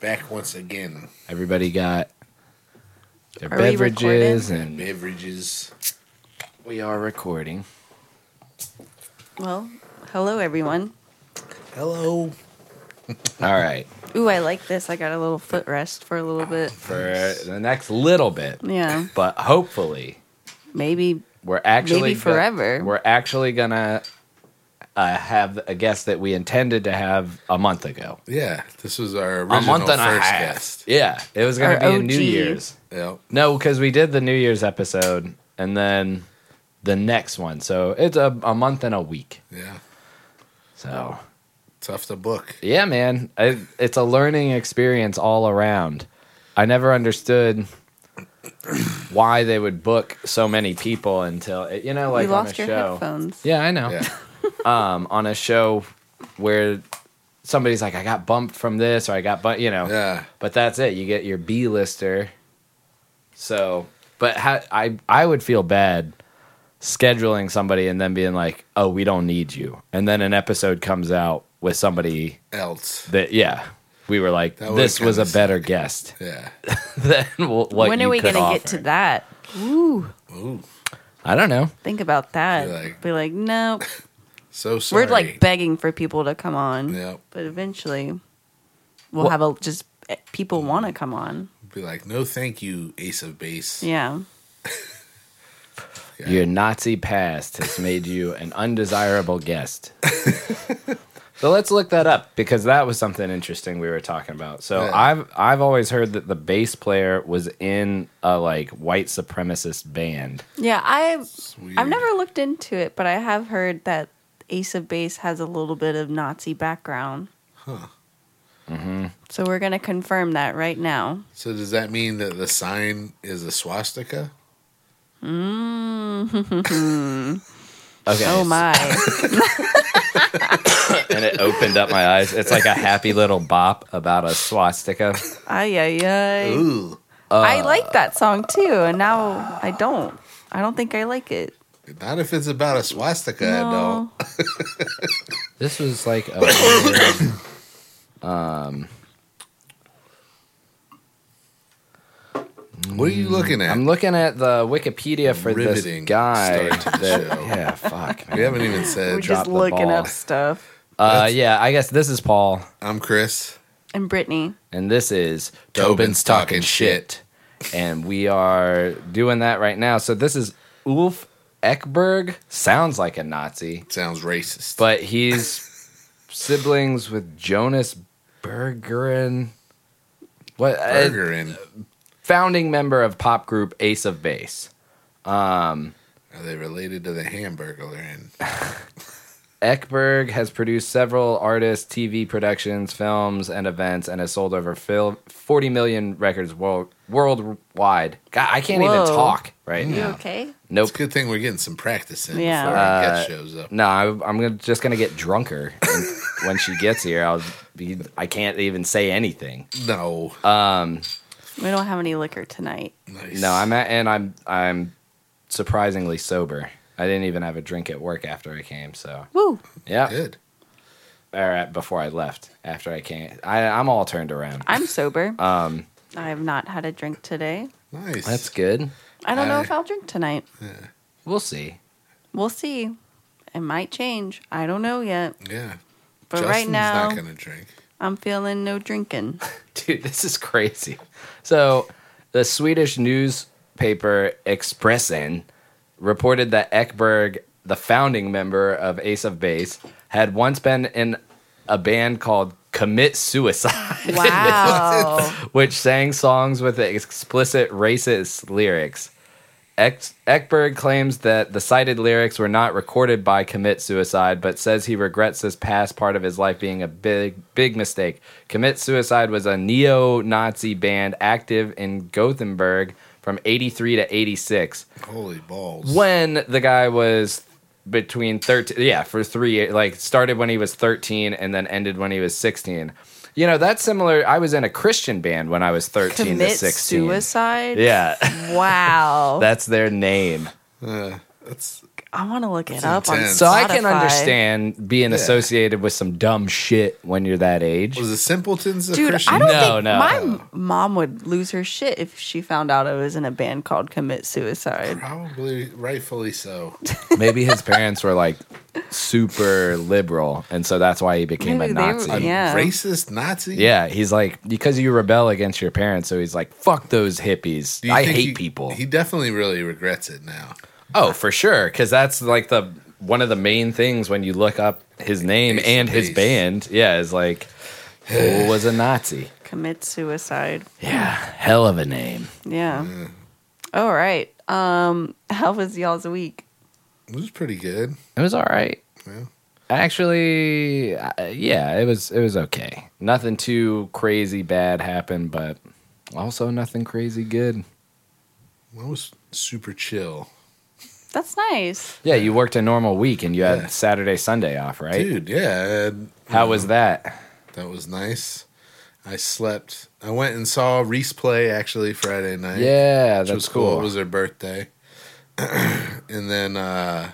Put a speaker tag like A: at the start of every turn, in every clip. A: back once again.
B: Everybody got their
C: Are we
B: beverages and
A: Beverages.
B: we are recording.
C: Well, hello everyone.
A: Hello.
B: All right.
C: Ooh, I like this. I got a little foot rest for a little bit.
B: For the next little bit.
C: Yeah,
B: But hopefully
C: maybe.
B: we're actually
C: Maybe
B: go-
C: forever.
B: we're actually gonna uh, have a guest that we intended to have a month ago.
A: Yeah, this was our original
B: A month and a
A: first
B: half.
A: guest.
B: Yeah. It was gonna
C: Our
B: be a New
C: OG.
B: Year's.
A: Yep.
B: No, because we did the New Year's episode and then the next one. So it's a, a month and a week.
A: Yeah.
B: So
A: Tough to book.
B: yeah, man, I, it's a learning experience all around. I never understood why they would book so many people until you know, like
C: you
B: on a
C: lost your
B: show.
C: headphones.
B: Yeah, I know.
A: Yeah.
B: Um, on a show where somebody's like, I got bumped from this, or I got bumped, you know.
A: Yeah.
B: But that's it. You get your B lister. So, but how, I I would feel bad scheduling somebody and then being like, "Oh, we don't need you," and then an episode comes out with somebody
A: Else.
B: that yeah, we were like,
A: That would
B: "This was a
A: kinda
B: better guest
A: Yeah.
B: than what
C: when
B: you
C: are we
B: could
C: gonna
B: offer.
C: get to that? Ooh,
A: Ooh.
B: I don't know.
C: think about that.
A: Be like,
C: Be like, no,
A: So sorry.
C: we're like begging for people to come on,
A: Yep.
C: but eventually we'll
B: Well-
C: have a just eh, people want to come on.
A: Be like, no, thank you, Ace of Base.
C: Yeah,
A: Yeah.
B: Your Nazi past has made you an undesirable guest. so let's look that up because that was something interesting we were talking about. So
A: Yeah.
B: I've I've always heard that the bass player was in a like white supremacist band.
C: yeah. I
A: Sweet.
C: I've never looked into it, but I have heard that Ace of Base has a little bit of Nazi background.
A: Huh.
C: So we're gonna confirm that right now.
A: So does that mean that the sign is a swastika?
B: Okay.
C: Oh my!
B: And it opened up my eyes. It's like a happy little bop about a swastika.
C: ay ay ay!
A: Ooh. Uh,
C: I like that song too, and now I don't. I don't think I like it.
A: Not if it's about a swastika, I
C: No.
A: don't.
B: This was like a weird, um
A: What are you looking at?
B: Mm. I'm looking at the Wikipedia for
A: Riveting
B: this guy.
A: start to the
B: that-
A: show.
B: yeah, fuck. Man.
A: we haven't even
C: We're
A: said,
B: drop
C: just
B: the
C: looking
B: ball.
C: up stuff.
B: Uh, yeah, I guess this is Paul,
A: I'm Chris.
C: And Brittany,
B: and this is
A: Tobin's Talking
B: and we are doing that right now. So this is Ulf Ekberg. Sounds like a Nazi,
A: Sounds racist.
B: but he's siblings with Jonas Berggren. What uh,
A: Burger and
B: founding member of pop group Ace of Base?
A: Are they related to the hamburger? And
B: Ekberg has produced several artists, TV productions, films, and events, and has sold over fil- 40 million records world- worldwide. God, I can't
C: Whoa.
B: even talk right
C: you
B: now.
C: okay?
A: it's
B: Nope. Uh,
A: a good thing we're getting some practice in
C: Yeah.
A: before our guest shows up.
B: No, I, I'm gonna, just going to get drunker. And when she gets here, I'll be, I can't even say anything.
A: No,
C: We don't have any liquor tonight.
A: nice.
B: uh, No, I'm at, and I'm I'm surprisingly sober. I didn't even have a drink at work after I came, so.
C: Woo!
B: Yeah.
A: good.
B: Or uh, before I left, after I came. I, I'm all turned around.
C: I'm sober. Um, I have not had a drink today.
A: Nice.
B: That's good.
C: I don't know
A: I-
C: if I'll drink tonight.
B: We'll see.
C: We'll see. It might change. I don't know yet.
A: yeah.
C: But
A: Justin's
C: right now,
A: not gonna drink.
C: I'm feeling no drinking.
B: Dude, this is crazy. So, the Swedish newspaper Expressen reported that Ekberg, the founding member of Ace of Base, had once been in a band called Commit Suicide,
C: Wow.
B: which sang songs with explicit racist lyrics. Ek- Ekberg claims that the cited lyrics were not recorded by Commit Suicide, but says he regrets this past part of his life being a big, big mistake. Commit Suicide was a neo Nazi band active in Gothenburg from 83 to 86
A: Holy balls.
B: when the guy was between 13 yeah for three years like started when he was 13 and then ended when he was 16 you know that's similar i was in a christian band when i was 13 to
C: Commit
B: 16
C: suicide?
B: yeah
C: Wow.
B: that's their name
A: Uh, that's
C: I want to look it up on
A: intense.
B: So I can
C: Spotify.
B: understand being
A: Yeah.
B: associated with some dumb shit when you're that age.
A: Was the Simpletons a
C: Dude,
A: Christian?
C: I don't
B: No,
C: think
B: no.
C: my m- mom would lose her shit if she found out I was in a band called Commit Suicide.
A: Probably rightfully so.
B: Maybe his parents were like super liberal, and so that's why he became
C: Maybe
B: a
C: they were-
B: Nazi.
A: A
C: Yeah.
A: racist Nazi?
B: yeah, he's like because you rebel against your parents, so he's like, "Fuck those hippies!
A: Do you
B: I
A: think
B: hate
A: he-
B: people."
A: He definitely really regrets it now.
B: oh, for sure, because that's like the one of the main things when you look up his name
A: Ace of
B: and his
A: Base.
B: band. Yeah, is like who was a Nazi.
C: Commit Suicide.
B: Yeah, hell of a name.
C: Yeah. All right. Um, how was y'all's week?
A: It was pretty good.
B: It was all right.
A: Yeah.
B: Actually, uh, yeah, it was it was okay. Nothing too crazy bad happened, but also nothing crazy good.
A: I was super chill.
C: That's nice.
B: Yeah, you worked a normal week and you had
A: Yeah.
B: Saturday Sunday off, right?
A: Dude, yeah. and-
B: How was that?
A: That was nice. I slept. I went and saw Reese play actually Friday night.
B: Yeah,
A: which
B: that's
A: was
B: cool.
A: cool. It was her birthday. and then uh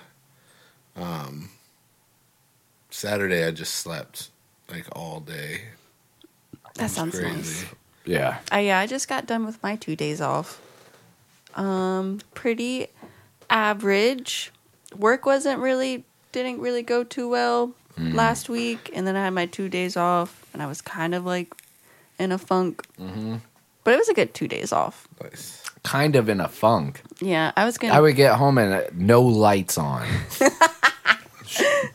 A: um Saturday I just slept like all day. It
C: That
A: was
C: sounds nice.
B: yeah.
C: Uh, yeah, I just got done with my two days off. Um, pretty average. Work wasn't really didn't really go too well
B: Mm.
C: last week, and then I had my two days off, and I was kind of like in a funk.
B: Mm-hmm.
C: But it was a good two days off.
A: Nice.
B: Kind of in a funk.
C: Yeah, I was gonna.
B: I would get home and uh, no lights on.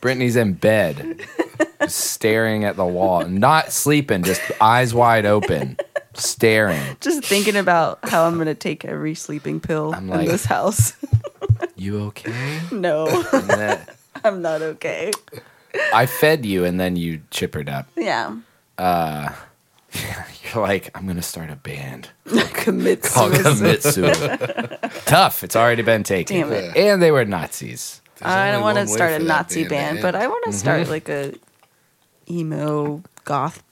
B: Brittany's in bed, staring at the wall, not sleeping, just eyes wide open, staring.
C: just thinking about how I'm gonna take every sleeping pill
B: I'm
C: in
B: like-
C: this house.
B: You okay?
C: no,
B: And then-
C: I'm not okay.
B: I fed you and then you chippered up.
C: Yeah,
B: You're like, I'm gonna start a band.
C: commit
B: I'll
C: suicide.
B: commit suicide. Tough. It's already been taken.
C: Damn it.
B: And they were Nazis.
A: There's
C: I don't
A: only
C: want to
A: one way
C: start
A: for
C: a
A: that Mm-hmm.
C: Nazi
A: band
C: band,
A: to
C: but
A: end.
C: I want to start like a emo goth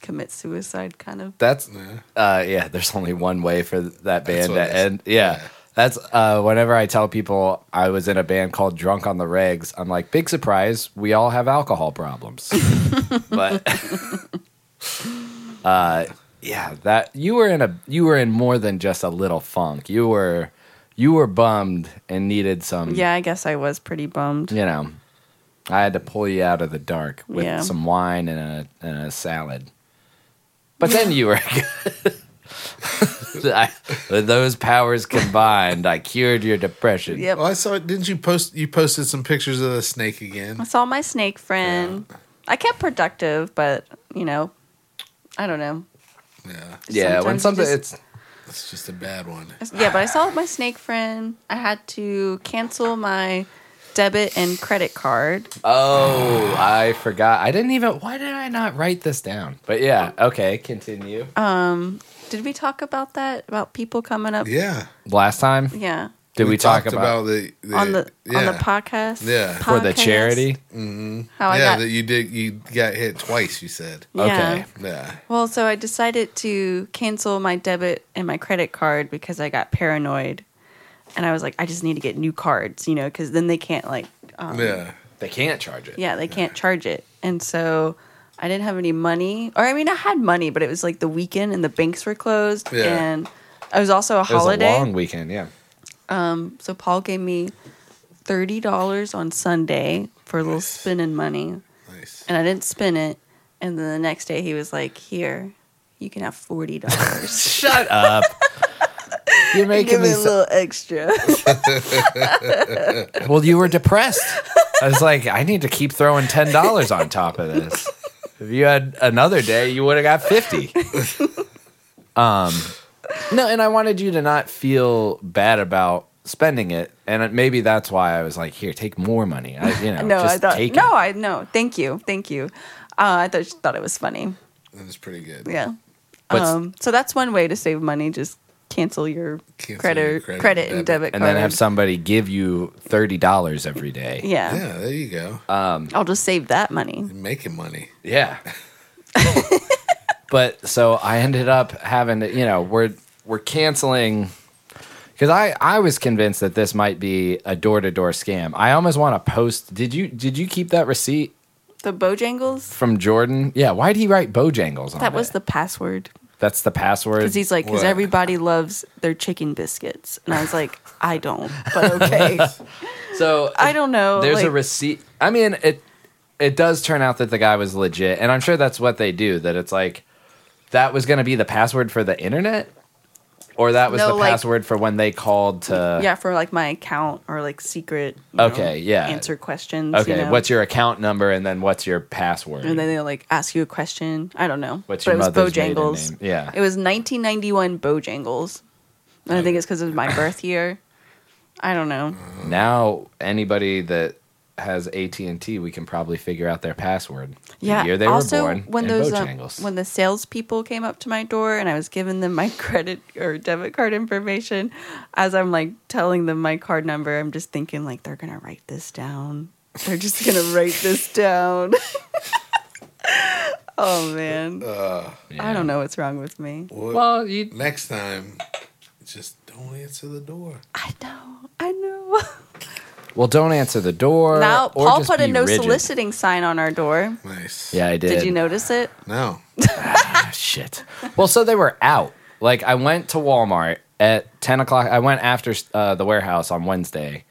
C: commit suicide kind of.
B: That's
A: Yeah.
B: uh yeah, there's only one way for that band
A: what it
B: to
A: is.
B: end. Yeah.
A: Yeah.
B: That's uh whenever I tell people I was in a band called Drunk on the Regs, I'm like, big surprise, we all have alcohol problems. but uh yeah, that you were in a you were in more than just a little funk. You were you were bummed and needed some
C: Yeah, I guess I was pretty bummed.
B: you know, I had to pull you out of the dark with
C: Yeah.
B: some wine and a and a salad. But then you were good. I, with those powers combined, I cured your depression.
C: Yep.
A: Well, I saw. Didn't you post? You posted some pictures of the snake again.
C: I saw my snake friend. I kept productive, but you know, I don't know.
A: Yeah,
B: Yeah, when
C: Sometimes
B: something
C: you
B: it's
A: that's just a bad one.
C: Yeah, but I saw my snake friend. I had to cancel my debit and credit card.
B: oh, I forgot. I didn't even why did I not write this down? But yeah, okay, continue.
C: Uh, Did we talk about that? About people coming up?
A: Yeah.
B: Last time
C: Yeah.
B: did we, talk
A: talked
B: about,
A: the, the
C: on the
A: yeah,
C: on the podcast
A: Yeah.
B: for the
C: Podcast?
B: charity?
C: how Oh, I
A: yeah
C: got
A: that you did you got hit twice. You said
B: Okay.
A: yeah.
C: Well, so I decided to cancel my debit and my credit card because I got paranoid. And I was like, I just need to get new cards, you know, because then they can't, like, um,
A: Yeah.
B: They can't charge it.
C: yeah, they can't charge it. And so I didn't have any money. Or, I mean, I had money, but it was like the weekend and the banks were closed.
A: Yeah.
C: And it was also a
B: It was
C: holiday.
B: a long weekend, yeah.
C: so Paul gave me $30 on Sunday for a little
A: Nice.
C: spending money.
A: Nice.
C: And I didn't spend it. And then the next day he was like, Here, you can have $40.
B: Shut up. You're making
C: Give
B: me
C: it a little extra.
B: Well, you were depressed. I was like, I need to keep throwing ten dollars on top of this. If you had another day, you would have got fifty. Um, no, and I wanted you to not feel bad about spending it, and it- maybe that's why I was like, here, take more money. I, you know,
C: no,
B: just
C: I thought
B: take
C: no,
B: it.
C: I no. Thank you, thank you. Uh, I thought she thought it was funny.
A: That was pretty good.
C: Yeah.
B: But-
C: um. So that's one way to save money. Just cancel your
A: Cancel
C: credit,
A: your
C: credit,
A: credit
C: and
A: and
C: debit,
B: and
C: card.
B: then have somebody give you thirty dollars every day.
C: yeah.
A: Yeah, there you go.
B: Uh,
C: I'll just save that money.
A: Making money.
B: Yeah. but so I ended up having to, you know, we're we're canceling Because I, I was convinced that this might be a door to door scam. I almost want to post. Did you did you keep that receipt
C: The Bojangles?
B: from Jordan? Yeah. Why did he write Bojangles on
C: That was
B: it?
C: the password.
B: That's the password.
C: Because he's like, because
A: What?
C: everybody loves their chicken biscuits. And I was like, I don't, but okay.
B: so
C: I don't know.
B: There's a
C: Oh, like,
B: receipt. I mean, it it does turn out that the guy was legit, and I'm sure that's what they do. That it's like that was going to be the password for the internet, or that was
C: No,
B: the
C: like-
B: password for when they called to.
C: yeah, for like my account or like secret. you
B: Uh, Okay, yeah.
C: Answer questions.
B: Okay,
C: You know?
B: what's your account number, and then what's your password?
C: And then they'll like ask you a question. I don't know.
B: What's
C: but
B: your
C: it was
B: mother's maiden
C: Bojangles.
B: name? Yeah.
C: It was 1991 Bojangles. And I think it's because it was my birth year. I don't know.
B: now anybody that has AT and T, we can probably figure out their password. The
C: Yeah.
B: year they
C: also,
B: were born.
C: when
B: and
C: those um,
B: Bojangles.
C: when the salespeople came up to my door and I was giving them my credit or debit card information, as I'm like telling them my card number, I'm just thinking like they're gonna write this down. They're just gonna write this down. oh man, I
B: Yeah.
C: don't know what's wrong with me.
A: What-
B: Well, you
A: Next time, just don't answer the door.
C: I know, I know.
B: well don't answer the door.
C: now
B: or
C: Paul
B: just
C: put a
B: be
C: no
B: rigid.
C: soliciting sign on our door.
A: Nice.
B: Yeah, I did.
C: Did you notice it?
A: No.
B: Ah, shit. Well, so they were out. Like I went to Walmart at ten o'clock. I went after uh, the warehouse on Wednesday,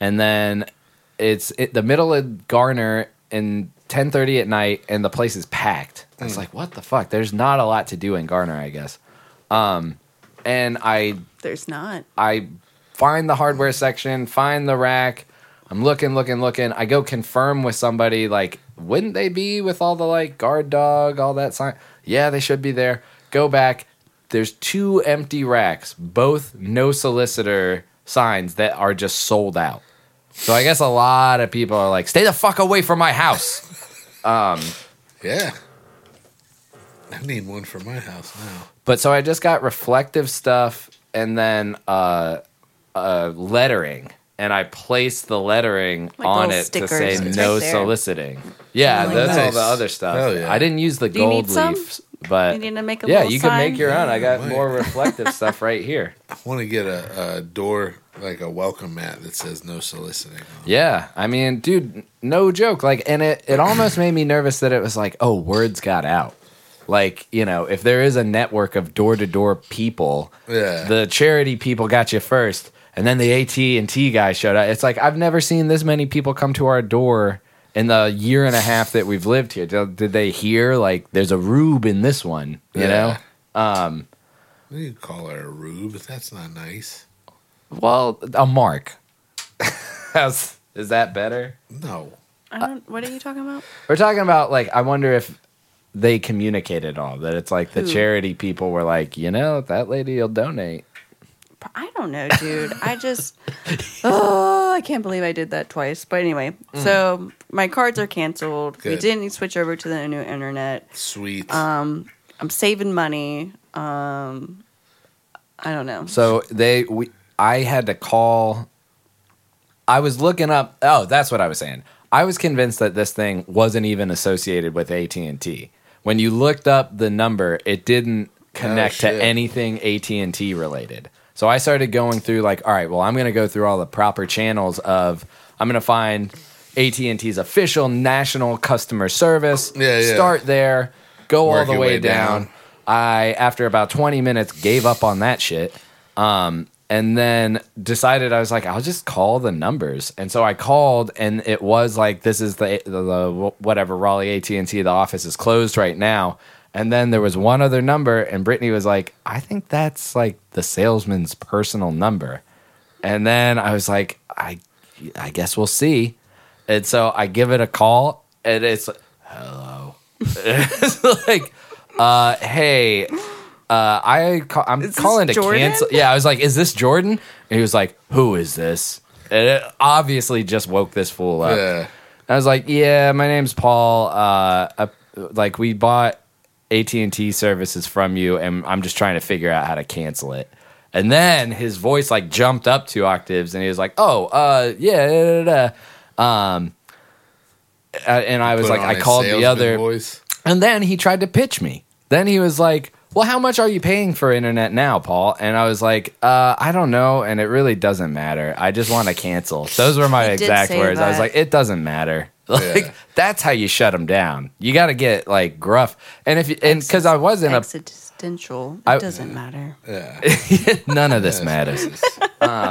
B: and then it's it, the middle of Garner and ten thirty at night, and the place is packed. I was like, what the fuck? There's not a lot to do in Garner, I guess. Um, and I
C: There's not.
B: I find the hardware section, find the rack. I'm looking, looking, looking. I go confirm with somebody like, wouldn't they be with all the like guard dog, all that sign? Yeah, they should be there. Go back. There's two empty racks, both no solicitor signs that are just sold out. So I guess a lot of people are like, stay the fuck away from my house.
A: Yeah. I need one for my house now.
B: But so I just got reflective stuff and then uh, uh, lettering, and I placed the lettering
C: Like
B: on
C: little
B: it to
C: stickers.
B: say
C: It's
B: no
C: right there.
B: soliciting. Yeah,
C: Oh,
B: that's all
A: nice.
B: the other stuff.
A: Hell yeah.
B: I didn't use the
C: you
B: gold
C: need some?
B: leaf, but
C: You need to make a
B: Uh, yeah,
C: little
B: you can
C: sign.
B: make your own. I got
A: Yeah,
B: more
A: right.
B: reflective stuff right here.
A: I want to get a, a door, like a welcome mat that says no soliciting. on it.
B: Yeah, I mean, dude, no joke. Like, and it it almost made me nervous that it was like, oh, words got out. Like, you know, if there is a network of door to door people,
A: Yeah.
B: the charity people got you first, and then the AT and T guy showed up. It's like I've never seen this many people come to our door in the year and a half that we've lived here. Did, did they hear like there's a rube in this one? You
A: Yeah.
B: know.
A: You call her a rube. That's not nice.
B: Well, a mark. How's, is that better?
A: No.
C: I don't. What are you talking about?
B: We're talking about like I wonder if they communicated all that it's like the
C: Who?
B: charity people were like, you know, that lady will donate.
C: I don't know, dude. I just oh, I can't believe I did that twice. But anyway,
B: Mm.
C: so my cards are canceled. We
A: Good.
C: didn't switch over to the new internet. Um,
A: Sweet.
B: Uh,
C: I'm saving money. Um, I don't know.
B: So they we I had to call I was looking up oh, that's what I was saying. I was convinced that this thing wasn't even associated with AT&T. When you looked up the number, it didn't connect to
A: Oh, shit.
B: anything AT&T related. So I started going through like, all right, well, I'm going to go through all the proper channels of I'm going to find AT&T's official national customer service.
A: Yeah, yeah.
B: Start there, go all
A: Work
B: the
A: your
B: way
A: way
B: down.
A: down.
B: I after about 20 minutes gave up on that shit. Um and then decided I was like I'll just call the numbers. And so I called and it was like this is the the, the whatever Raleigh AT&T the office is closed right now. And then there was one other number and Brittany was like I think that's like the salesman's personal number. And then I was like, I, I guess we'll see. And so I give it a call, and it's hello. it's like, uh, hey, uh, I ca- I'm
C: Is this
B: calling to
C: Jordan?
B: cancel. Yeah, I was like, is this Jordan? And he was like, who is this? And it obviously just woke this fool up.
A: yeah.
B: I was like, "Yeah, my name's Paul. Uh, uh, like we bought AT and T services from you, and I'm just trying to figure out how to cancel it." And then his voice like jumped up two octaves, and he was like, "Oh, uh, yeah." Da, da, da. Um, uh, and I was
A: Put
B: like,
A: on
B: I
A: a
B: called the
A: salesman
B: other,
A: voice.
B: and then he tried to pitch me. Then he was like, well, how much are you paying for internet now, Paul? And I was like, uh, I don't know. And it really doesn't matter. I just want to cancel. Those were my
C: He did
B: exact
C: say
B: words. I was
C: that.
B: like, it doesn't matter. Like,
A: Yeah.
B: that's how you shut them down. You got to get like gruff. And if, you and because I wasn't a,
C: existential. It
B: I-
C: doesn't matter.
A: Yeah.
B: none of this matters. Um,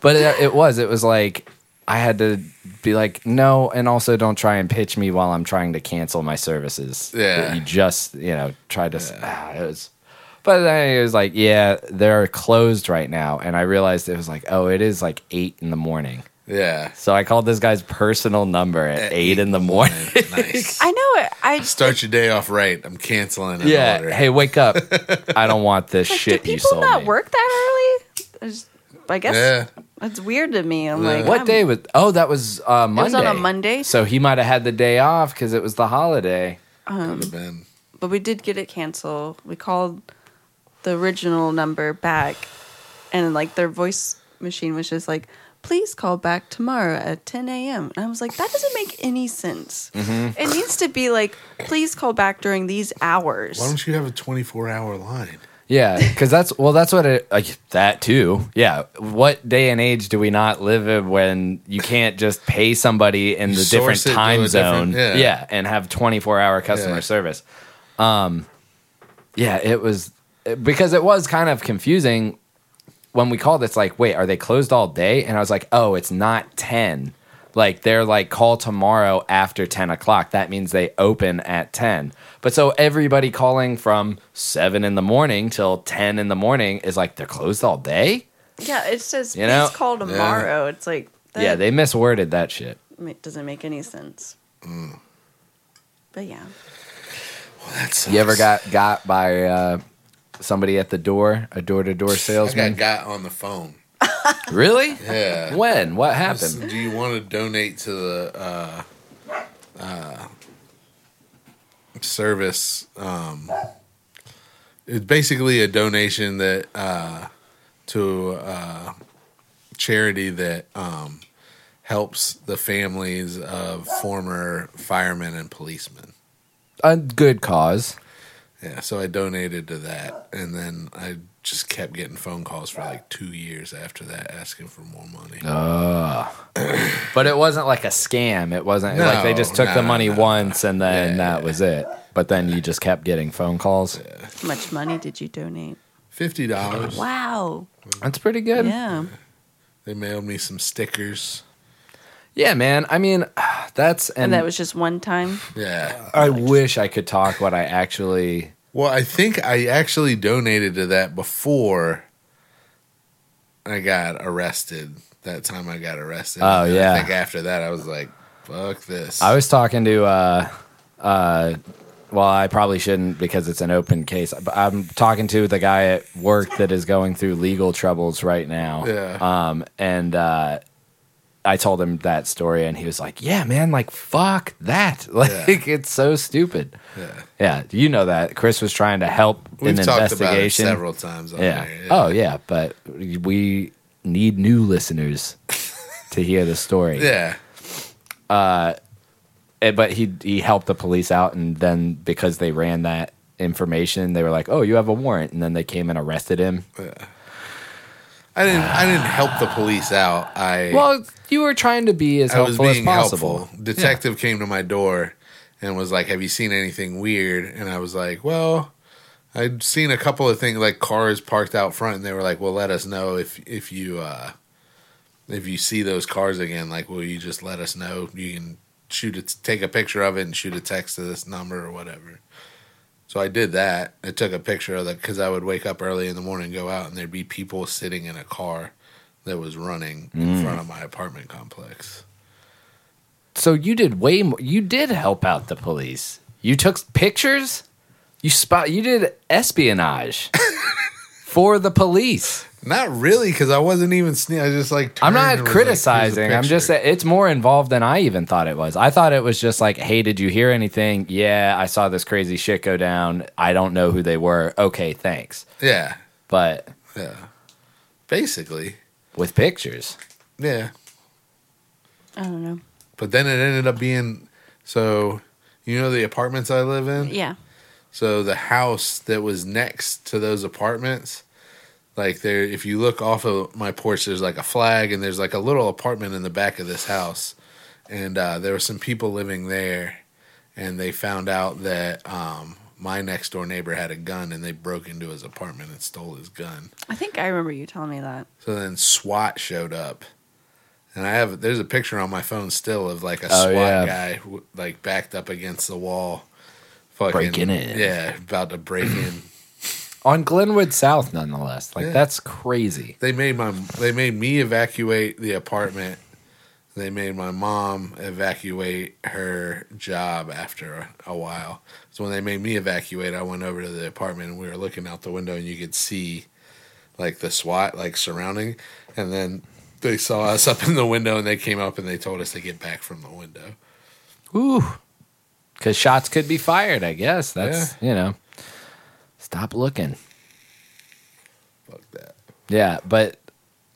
B: But it, it was. It was like I had to be like, no, and also don't try and pitch me while I'm trying to cancel my services.
A: Yeah.
B: That You just, you know, try to. s Ah, it was. But then it was like, yeah, they're closed right now, and I realized it was like, oh, it is like eight in the morning.
A: yeah.
B: So I called this guy's personal number at,
A: At
B: eight in the morning.
A: Nice.
C: I know. it. I
A: Start your day off right. I'm canceling an
B: yeah.
A: order.
B: Hey, wake up! I don't want this
C: do
B: shit you
C: people
B: sold
C: not
B: me.
C: work that early? I just- I guess
A: Yeah.
C: it's weird to me. I'm like,
B: What
C: I'm-
B: day was? Oh, that was uh, Monday.
C: was on a Monday?
B: So he might have had the day off because it was the holiday.
A: Could have been.
C: But we did get it canceled. We called the original number back, and like their voice machine was just like, "Please call back tomorrow at 10 a.m." And I was like, "That doesn't make any sense.
B: Mm-hmm.
C: It needs to be like, please call back during these hours."
A: Why don't you have a 24 hour line?
B: Yeah, because that's well, that's what it like, that too. Yeah, what day and age do we not live in when you can't just pay somebody in the different
A: source it to a
B: time zone?
A: different- yeah.
B: uh, and have twenty four hour customer
A: Yeah.
B: service. Um, yeah, it was because it was kind of confusing when we called. It's like, wait, are they closed all day? And I was like, oh, it's not ten. Like they're like call tomorrow after ten o'clock. That means they open at ten. But so everybody calling from seven in the morning till ten in the morning is like they're closed all day.
C: Yeah, it says
B: You
C: please
B: know?
C: call tomorrow. It's like that
B: yeah, they misworded that shit.
C: ma- doesn't make any sense.
A: Mm.
C: But yeah,
A: Well, that sucks.
B: You ever got got by uh, somebody at the door, a door to door
A: I got a
B: salesman?
A: guy on the phone.
B: Really?
A: Yeah.
B: When? What
A: So
B: happened?
A: do you want to donate to the uh, uh, service? Um, it's basically a donation that uh, to uh, charity that um, helps the families of former firemen and policemen.
B: A good cause.
A: Yeah, so I donated to that, and then I just kept getting phone calls for like two years after that, asking for more money.
B: Uh. But it wasn't like a scam. It wasn't like they just
A: No,
B: took the
A: no,
B: money
A: no.
B: once and then
A: Yeah.
B: that was it. But then you just kept getting phone calls.
C: how much money did you donate?
A: Fifty dollars.
C: Wow.
B: That's pretty good.
C: Yeah.
A: They mailed me some stickers.
B: Yeah, man. I mean, that's and,
C: And that was just one time.
A: Yeah.
B: I wish I could talk what I actually.
A: Well, I think I actually donated to that before I got arrested. That time I got arrested.
B: Oh,
A: And
B: yeah.
A: I think after that, I was like, "Fuck this."
B: I was talking to. uh uh well, I probably shouldn't because it's an open case. But I'm talking to the guy at work that is going through legal troubles right now.
A: Yeah.
B: Um, and uh, I told him that story, and he was like, "Yeah, man, like fuck that, like it's so stupid."
A: yeah.
B: Yeah, you know that Chris was trying to help
A: We've
B: an
A: talked about it
B: investigation.
A: several times. On
B: yeah.
A: Here.
B: Oh yeah, but we need new listeners to hear the story.
A: Yeah.
B: Eh, But he he helped the police out, and then because they ran that information, they were like, "Oh, you have a warrant," and then they came and arrested him.
A: I didn't. I didn't help the police out. I
B: Well, you were trying to be as
A: I was
B: helpful
A: being
B: as possible.
A: helpful. Detective came to my door and was like, "Have you seen anything weird?" And I was like, "Well, I'd seen a couple of things like cars parked out front, and they were like, "Well, let us know if if you uh, if you see those cars again. Like, will you just let us know? You can shoot it, take a picture of it, and shoot a text to this number or whatever." So I did that. I took a picture of that because I would wake up early in the morning, go out, and there'd be people sitting in a car that was running
B: Mm.
A: in front of my apartment complex.
B: So you did way more. You did help out the police. You took pictures. You spot. You did espionage for the police.
A: Not really, because I wasn't even sneaking. I just like.
B: I'm
A: turned and
B: not
A: was like,
B: criticizing.
A: "Here's a
B: I'm just
A: picture."
B: saying it's more involved than I even thought it was. I thought it was just like, hey, did you hear anything? Yeah, I saw this crazy shit go down. I don't know who they were. Okay, thanks.
A: Yeah,
B: But
A: yeah. Basically,
B: with pictures,
A: yeah.
C: I don't know.
A: But then it ended up being so. You know the apartments I live in.
C: Yeah.
A: So the house that was next to those apartments, like there, if you look off of my porch, there's like a flag, and there's like a little apartment in the back of this house, and uh, there were some people living there, and they found out that um, my next door neighbor had a gun, and they broke into his apartment and stole his gun.
C: I think I remember you telling me that.
A: So then SWAT showed up, and I have there's a picture on my phone still of like a
B: Oh,
A: SWAT
B: yeah.
A: guy w- like backed up against the wall, fucking
B: Breaking in.
A: yeah, about to break in.
B: on Glenwood South, nonetheless. Like
A: Yeah.
B: that's crazy.
A: They made my they made me evacuate the apartment. They made my mom evacuate her job after a while. So when they made me evacuate, I went over to the apartment and we were looking out the window and you could see like the SWAT like surrounding and then they saw us up in the window and they came up and they told us to get back from the window.
B: Ooh, because shots could be fired. I guess that's you know. Stop looking.
A: Fuck that.
B: Yeah, but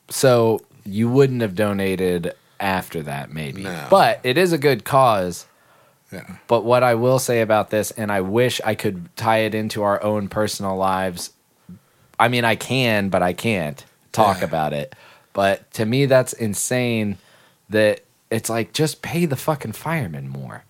B: so you wouldn't have donated after that, maybe.
A: No.
B: But it is a good cause.
A: Yeah.
B: But what I will say about this, and I wish I could tie it into our own personal lives. I mean, I can, but I can't talk
A: Yeah.
B: about it. But to me, that's insane. That it's like just pay the fucking firemen more.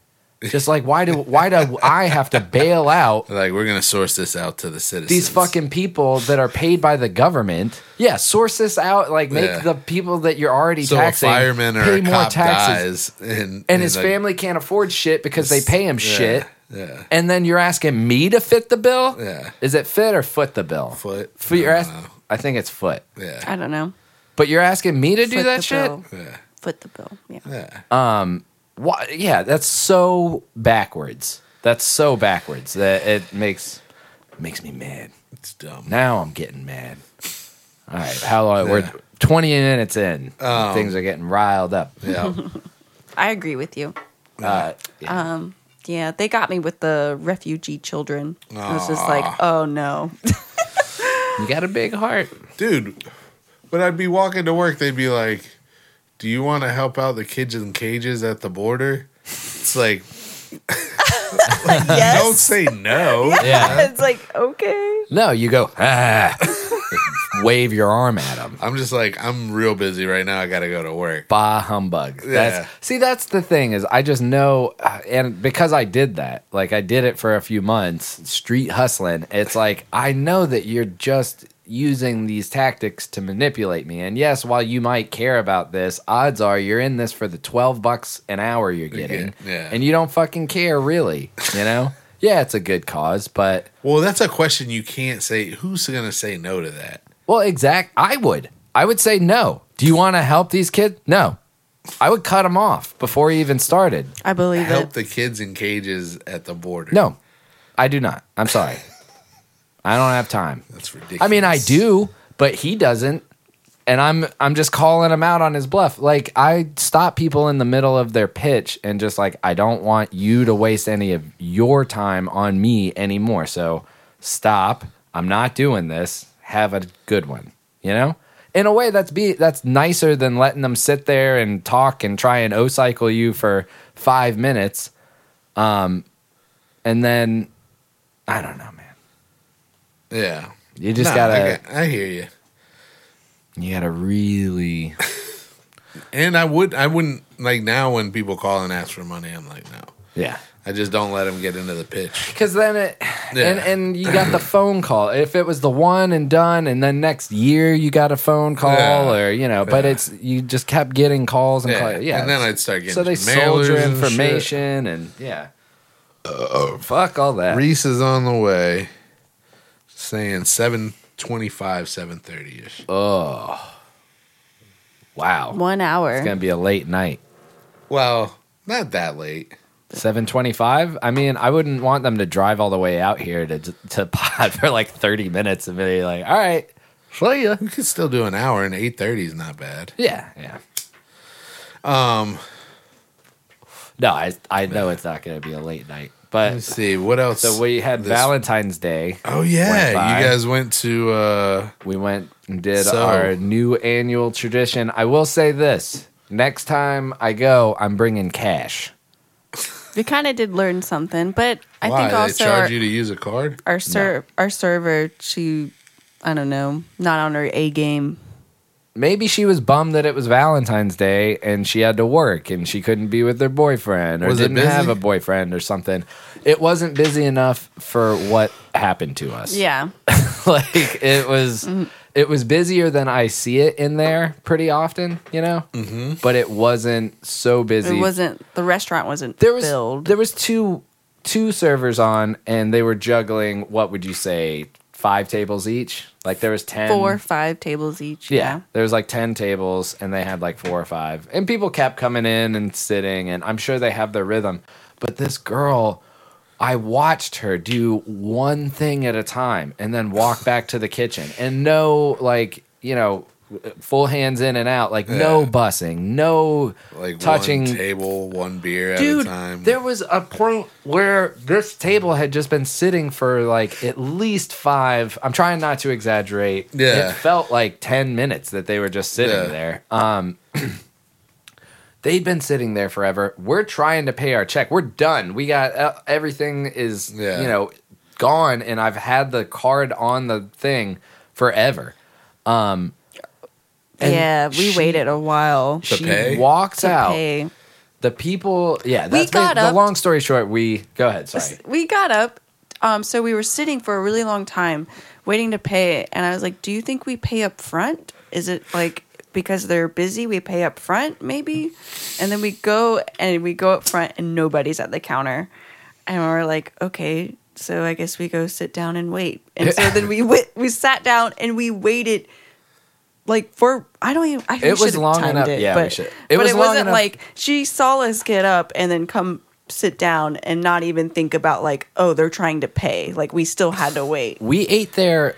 B: Just like why do why do I have to bail out
A: Like we're gonna source this out to the citizens.
B: these fucking people that are paid by the government. Yeah, source this out. Like make
A: Yeah.
B: the people that you're already
A: so
B: taxing
A: a fireman or
B: pay
A: a
B: more
A: cop
B: taxes.
A: dies and
B: And his
A: a-
B: family can't afford shit because they pay him
A: Yeah,
B: shit.
A: Yeah.
B: And then you're asking me to fit the bill?
A: Yeah.
B: Is it fit or foot the bill?
A: Foot.
B: Foot your
A: I
B: ass?
A: don't know.
B: I think it's foot.
A: Yeah.
C: I don't know.
B: But you're asking me to do
C: Foot
B: that
C: the
B: shit?
C: bill.
A: Yeah.
C: Foot the bill. Yeah.
A: Yeah.
B: Why? Yeah, that's so backwards. That's so backwards that it makes makes me mad.
A: it's dumb.
B: Now I'm getting mad. All right, how long? We're 20 minutes in. Things are getting riled up.
A: Yeah.
C: I agree with you.
B: Uh, yeah.
C: Yeah, they got me with the refugee children. I was just like, oh no.
B: you got a big heart.
A: Dude, when I'd be walking to work, they'd be like, Do you want to help out the kids in cages at the border? It's like,
C: yes.
A: don't say no.
B: Yeah.
C: it's like, okay.
B: No, you go, ah, wave your arm at him.
A: I'm just like, I'm real busy right now. I got to go to work.
B: Bah humbug. That's
A: Yeah.
B: see, that's the thing is I just know, uh, and because I did that, like I did it for a few months, street hustling. It's like I know that you're just using these tactics to manipulate me. And yes, while you might care about this, odds are you're in this for the twelve bucks an hour you're getting,
A: get- yeah.
B: and you don't fucking care really. You know? yeah, it's a good cause, but
A: Well, that's a question you can't say. Who's going to say no to that?
B: Well, exact. I would. I would say no. Do you want to help these kids? No. I would cut them off before he even started.
C: I believe
A: Help
C: it.
A: the kids in cages at the border.
B: No, I do not. I'm sorry. I don't have time.
A: That's ridiculous.
B: I mean, I do, but he doesn't. And I'm I'm just calling him out on his bluff. Like I stop people in the middle of their pitch and just like I don't want you to waste any of your time on me anymore. So stop. I'm not doing this. Have a good one. You know? In a way that's be that's nicer than letting them sit there and talk and try and O cycle you for 5 minutes. Um and then I don't know, man.
A: Yeah.
B: You just
A: No,
B: got to
A: I, got- I hear you.
B: You gotta really.
A: And I would, I wouldn't like now when people call and ask for money. I'm like, no,
B: Yeah.
A: I just don't let them get into the pitch.
B: Because then it, and
A: Yeah.
B: and you got the phone call. If it was the one and done, and then next year you got a phone call,
A: Yeah.
B: or you know, but
A: Yeah.
B: it's you just kept getting calls and calls. yeah.
A: and then I'd start getting
B: so they sold
A: mailers
B: your
A: and shit.
B: information, and, yeah. Fuck all that.
A: Reese is on the way, saying seven twenty-five, seven thirty ish.
B: wow, it's
C: One
B: gonna
C: hour.
B: be a late night.
A: Well, not that late.
B: Seven twenty-five. I mean, I wouldn't want them to drive all the way out here to to pod for like thirty minutes and be like, "All right, see ya."
A: We could still do an hour, and eight thirty is not bad.
B: Yeah, yeah. Um,
A: Um,
B: no, I I know it's not going to be a late night,
A: Let's
B: but
A: see what else.
B: so we had
A: this-
B: Valentine's Day.
A: Oh
B: went
A: yeah,
B: by.
A: you guys went to. uh
B: We went and did
A: So-
B: our new annual tradition. I will say this: next time I go, I'm bringing cash.
C: We kind of did learn something, but I
A: Why?
C: think also
A: they charge
C: our,
A: you to use a card?
C: our ser- our server she I don't know, not on her A game.
B: Maybe she was bummed that it was Valentine's Day and she had to work and she couldn't be with her boyfriend or
A: Was it
B: didn't have
A: busy?
B: a boyfriend or something. It wasn't busy enough for what happened to us.
C: Yeah.
B: like it was it was busier than I see it in there pretty often, you know. Mm-hmm. But it wasn't so busy.
C: It wasn't the restaurant wasn't
B: there was
C: filled.
B: there was two two servers on, and they were juggling. What would you say? Five tables each. Like there was ten.
C: Four, five tables each.
B: Yeah,
C: Yeah.
B: there was like ten tables, and they had like four or five, and people kept coming in and sitting, and I'm sure they have their rhythm. But this girl, I watched her do one thing at a time, and then walk back to the kitchen, and no, like you know, full hands in and out, like no
A: Yeah.
B: bussing, no
A: Like
B: touching
A: one table, one beer at a
B: Dude,
A: time.
B: there was a point where this table had just been sitting for like at least five. I'm trying not to exaggerate.
A: Yeah.
B: It felt like 10 minutes that they were just sitting
A: Yeah.
B: there. Um, they'd been sitting there forever. We're trying to pay our check. We're done. We got uh, everything is,
A: Yeah.
B: you know, gone. And I've had the card on the thing forever. And
C: yeah, we
B: she-
C: waited a while
A: To
B: she
A: pay?
B: walks
C: to
B: out.
C: pay.
B: The people, yeah, that's
C: got
B: the, the
C: up-
B: long story short. We go ahead. Sorry.
C: We got up. Um, so we were sitting for a really long time waiting to pay. And I was like, Do you think we pay up front? Is it like because they're busy, we pay up front, maybe? And then we go and we go up front and nobody's at the counter. And we're like, Okay, so I guess we go sit down and wait. And so then we went, we sat down and we waited. Like for I don't even I
B: It was
C: should've
B: long
C: timed
B: enough-
C: It,
B: yeah, we
C: but,
B: should- it
C: but
B: was
C: it
B: long
C: wasn't
B: enough-
C: like she saw us get up and then come sit down and not even think about like oh they're trying to pay like we still had to wait
B: We ate there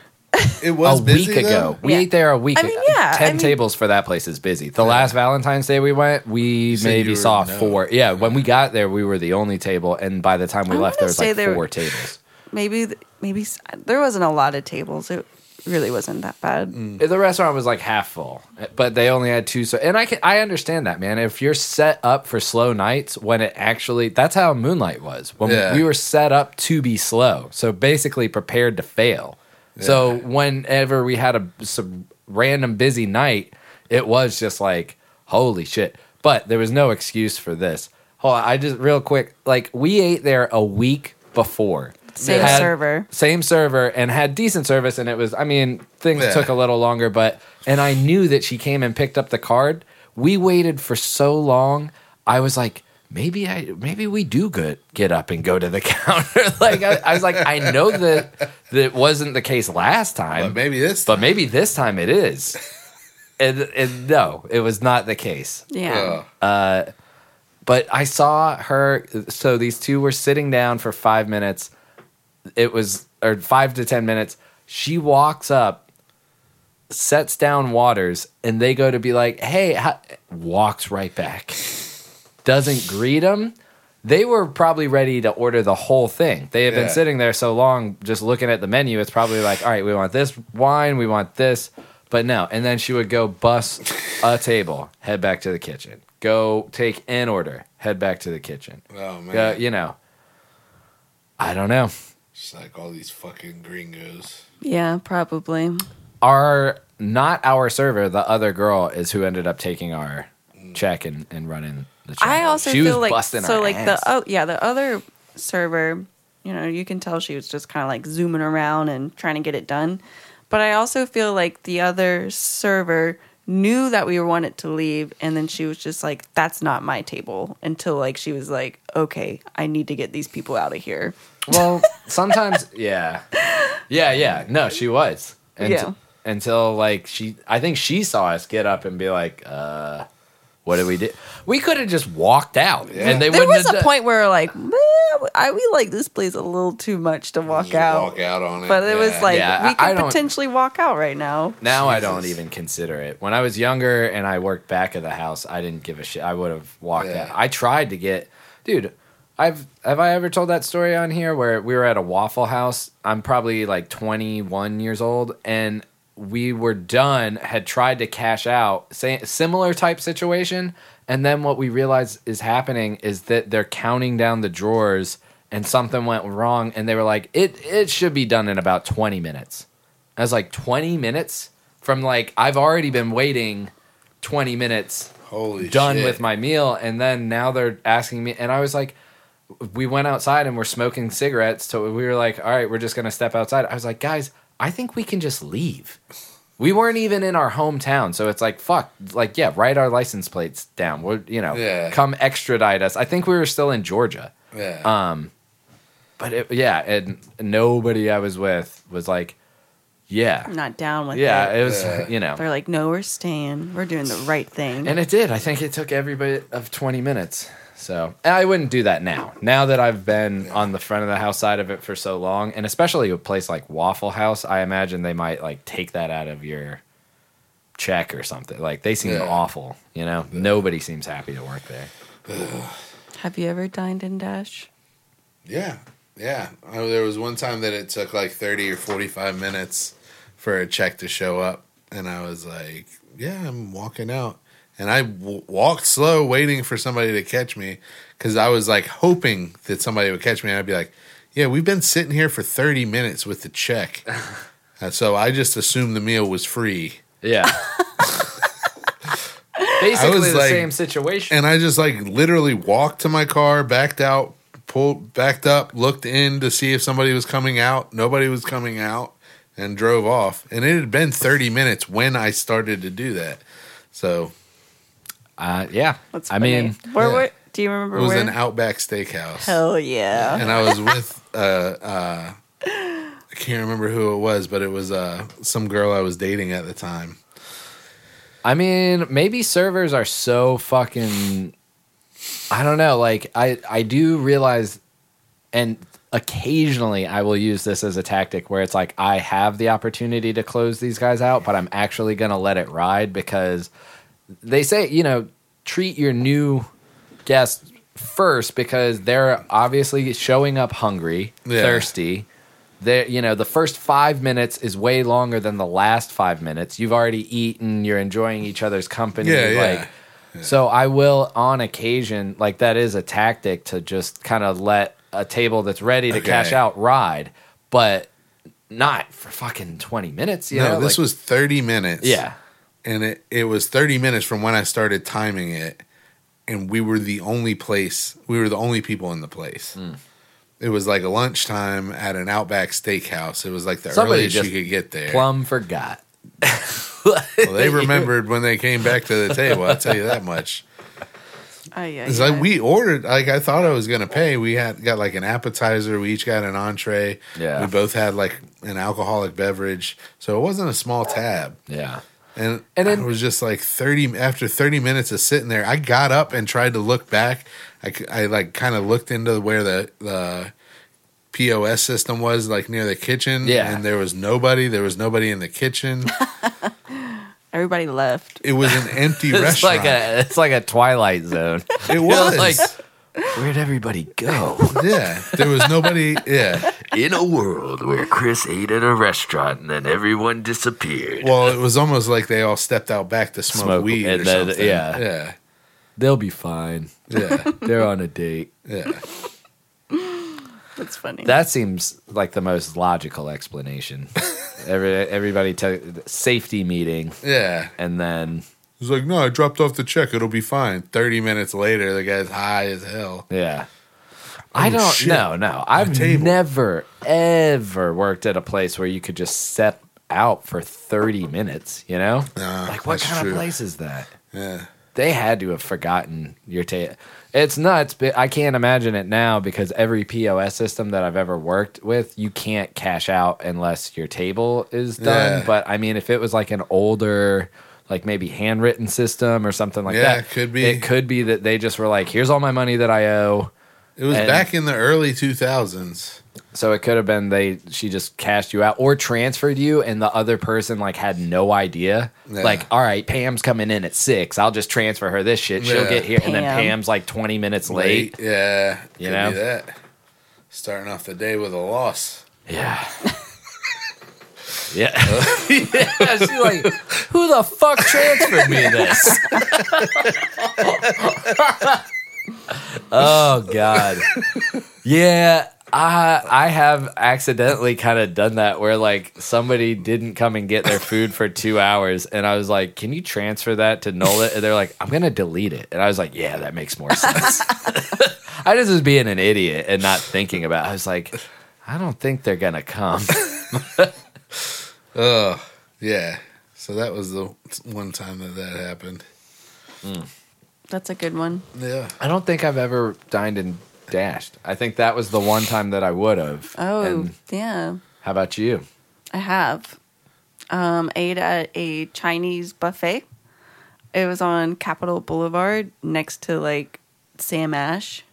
A: it was
B: a
A: busy
B: week ago.
A: though?
B: We
C: Yeah.
B: ate there a week
C: I
B: ago.
C: mean, yeah,
B: Ten
C: I mean-
B: tables for that place is busy. The last Valentine's Day we went, we
A: said you
B: maybe
A: were
B: saw
A: no.
B: four. Yeah, when we got there, we were the only table, and by the time we
C: I
B: left,
C: wanna
B: there was
C: say
B: like
C: there-
B: four tables.
C: maybe th- maybe s- there wasn't a lot of tables it really wasn't that bad
A: Mm.
B: The restaurant was like half full, but they only had two. So, and I can I understand that, man. If you're set up for slow nights, when it actually that's how Moonlight was. When
A: Yeah.
B: we were set up to be slow, so basically prepared to fail. So whenever we had a some random busy night, it was just like holy shit. But there was no excuse for this. Hold on, I just real quick like we ate there a week before.
C: Same
B: Had-
C: server.
B: same server and had decent service and it was i mean things
A: Yeah.
B: took a little longer but and i knew that she came and picked up the card we waited for so long i was like maybe i maybe we do good get up and go to the counter like I, I was like i know that that wasn't the case last time
A: But maybe this.
B: but maybe this time it is and, and no it was not the case
C: yeah
A: Oh,
B: but I saw her. So these two were sitting down for five minutes. It was or five to ten minutes. She walks up, sets down waters, and they go to be like, "Hey," how, walks right back, doesn't greet them. They were probably ready to order the whole thing. They had
A: Yeah.
B: been sitting there so long, just looking at the menu. It's probably like, "All right, we want this wine, we want this." But no, and then she would go bust a table, head back to the kitchen. Go take an order, head back to the kitchen.
A: oh man,
B: Go, you know, I don't know.
A: just like all these fucking gringos.
C: yeah probably
B: Our not our server, the other girl is who ended up taking our check and, and running the check.
C: I also
B: she
C: feel
B: was
C: like
B: busting
C: so
B: our
C: like
B: ass.
C: the oh yeah the other server, you know, you can tell she was just kind of like zooming around and trying to get it done. But I also feel like the other server knew that we wanted to leave and then she was just like that's not my table until like she was like okay i need to get these people out of here
B: Well, sometimes, yeah, yeah, yeah. No, she was. Unt-
C: Yeah.
B: Until like she, I think she saw us get up and be like, uh, "What did we do? We could have just walked out, and they
C: there
B: wouldn't
C: was
B: have
C: a
B: done-
C: point where like "Meh, i we like this place a little too much to walk
A: Just
C: out
A: walk out on it.
C: but it was
A: Yeah.
C: like
B: Yeah,
C: we
B: I- I
C: could
B: don't-
C: potentially walk out right now
B: Now I
A: Jesus.
B: don't even consider it. When I was younger and I worked back of the house, I didn't give a shit. I would have walked
A: Yeah.
B: out. I tried to get, dude. I've have I ever told that story on here where we were at a Waffle House? I'm probably like 21 years old, and we were done had tried to cash out say, similar type situation and then what we realized is happening is that they're counting down the drawers and something went wrong and they were like it it should be done in about 20 minutes i was like 20 minutes from like i've already been waiting 20 minutes
A: Holy
B: done
A: shit.
B: with my meal and then now they're asking me and i was like we went outside and we're smoking cigarettes so we were like all right we're just gonna step outside i was like guys i think we can just leave we weren't even in our hometown so it's like fuck like yeah write our license plates down we're you know
A: Yeah.
B: come extradite us i think we were still in georgia
A: Yeah.
B: uh, but it, yeah and nobody i was with was like yeah
C: I'm not down with
B: yeah
C: it.
B: it was
A: Yeah.
B: you know
C: They're like, no, we're staying. We're doing the right thing.
B: And it did. I think it took every bit of 20 minutes. So and I wouldn't do that now. Now that I've been on the front of the house side of it for so long, and especially a place like Waffle House, I imagine they might like take that out of your check or something. Like they seem
A: Yeah.
B: awful, you know? Nobody seems happy to work there.
C: Have you ever dined in Dash?
A: Yeah, yeah. Oh, there was one time that it took like thirty or forty-five minutes for a check to show up, and I was like, "Yeah, I'm walking out," and I w- walked slow, waiting for somebody to catch me, because I was like hoping that somebody would catch me, and I'd be like, "Yeah, we've been sitting here for thirty minutes with the check," and so I just assumed the meal was free.
B: Yeah. Basically the
A: like-
B: same situation.
A: and I just like literally walked to my car, backed out, pulled, backed up, looked in to see if somebody was coming out. Nobody was coming out, and drove off. And it had been 30 minutes when I started to do that. So
B: Uh, yeah.
C: That's
B: I
C: funny.
B: mean,
C: where
A: yeah.
C: were? Do you
A: it
C: remember
A: was
C: where?
A: an Outback Steakhouse,
C: Hell yeah!
A: and I was with uh, uh, I can't remember who it was, but it was uh, some girl I was dating at the time.
B: I mean, maybe servers are so fucking. I don't know. Like, I I do realize, and occasionally I will use this as a tactic where it's like I have the opportunity to close these guys out, but I'm actually gonna let it ride because they say you know treat your new guests first because they're obviously showing up hungry,
A: Yeah.
B: thirsty there you know the first five minutes is way longer than the last five minutes you've already eaten you're enjoying each other's company
A: Yeah, yeah.
B: like so i will on occasion like that is a tactic to just kind of let a table that's ready to
A: Okay.
B: cash out ride but not for fucking 20 minutes you
A: no,
B: know
A: this
B: like-
A: was 30 minutes.
B: yeah
A: and it, it was 30 minutes from when I started timing it, and we were the only place, we were the only people in the place.
B: Hmm.
A: It was like a lunchtime at an Outback Steakhouse. It was like the
B: Somebody
A: earliest
B: just
A: you could get there.
B: plum forgot
A: Well, they remembered when they came back to the table. I'll tell you that much.
C: Ay, ay,
A: It's
C: ay.
A: like we ordered. Like I thought I was gonna pay. We had got like an appetizer. We each got an entree.
B: Yeah.
A: We both had like an alcoholic beverage. So it wasn't a small tab.
B: yeah
A: And
B: And
A: and
B: then-
A: it was just like thirty after thirty minutes of sitting there. I got up and tried to look back. I, c- I, like kind of looked into where the the POS system was, like near the kitchen.
B: Yeah.
A: and there was nobody. There was nobody in the kitchen.
C: Everybody left.
A: It was an empty
B: it's
A: restaurant.
B: like a it's like a twilight zone
A: it was
B: like where'd everybody go
A: yeah. There was nobody. Yeah.
B: in a world where Chris ate at a restaurant and then everyone disappeared.
A: Well, it was almost like they all stepped out back to smoke,
B: Smoke,
A: weed
B: and
A: or
B: then-
A: something.
B: yeah.
A: yeah,
B: They'll be fine.
A: yeah,
B: They're on a date.
A: yeah.
C: That's funny.
B: That seems like the most logical explanation. Every, everybody t- safety meeting
A: yeah.
B: and then
A: He's like, no, I dropped off the check. It'll be fine. Thirty minutes later, the guy's high as hell.
B: yeah. I
A: Oh,
B: don't
A: shit.
B: no, no. I've
A: table.
B: never ever worked at a place where you could just step out for 30 minutes, you know?
A: Nah,
B: like what
A: that's
B: kind
A: true.
B: of place is that?
A: Yeah.
B: they had to have forgotten your tape. It's nuts, but I can't imagine it now because every POS system that I've ever worked with, you can't cash out unless your table is done.
A: Yeah.
B: But I mean, if it was like an older, like maybe handwritten system or something like
A: Yeah,
B: that,
A: it could be.
B: It could be that they just were like, "Here's all my money that I owe."
A: It was
B: And-
A: back in the early 2000s.
B: So it could have been they she just cashed you out or transferred you, and the other person like had no idea.
A: Yeah.
B: Like, all right, Pam's coming in at six. I'll just transfer her this shit. She'll
A: Yeah.
B: get here, and then
C: Pam.
B: Pam's like twenty minutes late.
A: Yeah.
B: You
A: could
B: know?
A: be that. Starting off the day with a loss.
B: Yeah. Yeah. yeah. She's like, who the fuck transferred me this? oh God. Yeah. I I have accidentally kind of done that where like somebody didn't come and get their food for two hours and I was like, Can you transfer that to Nola? And they're like, I'm gonna delete it. And I was like, Yeah, that makes more sense. I just was being an idiot and not thinking about it. I was like, I don't think they're gonna come.
A: Ugh. Yeah. So that was the one time that that happened.
C: That's a good one.
A: Yeah.
B: I don't think I've ever dined and dashed. I think that was the one time that I would have.
C: Oh,
B: And
C: yeah.
B: how about you?
C: I have. Um, ate at a Chinese buffet. It was on Capitol Boulevard next to like Sam Ash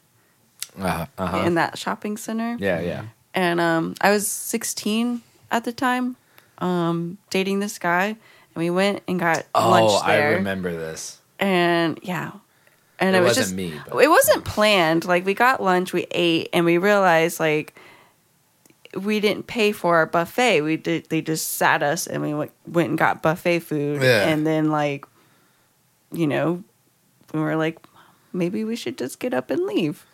B: Uh, uh-huh.
C: in that shopping center.
B: yeah, yeah.
C: And um, I was 16 at the time, um, dating this guy. And we went and got
B: Oh,
C: lunch
B: I
C: there.
B: remember this.
C: And yeah. And
B: It
C: it, was
B: wasn't
C: just,
B: me, but-
C: It wasn't planned. Like we got lunch, we ate, and we realized like we didn't pay for our buffet. We did. They just sat us, and we went, went and got buffet food.
A: Yeah.
C: And then like, you know, we were like, maybe we should just get up and leave.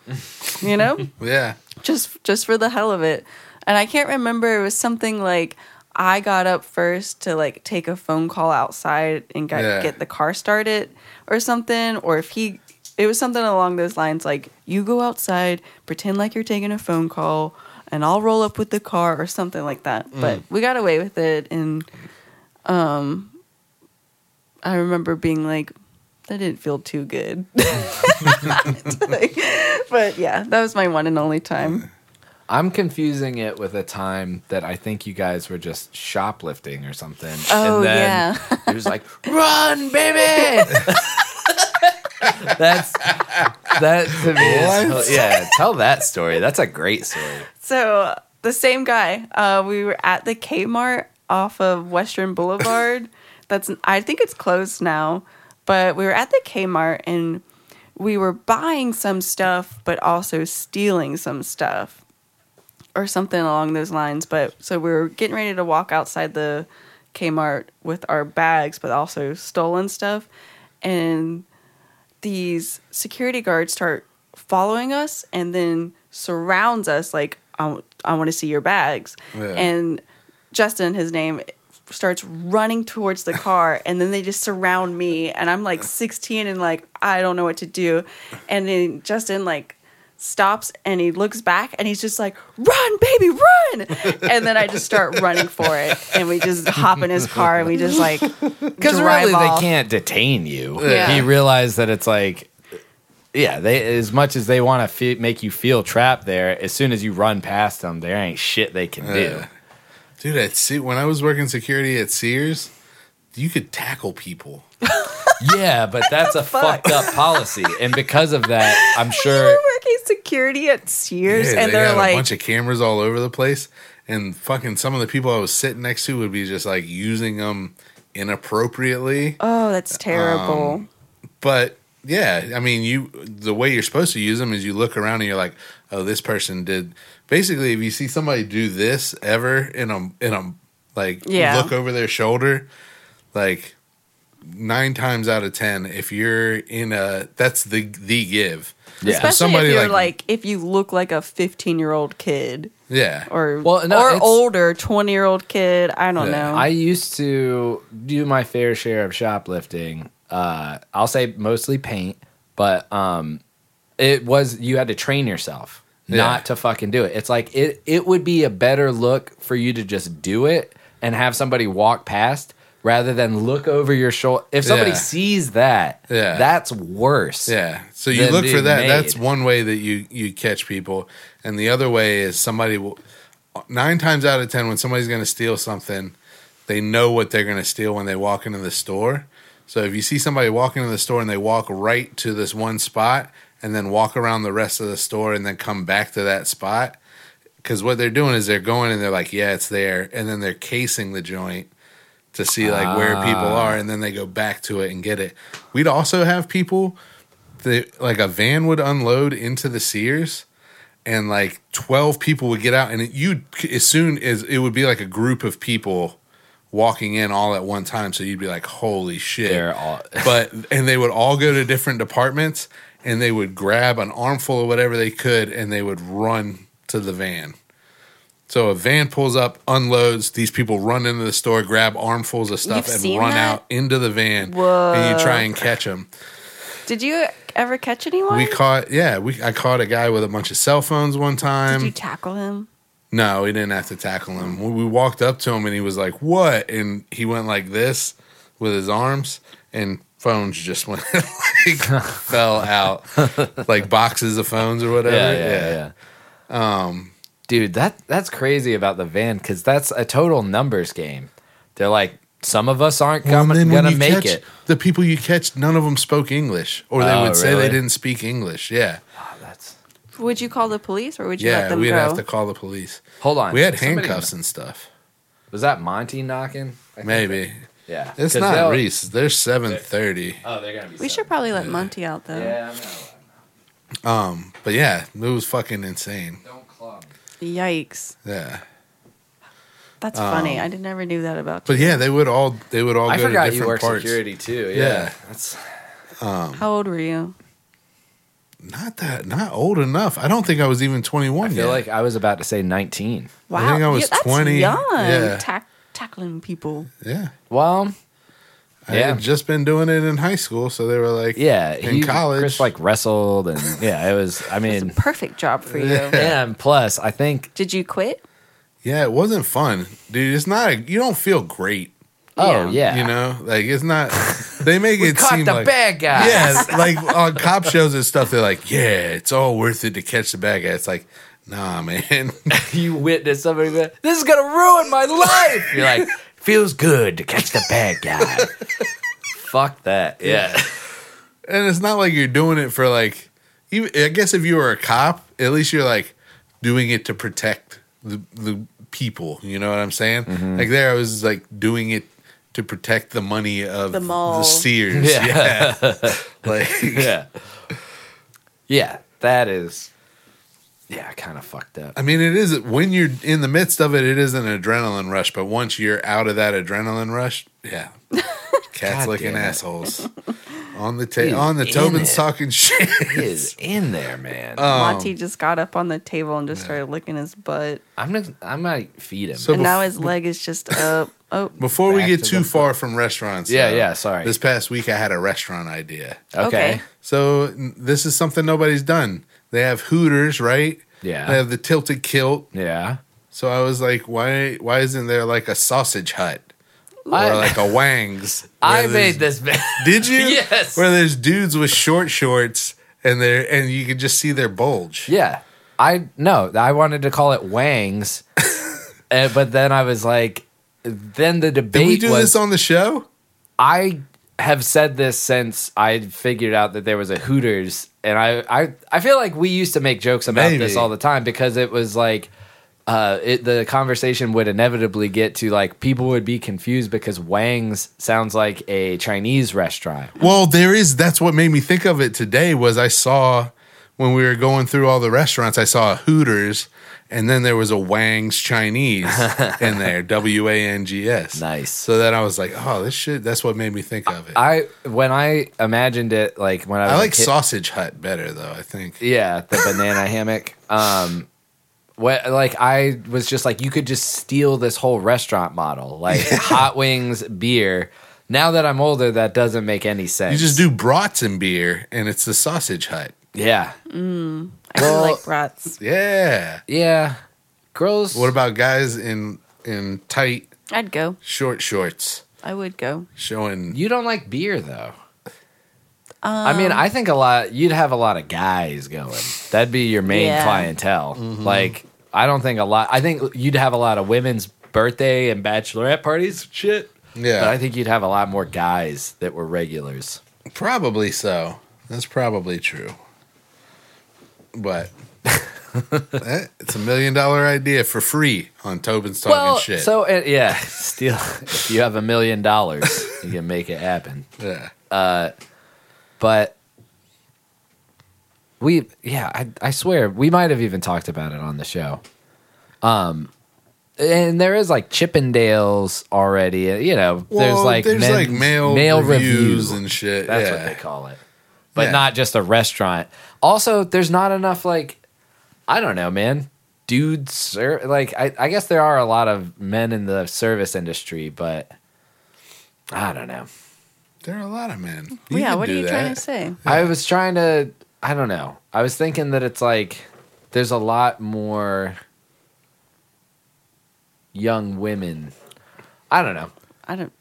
C: you know
A: Yeah.
C: just just for the hell of it. And I can't remember it was something like I got up first to like take a phone call outside and got,
A: Yeah.
C: get the car started or something or if he it was something along those lines like you go outside, pretend like you're taking a phone call and I'll roll up with the car or something like that. But we got away with it and um I remember being like that didn't feel too good. but yeah, that was my one and only time.
B: I'm confusing it with a time that I think you guys were just shoplifting or something.
C: Oh,
B: and then
C: yeah.
B: it was like, run, baby. That's that to me. Is, yeah, tell that story. That's a great story.
C: So the same guy, uh, we were at the Kmart off of Western Boulevard. That's I think it's closed now, but we were at the Kmart and we were buying some stuff, but also stealing some stuff or something along those lines. But so we were getting ready to walk outside the Kmart with our bags, but also stolen stuff. And these security guards start following us and then surrounds us like i, want to see your bags
A: Yeah.
C: and justin his name starts running towards the car and then they just surround me and i'm like 16 and like i don't know what to do and then justin like stops and he looks back and he's just like run baby run and then i just start running for it and we just hop in his car and we just like
B: Because
C: drive
B: really,
C: off.
B: they can't detain you.
C: Yeah.
B: He realized that it's like, yeah, they as much as they want to fe- make you feel trapped there. As soon as you run past them, there ain't shit they can do.
A: Yeah. Dude, at Se- when I was working security at Sears, you could tackle people.
B: Yeah, but that's a fucked up policy, and because of that, I'm
C: We're
B: sure.
C: working security at Sears,
A: Yeah,
C: and
A: they
C: they're
A: had
C: like,
A: a bunch of cameras all over the place, and fucking some of the people I was sitting next to would be just like using them inappropriately.
C: "Oh,
A: Um,
C: that's terrible."
A: But yeah, I mean, you the way you're supposed to use them is you look around and you're like, oh, this person did. Basically, if you see somebody do this ever in a in a like
C: Yeah.
A: look over their shoulder, like nine times out of ten, if you're in a that's the the give.
B: Yeah.
C: Especially
A: somebody
C: if you're
A: like-
C: like, if you look like a 15 year old kid
A: Yeah.
C: or
B: Well, no,
C: or
B: it's-
C: older 20 year old kid. I don't
A: Yeah.
C: know.
B: I used to do my fair share of shoplifting. Uh, I'll say mostly paint, but um, it was you had to train yourself
A: Yeah.
B: not to fucking do it. It's like it it would be a better look for you to just do it and have somebody walk past rather than look over your shoulder. If somebody
A: Yeah.
B: sees that,
A: Yeah.
B: that's worse.
A: Yeah. So you
B: than
A: look for
B: being
A: that.
B: made.
A: That's one way that you you catch people, and the other way is somebody will nine times out of ten when somebody's going to steal something, they know what they're going to steal when they walk into the store. So if you see somebody walk into the store and they walk right to this one spot and then walk around the rest of the store and then come back to that spot, because what they're doing is they're going and they're like, yeah, it's there, and then they're casing the joint to see like where people are, and then they go back to it and get it. We'd also have people that like a van would unload into the Sears, and like twelve people would get out, and you as soon as it would be like a group of people walking in all at one time. So you'd be like, holy shit.
B: They're all
A: but and they would all go to different departments and they would grab an armful of whatever they could and they would run to the van. So a van pulls up, unloads. These people run into the store, grab armfuls of stuff,
C: You've
A: and
C: seen
A: run
C: that?
A: out into the van.
C: Whoa.
A: And you try and catch them.
C: Did you ever catch anyone?
A: We caught, yeah, we I caught a guy with a bunch of cell phones one time.
C: Did you tackle him?
A: No, we didn't have to tackle him. We, we walked up to him and he was like, "What?" And he went like this with his arms, and phones just went like fell out, like boxes of phones or whatever.
B: yeah, yeah, yeah. Um, dude, that that's crazy about the van because that's a total numbers game. They're like, some of us aren't
A: Well, and
B: coming,
A: then when
B: gonna
A: you
B: make
A: catch-
B: it.
A: The people you catch, none of them spoke English, or they
B: Oh,
A: would say they
B: really?
A: didn't speak English. Yeah,
B: Oh, that's
C: Would you call the police or would you let
A: yeah,
C: them
A: we'd
C: go?
A: have to call the police.
B: hold on.
A: We had
B: Somebody-
A: handcuffs and stuff.
B: Was that Monty knocking? I think-
A: Maybe
B: Yeah,
A: it's
B: 'Cause
A: not
B: they'll-
A: Reese. They're seven thirty.
B: Oh, they're gonna be.
C: we
B: seven.
C: should probably let Monty out though.
B: Yeah, I'm not.
A: Um, but yeah, it was fucking insane.
B: Don't club.
C: Yikes.
A: Yeah.
C: That's funny. I did- never knew that about
A: Um, But yeah, they would all they would all
B: I
A: go to
B: forgot
A: different
B: you work
A: parts.
B: security too. Yeah,
A: Yeah.
B: that's
C: you. How old were you?
A: Not that not old enough. I don't think I was even twenty
B: I
A: one
B: feel
A: yet.
B: like I was about to say 19.
C: Wow.
A: think I
C: you-
A: was
C: that's
A: 20.
C: young.
A: Yeah.
C: Tack- tackling people.
A: yeah,
B: Well,
A: I
B: Yeah.
A: had just been doing it in high school, so they were like,
B: yeah,
A: in college,
B: Chris like wrestled and yeah, it was. I mean,
C: Perfect job for you.
B: and plus, I think
C: Did you quit?
A: yeah, it wasn't fun, dude. It's not. A, you don't feel great,
B: oh yeah,
A: you know. Like it's not. They make
B: we
A: it
B: caught
A: seem
B: the
A: like
B: bad guy.
A: yeah, like on cop shows and stuff. They're like, yeah, it's all worth it to catch the bad guy. It's like, nah, man.
B: you witness somebody that this is gonna ruin my life. You're like, feels good to catch the bad guy. Fuck that. Yeah.
A: and it's not like you're doing it for like even i guess if you were a cop at least you're like doing it to protect the, the people you know what i'm saying
B: Mm-hmm.
A: like there i was like doing it to protect the money of
C: The mall.
A: sears yeah, like
B: Yeah. Yeah. That is yeah, kind of fucked up.
A: i mean it is when you're in the midst of it it is an adrenaline rush but once you're out of that adrenaline rush yeah cats
B: God
A: looking
B: damn it.
A: assholes on the ta-
B: He's
A: on the
B: in
A: tobin's
B: it.
A: talking shit
B: He is in there, man.
A: uh,
C: Monty
A: Um,
C: just got up on the table and just started licking his butt.
B: I'm not I might feed him.
A: So-
C: and now
A: bef-
C: his leg is just up. Oh,
A: Before we
B: Back
A: get
B: to
A: too
B: the-
A: far from restaurants,
B: Yeah,
A: though,
B: yeah, sorry.
A: This past week, I had a restaurant idea.
B: okay.
C: okay.
A: So n- this is something nobody's done. They have Hooters, right?
B: Yeah.
A: They have the tilted kilt.
B: Yeah.
A: So I was like, why? Why isn't there like a sausage hut
B: I,
A: or like a Wangs?
B: I
A: where there's-
B: made this man.
A: Did you?
B: Yes.
A: Where there's dudes with short shorts and they're and you can just see their bulge.
B: Yeah. I no, I wanted to call it Wangs. uh, but then I was like then the debate
A: Did we do
B: was
A: this on the show?
B: I have said this since I figured out that there was a Hooters, and I I, I feel like we used to make jokes about
A: Maybe.
B: this all the time because it was like. Uh, it, the conversation would inevitably get to like people would be confused because Wang's sounds like a Chinese restaurant.
A: Well, there is. That's what made me think of it today. Was I saw when we were going through all the restaurants, I saw a Hooters, and then there was a Wang's Chinese in there, W A N G S.
B: Nice.
A: So then I was like, oh, this shit. That's what made me think of it. I,
B: I when I imagined it like when I was a
A: like
B: kid-
A: Sausage Hut better though. I think.
B: Yeah, the banana hammock. Um, what like I was just like you could just steal this whole restaurant model, like hot wings, beer. Now that I'm older, that doesn't make any sense.
A: You just do brats and beer, and it's the Sausage Hut.
B: yeah,
C: I really
B: Well-
C: like brats.
A: Yeah.
B: yeah. Girls,
A: What about guys in in tight
C: I'd go.
A: short shorts
C: I would go.
A: showing?
B: you don't like beer though. I mean, I think a lot. You'd have a lot of guys going. That'd be your main
C: Yeah.
B: clientele.
A: Mm-hmm.
B: Like, I don't think a lot. I think you'd have a lot of women's birthday and bachelorette parties. Shit.
A: Yeah.
B: But I think you'd have a lot more guys that were regulars.
A: Probably so. That's probably true. But eh, it's a million dollar idea for free on Tobin's talking shit.
B: so uh, yeah, still, if you have a million dollars, you can make it happen.
A: yeah.
B: But we, yeah, I, I swear we might have even talked about it on the show. Um, and there is like Chippendales already. You know,
A: Well,
B: there's like
A: there's
B: men-
A: like mail, reviews and shit.
B: That's
A: yeah.
B: what they call it, but
A: Yeah.
B: not just a restaurant. Also, there's not enough like I don't know, man. Dudes, ser- like I, I guess there are a lot of men in the service industry, but I don't know.
A: There are a lot of men.
C: yeah,
A: can
C: what are
A: do
C: you trying
A: that.
C: to say?
B: I was trying to. I don't know. I was thinking that it's like there's a lot more young women. I don't know.
C: I don't.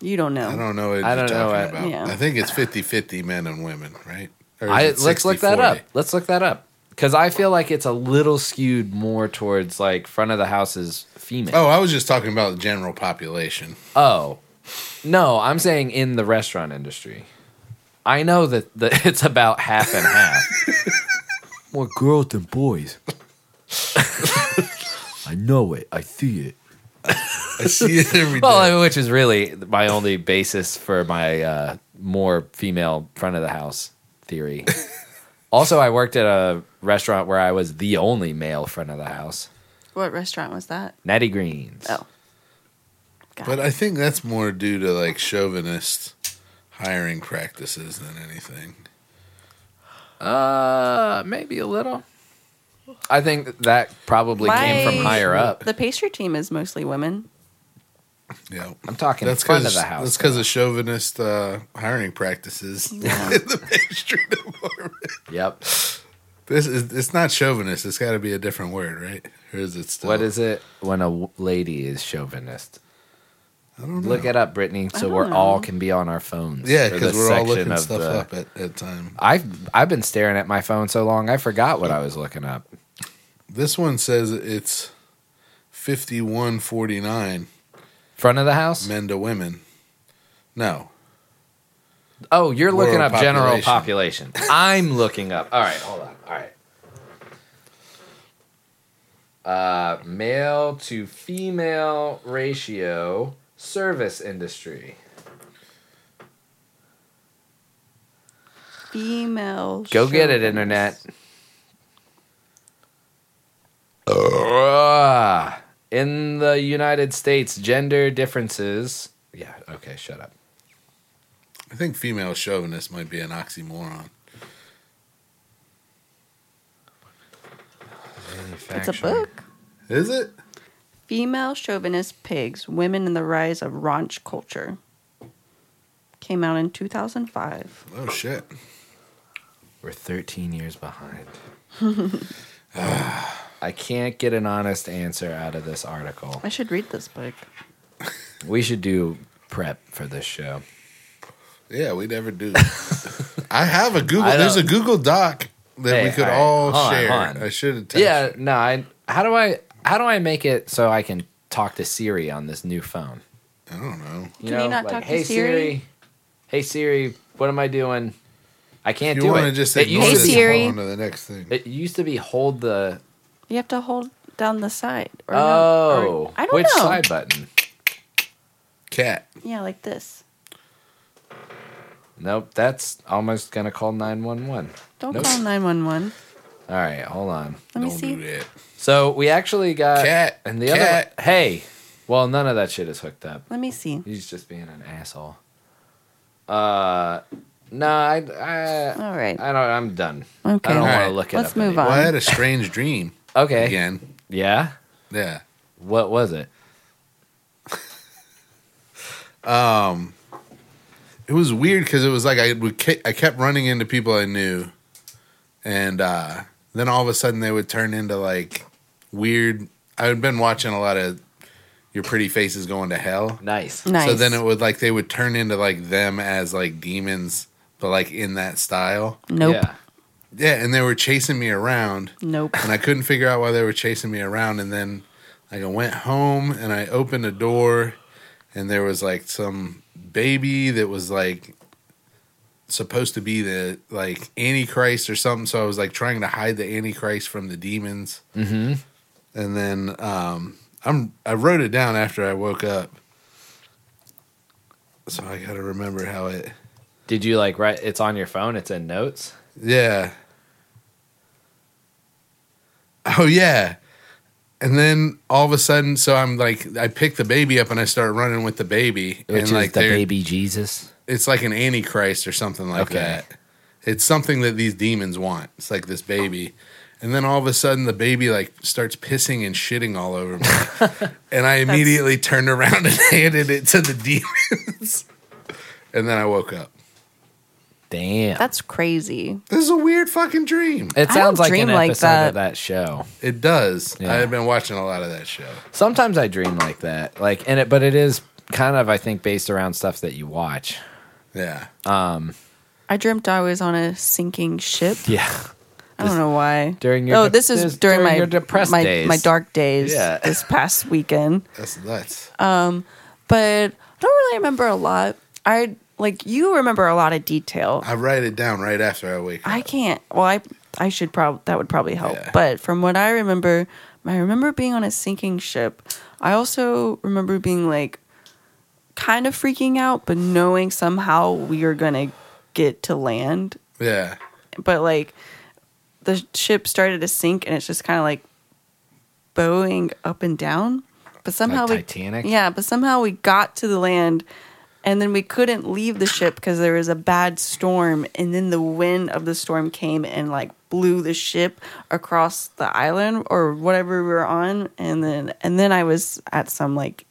C: You don't know.
A: I don't know what
B: I
A: you're
B: don't know
A: talking
B: what-
A: about.
C: Yeah.
A: I think it's 50-50 men and women, right? Or is
B: I,
A: it
B: let's look that up.
A: 60-40?
B: Let's look that up because I feel like it's a little skewed more towards like front of the house is female.
A: Oh, I was just talking about the general population.
B: Oh. no, I'm saying in the restaurant industry. I know that the, it's about half and half.
D: More girls than boys. I know it. I see it.
A: I see it every day.
B: Well, I mean, which is really my only basis for my uh, more female front of the house theory. also, I worked at a restaurant where I was the only male front of the house.
C: What restaurant was that?
B: Natty Greens.
C: Oh, God.
A: but I think that's more due to like chauvinist hiring practices than anything.
B: Uh, maybe a little. I think that probably came from
C: My-
B: higher up.
C: The pastry team is mostly women.
A: Yeah.
B: I'm talking
A: That's
B: front of
A: because
B: the house.
A: that's because of chauvinist uh, hiring practices in the pastry department.
B: Yep.
A: This is it's not chauvinist. It's got to be a different word, right? Or is it still?
B: What is it when a w- lady is chauvinist?
A: I don't know.
B: Look it up, Brittany, so
C: don't
B: we're
C: know.
B: all can be on our phones.
A: yeah,
B: for
A: because
B: this
A: we're all
B: section
A: looking
B: of
A: stuff
B: the-
A: up at at time.
B: I've I've been staring at my phone so long I forgot what I was looking up.
A: This one says it's fifty one forty nine
B: Front of the house?
A: men to women. No,
B: Oh, you're looking
A: World
B: up general
A: population.
B: population. I'm looking up. All right, hold on. All right. Uh, male to female ratio service industry.
C: Female.
B: Go get it,
C: chauvinist.
B: internet. Ah, in the United States, gender differences. Yeah. Okay. Shut up.
A: I think female chauvinist might be an oxymoron.
C: It's a book.
A: Is it?
C: Female chauvinist pigs: Women and the Rise of Ranch Culture. Came out in 2005.
A: Oh shit!
B: We're 13 years behind. I can't get an honest answer out of this article.
C: I should read this book.
B: We should do prep for this show.
A: Yeah, we never do. I have a Google.
B: I
A: There's a
B: don't-
A: Google Doc that
B: Hey,
A: we could
B: all right.
A: all
B: Hold on,
A: share.
B: hold on.
A: I should attach.
B: Yeah,
A: it.
B: no, I how do I how do I make it so I can talk to Siri on this new phone?
A: I don't know.
C: Can you not talk to
B: hey
C: Siri?"
B: Hey Siri, what am I doing? I can't
A: You
B: do
A: want
B: it.
A: to just
B: it
A: ignore
B: used
A: this
B: to
C: Hey,
B: be,
C: Siri.
A: and go on to the next thing.
B: it used to be hold the
C: You have to hold down the side. Or no,
B: oh,
C: or- I don't
B: which
C: know.
B: side button?
A: Cat.
C: Yeah, like this.
B: Nope, that's almost gonna call 911.
C: Don't
B: Nope.
C: call 911.
B: All right, hold on.
C: Let me
A: don't
C: see.
A: do that.
B: So we actually got
A: Cat,
B: and the
A: cat.
B: other hey. Well, none of that shit is hooked up.
C: Let me see.
B: He's just being an asshole. Uh, no, I, I,
C: All right.
B: I don't. I'm done.
C: Okay.
B: I don't
A: All
B: want
A: right.
B: to look it
C: Let's
B: up.
C: move
B: anymore.
A: Well, I
C: on.
A: had a strange dream
B: Okay.
A: again.
B: Yeah.
A: Yeah.
B: What was it?
A: it was weird because it was like I would ke- I kept running into people I knew, and uh, then all of a sudden they would turn into like weird. I had been watching a lot of Your Pretty Faces Going to Hell,
B: Nice.
C: Nice.
A: so then it would like they would turn into like them as like demons, but like in that style.
C: nope.
B: Yeah.
A: Yeah, and they were chasing me around,
C: Nope.
A: and I couldn't figure out why they were chasing me around. And then like I went home and I opened a door and there was like some baby that was like supposed to be the like antichrist or something. So I was like trying to hide the antichrist from the demons. Mm-hmm. And then um, I'm I wrote it down after I woke up, so I got to remember how it.
B: Did you like write? It's on your phone. It's in notes.
A: Yeah. Oh yeah. And then all of a sudden, so I'm like, I pick the baby up and I start running with the baby,
B: Which
A: and
B: is
A: like
B: the
A: they're-
B: baby Jesus.
A: it's like an antichrist or something like
B: Okay.
A: that. It's something that these demons want. It's like this baby. And then all of a sudden the baby like starts pissing and shitting all over me. and I immediately turned around and handed it to the demons. and then I woke up.
B: Damn.
C: That's crazy.
A: This is a weird fucking dream.
B: it
C: I
B: sounds
C: don't
B: like an
C: dream like
B: episode
C: that.
B: of that show.
A: It does.
B: Yeah.
A: I've been watching a lot of that show.
B: Sometimes I dream like that. Like and it but it is kind of I think based around stuff that you watch.
A: Yeah.
B: Uh,
C: I dreamt I was on a sinking ship.
B: Yeah.
C: I don't know why.
B: during your
C: oh,
B: de-
C: this is
B: this-
C: during,
B: during
C: my
B: your depressed
C: my,
B: days.
C: my dark days.
B: Yeah.
C: this past weekend,
A: That's nuts.
C: but I don't really remember a lot. I like you remember a lot of detail.
A: I write it down right after I wake up.
C: I can't. Well, I I should probably that would probably help.
A: Yeah.
C: But from what I remember, I remember being on a sinking ship. I also remember being like kind of freaking out, but knowing somehow we were gonna get to land.
A: yeah.
C: But like the ship started to sink, and it's just kind of like bowing up and down. But somehow we
B: Titanic?
C: yeah, but somehow we got to the land and then we couldn't leave the ship because there was a bad storm and then the wind of the storm came and like blew the ship across the island or whatever we were on and then and then I was at some like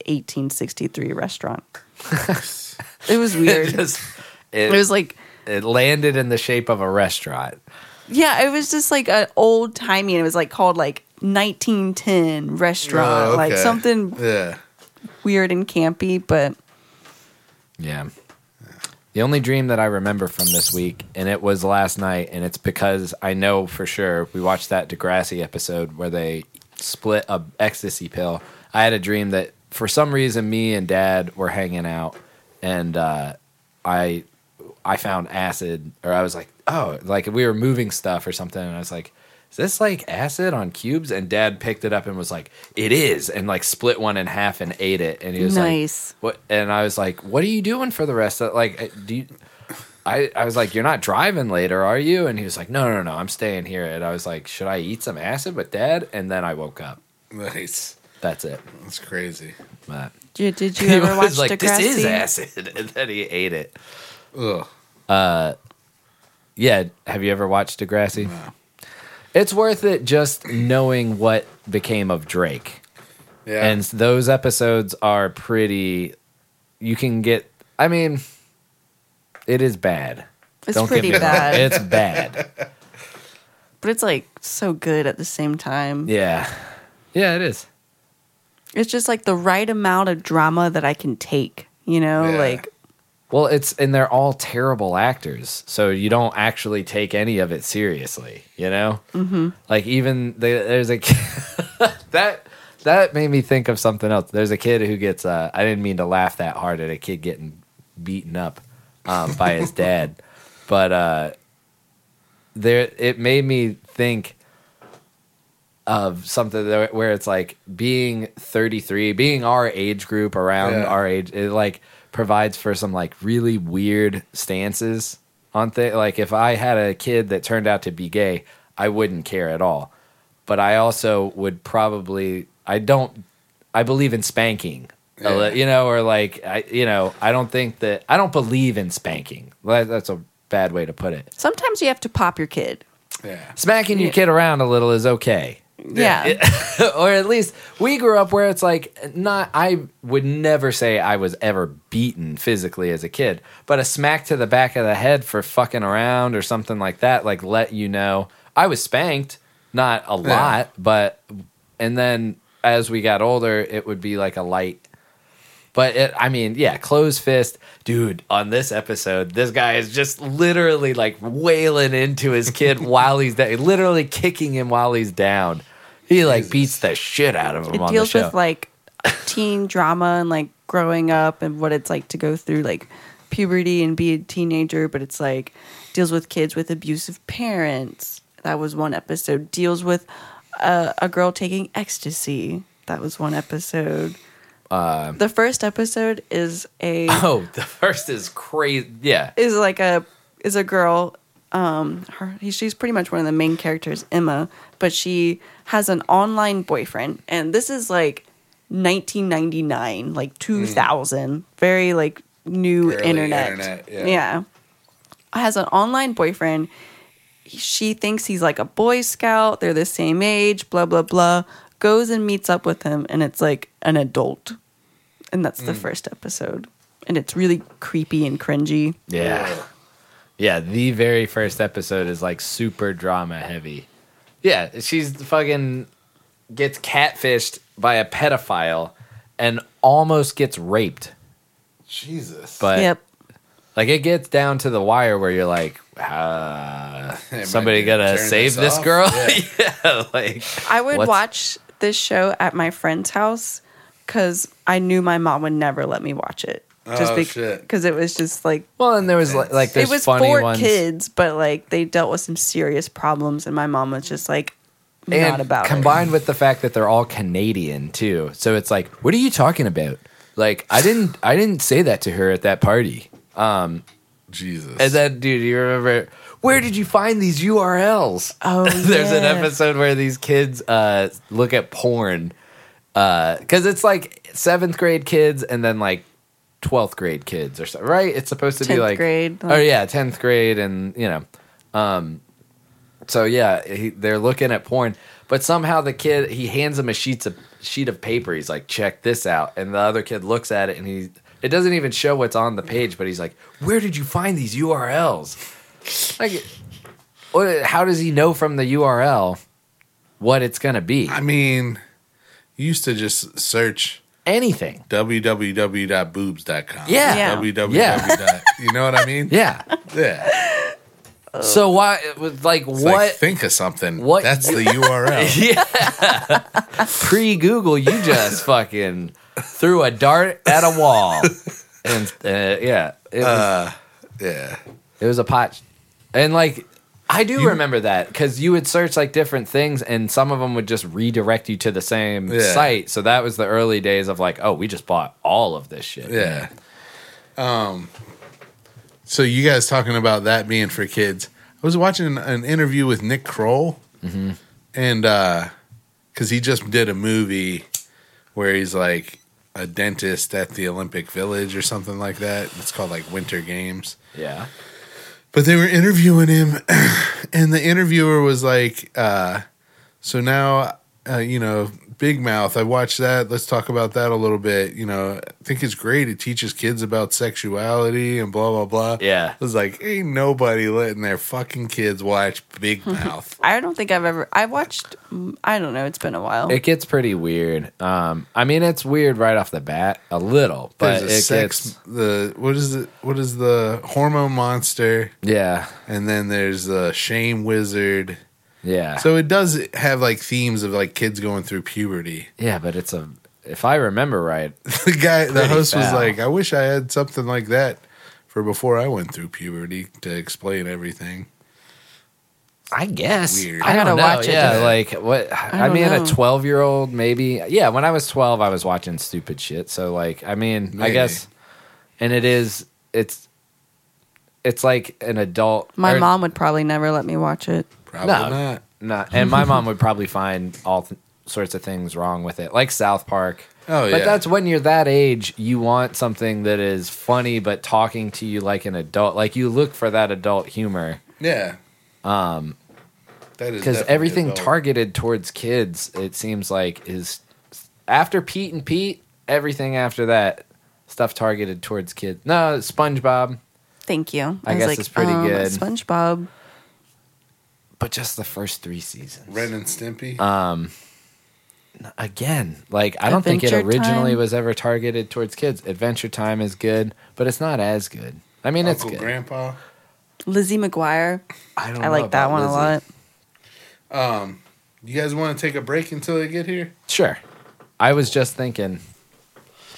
C: 1863 restaurant. it was
B: It,
C: weird.
B: just,
C: It
B: it,
C: was like
B: it landed in the shape of a restaurant.
C: yeah, it was just like an old timey and it was like called like 1910 restaurant,
A: Oh,
C: like
A: okay.
C: something
A: Yeah.
C: weird and campy, but
B: Yeah. The only dream that I remember from this week, and it was last night, and it's because I know for sure we watched that Degrassi episode where they split a ecstasy pill. I had a dream that for some reason me and Dad were hanging out, and uh, I I found acid, or I was like, oh, like we were moving stuff or something, and I was like, is this like acid on cubes? And Dad picked it up and was like, it is, and like split one in half and ate it, and he was
C: Nice.
B: like, what? And I was like, what are you doing for the rest of like? uh, Do you? I, I was like, you're not driving later, are you? And he was like, no, no, no, I'm staying here. And I was like, should I eat some acid with Dad? And then I woke up.
A: Nice.
B: That's it.
A: That's crazy.
B: But
C: did, did you
B: he
C: ever watch
B: was like,
C: Degrassi?
B: this is acid, and then he ate it.
A: Ugh.
B: Yeah. Have you ever watched Degrassi? It's worth it just knowing what became of Drake.
A: Yeah.
B: And those episodes are pretty. You can get. I mean, it is bad.
C: It's
B: Don't get
C: pretty
B: me wrong.
C: bad.
B: It's bad.
C: but it's like so good at the same time.
B: Yeah. Yeah, it is.
C: It's just like the right amount of drama that I can take, you know?
A: Yeah.
C: Like,
B: Well, it's and they're all terrible actors, so you don't actually take any of it seriously. You know, mm-hmm. like even the, there's a ki- that that made me think of something else. There's a kid who gets. Uh, I didn't mean to laugh that hard at a kid getting beaten up um, by his dad, but uh, there it made me think of something that, where it's like being 33 being our age group around
A: Yeah.
B: our age it like provides for some like really weird stances on things like if i had a kid that turned out to be gay i wouldn't care at all but i also would probably i don't i believe in spanking a
A: Yeah.
B: li- you know or like i you know i don't think that i don't believe in spanking Well, that's a bad way to put it
C: sometimes you have to pop your kid.
A: yeah.
B: smacking your kid around a little is okay
C: Yeah.
B: or at least we grew up where it's like not I would never say I was ever beaten physically as a kid, but a smack to the back of the head for fucking around or something like that like let you know I was spanked, not a lot, but and then as we got older it would be like a light but it, I mean, yeah, closed fist, dude. On this episode, this guy is just literally like wailing into his kid while he's down, literally kicking him while he's down. He like beats the shit out of him
C: it
B: on
C: deals
B: the show.
C: with like teen drama and like growing up and what it's like to go through like puberty and be a teenager, but it's like deals with kids with abusive parents. That was one episode. Deals with a, a girl taking ecstasy. That was one episode.
B: Uh,
C: the first episode is a
B: oh, the first is crazy. Yeah,
C: is like a is a girl um, her he, she's pretty much one of the main characters emma but she has an online boyfriend and this is like 1999 like 2000 very like new
A: Early
C: internet,
A: internet, yeah.
C: yeah. has an online boyfriend she thinks he's like a boy scout they're the same age blah blah blah goes and meets up with him and it's like an adult and that's the first episode and it's really creepy and cringy
B: Yeah. Yeah, the very first episode is like super drama heavy. Yeah, she's fucking gets catfished by a pedophile and almost gets raped.
A: Jesus.
B: But
C: yep
B: like it gets down to the wire where you're like, uh,
A: Hey,
B: somebody
A: might
B: gonna
A: turn
B: save this,
A: off.
B: girl?
A: Yeah.
B: Yeah. like
C: I would
B: What's-
C: watch this show at my friend's house because I knew my mom would never let me watch it.
A: Oh, shit.
C: Because it was just like
B: well, and there was like, like there's
C: it was
B: funny
C: for
B: ones.
C: kids, but like they dealt with some serious problems, and my mom was just like
B: and
C: not about it.
B: combined with the fact that they're all Canadian too. So it's like, what are you talking about? Like I didn't I didn't say that to her at that party.
A: Jesus.
B: And then, dude, you remember where did you find these URLs?
C: Oh,
B: There's an
C: yeah.
B: episode where these kids uh, look at porn because it's like seventh grade kids and then like twelfth grade kids or something, right? It's supposed to be
C: 10th
B: like
C: grade,
B: oh
C: like-
B: yeah, tenth grade, and you know, um, so yeah, he, they're looking at porn, but somehow the kid he hands him a sheets of sheet of paper. He's like, check this out, and the other kid looks at it and he. It doesn't even show what's on the page, but he's like, "Where did you find these URLs? Like, what, how does he know from the URL what it's gonna be?
A: I mean, you used to just search
B: Anything?
A: www.boobs.com.
B: Yeah.
C: Yeah.
A: www.
B: Yeah.
A: dot- You know what I mean?
B: Yeah.
A: Yeah.
B: So why? it was Like
A: It's
B: what?
A: Like, think of something.
B: what-
A: That's the URL.
B: Pre Google, you just fucking threw a dart at a wall, and uh, yeah, it was,
A: Uh. yeah.
B: it was a pot. And like, I do remember that because you would search like different things, and some of them would just redirect you to the same
A: Yeah.
B: site. So that was the early days of like, oh, we just bought all of this shit.
A: Yeah. Um. So you guys talking about that being for kids? I was watching an interview with Nick Kroll, and because he just did a movie where he's like a dentist at the Olympic Village or something like that. It's called like Winter Games.
B: yeah.
A: But they were interviewing him, and the interviewer was like, uh, "So now, uh, you know, Big Mouth. I watched that. Let's talk about that a little bit. You know, I think it's great. It teaches kids about sexuality and blah blah blah."
B: Yeah.
A: I was like, "Ain't nobody letting their fucking kids watch Big Mouth."
C: I don't think I've ever. I watched. mm, I don't know. It's been a while.
B: It gets pretty weird. Um, I mean, it's weird right off the bat, a little, but
A: There's a
B: it
A: sex.
B: gets
A: The what is it? What is the hormone monster?
B: yeah,
A: And then there's the shame wizard.
B: yeah.
A: So it does have like themes of like kids going through puberty.
B: Yeah, but it's a. If I remember right,
A: the guy, the
B: Pretty
A: host was
B: foul.
A: like, "I wish I had something like that for before I went through puberty to explain everything."
B: I guess
A: Weird.
B: I,
C: I
B: gotta
C: gotta
B: watch
C: watch
B: it.
C: it.
B: Yeah, like what? I,
C: don't
B: mean,
C: know.
B: a twelve-year-old maybe. Yeah, when I was twelve, I was watching stupid shit. So like, I mean, I
A: Maybe.
B: guess, and it is. It's. It's like an adult.
C: my
B: or-
C: mom would probably never let me watch it.
A: Probably
B: No.
A: not.
B: not, and my mom would probably find all th- sorts of things wrong with it, like South Park.
A: Oh,
B: But
A: yeah.
B: that's when you're that age, you want something that is funny, but talking to you like an adult. Like you look for that adult humor.
A: Yeah. Um, that is
B: because
A: definitely
B: everything
A: adult.
B: targeted towards kids it seems like is after pete and pete everything after that stuff targeted towards kids no spongebob
C: Thank you.
B: I guess it's pretty good.
C: um, SpongeBob.
B: but just the first three seasons
A: Ren and Stimpy.
B: Uh, again like i don't think it
C: Adventure
B: originally
C: Time.
B: was ever targeted towards kids adventure time is good but it's not as good i mean it's
A: Uncle
B: good
A: Grandpa.
C: Lizzie McGuire.
B: i don't
C: I
B: know
C: like that
B: about
C: one
B: Lizzie.
C: a lot.
A: You guys want to take a break until they get here?
B: sure i was just thinking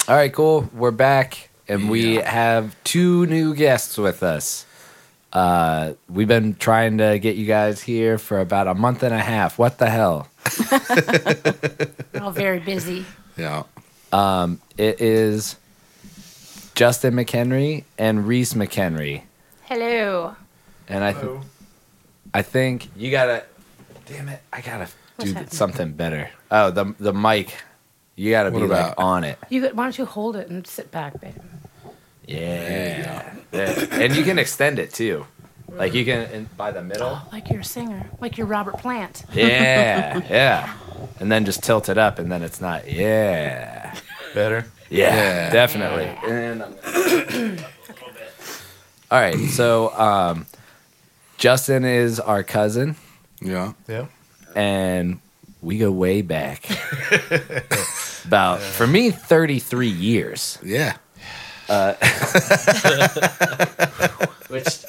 B: all right cool we're back and we have two new guests with us uh, we've been trying to get you guys here for about a month and a half what the hell
E: We're all very busy.
A: Yeah.
B: it is justin mchenry and reese mchenry
E: Hello.
B: and i I think you gotta. Damn it! I gotta
E: What's
B: do
E: happening?
B: something better. Oh, the the mic. You gotta
A: What
B: be like
A: about-
B: on it.
E: You could, why don't you hold it and sit back, babe?
B: Yeah. Yeah. and you can extend it too. Like you can in, by the middle.
E: Like you're a singer, like you're Robert Plant.
B: Yeah. Yeah. And then just tilt it up, and then it's not. Yeah.
A: Better.
B: Yeah.
A: Yeah.
B: Definitely. And um, I'm gonna All right. So um, Justin is our cousin.
A: Yeah.
F: Yeah.
B: and we go way back. About for me, thirty-three years.
A: Yeah.
B: Which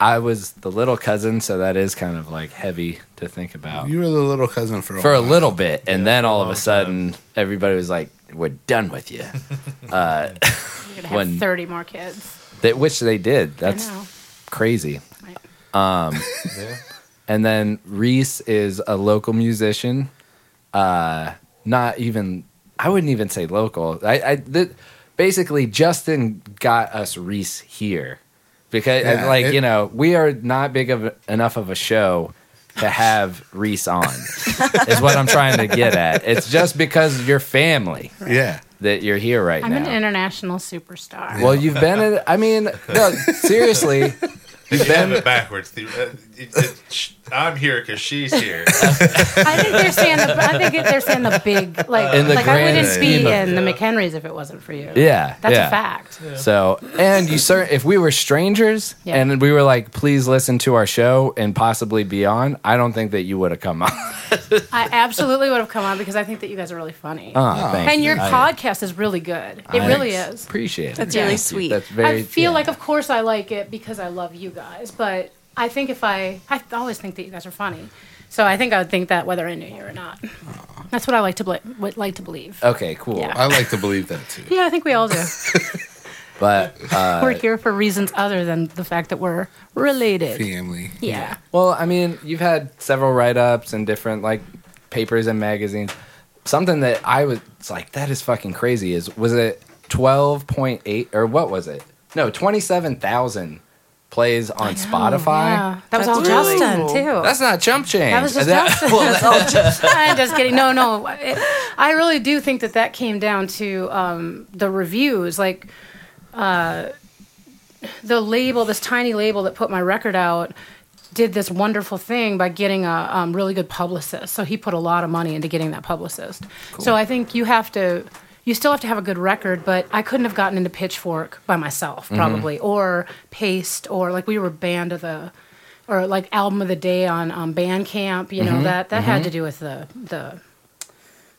B: I was the little cousin, so that is kind of like heavy to think about
A: You were the little cousin for a
B: for a
A: while.
B: little bit, and then all of a sudden, everybody was like, "We're done with you,"
E: You're gonna have
B: When-
E: 30 more kids.
B: that which they did. That's
E: I know.
B: crazy.
E: Right.
F: Yeah.
B: And then Reese is a local musician. Uh, not even, I wouldn't even say local. I, I th- basically Justin got us Reese here because,
A: Yeah,
B: like
A: it-
B: you know, we are not big of a- enough of a show to have Reese on. is what I'm trying to get at. It's just because you're family
A: Yeah.
B: that you're here right
E: I'm
B: now.
E: an international superstar.
B: well, you've been. in- I mean, no, seriously.
F: You have it backwards. The- uh, it- it- sh- I'm here because she's here.
E: I think they're saying the, I think they're saying the big like
B: In the
E: like I
B: grand
E: wouldn't
B: scheme
E: be
B: of-
E: in the McHenrys if it wasn't for you.
B: Yeah,
E: That's
B: yeah.
E: a fact.
B: So, and you cer if we were strangers
E: Yeah.
B: and we were like, please listen to our show and possibly be on, I don't think that you would have come on.
E: I absolutely would have come on because I think that you guys are really funny.
B: Aw, Ah, thank
E: and your
B: you.
E: podcast is really good. It really
B: Thanks.
E: is.
B: Appreciate it.
C: That's really
B: Thank you.
C: sweet.
B: That's very.
E: I
B: yeah.
E: feel like, of course, I like it because I love you guys, but I think if I, I always think that you guys are funny, so I think I would think that whether I knew you or not. That's what I like to bel would like to believe.
B: Okay, cool.
E: Yeah.
A: I like to believe that too.
E: Yeah, I think we all do.
B: But uh,
E: we're here for reasons other than the fact that we're related.
A: Family.
E: Yeah.
B: well, I mean, you've had several write-ups and different like papers and magazines. Something that I was it's like, that is fucking crazy. Is was it twelve point eight or what was it? No, twenty-seven thousand plays on Spotify.
E: Yeah. That was
C: That's
E: all
C: really
E: Justin
C: cool.
E: too.
B: That's not chump change.
E: that was just
B: That-
E: Justin. I'm just kidding. No, no. It- I really do think that that came down to um, the reviews, like uh, the label, this tiny label that put my record out. Did this wonderful thing by getting a um, really good publicist. So he put a lot of money into getting that publicist. So I think you have to, you still have to have a good record, but I couldn't have gotten into Pitchfork by myself, probably, or Paste, or like we were banned of the or like album of the day on um, Bandcamp. You know that that had to do with the the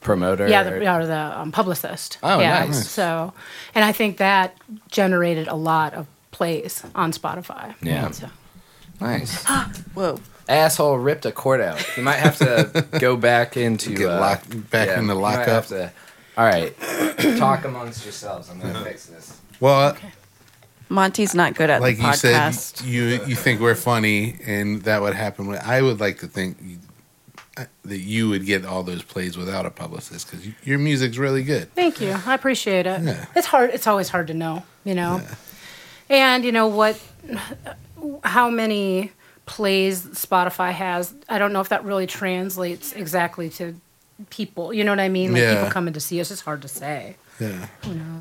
B: promoter.
E: yeah the, yeah, or the um, publicist.
B: Oh,
E: yeah.
B: nice.
E: So, and I think that generated a lot of plays on Spotify.
B: Yeah.
E: So,
B: Nice.
C: Whoa.
B: Asshole ripped a cord out. You might have to go back into
A: Get
B: uh,
A: locked back
B: yeah,
A: in the
B: you might
A: lockup.
B: have to- all right, talk amongst yourselves. I'm
A: Uh-huh.
B: gonna fix this.
A: Well,
C: Monty's not good at
A: like
C: the
A: you said,
C: podcast.
A: you you think we're funny, and that would happen. With, I would like to think you- uh, that you would get all those plays without a publicist because you, your music's really good.
E: thank you. I appreciate it.
A: Yeah.
E: It's hard. It's always hard to know. You know, and you know what, how many plays Spotify has. I don't know if that really translates exactly to people. You know what I mean? Like
A: Yeah.
E: people coming to see us. It's hard to say.
A: Yeah,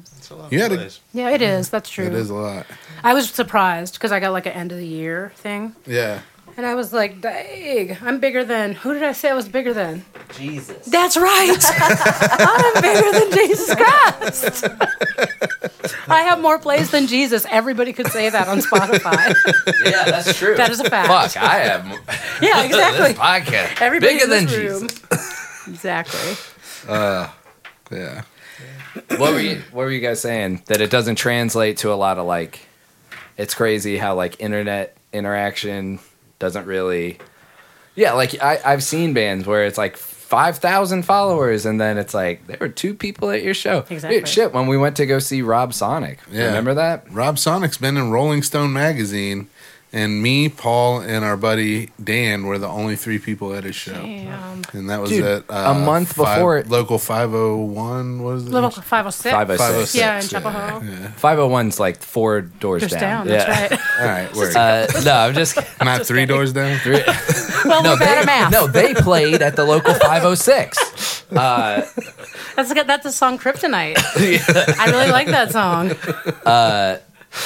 F: It's a lot
A: You
F: of
A: had a-
F: plays.
E: Yeah, it is. That's true.
A: that is a lot.
E: I was surprised because I got like an end of the year thing,
A: Yeah,
E: and I was like, "Dang, I'm bigger than who did I say I was bigger than?"
B: Jesus.
E: That's right. I'm bigger than Jesus Christ. I have more plays than Jesus. Everybody could say that on Spotify.
B: Yeah, that's true.
E: that is a fact.
B: Fuck, I have
E: Yeah,
B: this
E: exactly.
B: podcast
E: Everybody
B: bigger
E: in
B: than
E: this room.
B: Jesus.
E: Exactly.
A: yeah.
B: What were you? What were you guys saying? That it doesn't translate to a lot of like. It's crazy how like internet interaction doesn't really. Yeah, like I, I've seen bands where it's like five thousand followers, and then it's like there were two people at your show.
E: Exactly.
B: Dude, shit, when we went to go see Rob Sonic,
A: Yeah.
B: remember that?
A: Rob Sonic's been in Rolling Stone magazine, and me, Paul, and our buddy Dan were the only three people at his show.
E: Damn.
A: And that was
B: Dude,
A: at uh,
B: a month
A: five-
B: before it-
A: local 501 what is it?
E: Level 506.
B: 506.
A: 506.
E: Yeah, in Chapel Hill.
A: Yeah.
B: 501's like four doors
E: Just
B: down.
E: down. That's
A: All right, word.
B: Uh, no, I'm just
A: not three doors down.
E: right. Well, we're bad at math.
B: no. They played at the local 506.
E: That's, that's a song Kryptonite. I really like that song.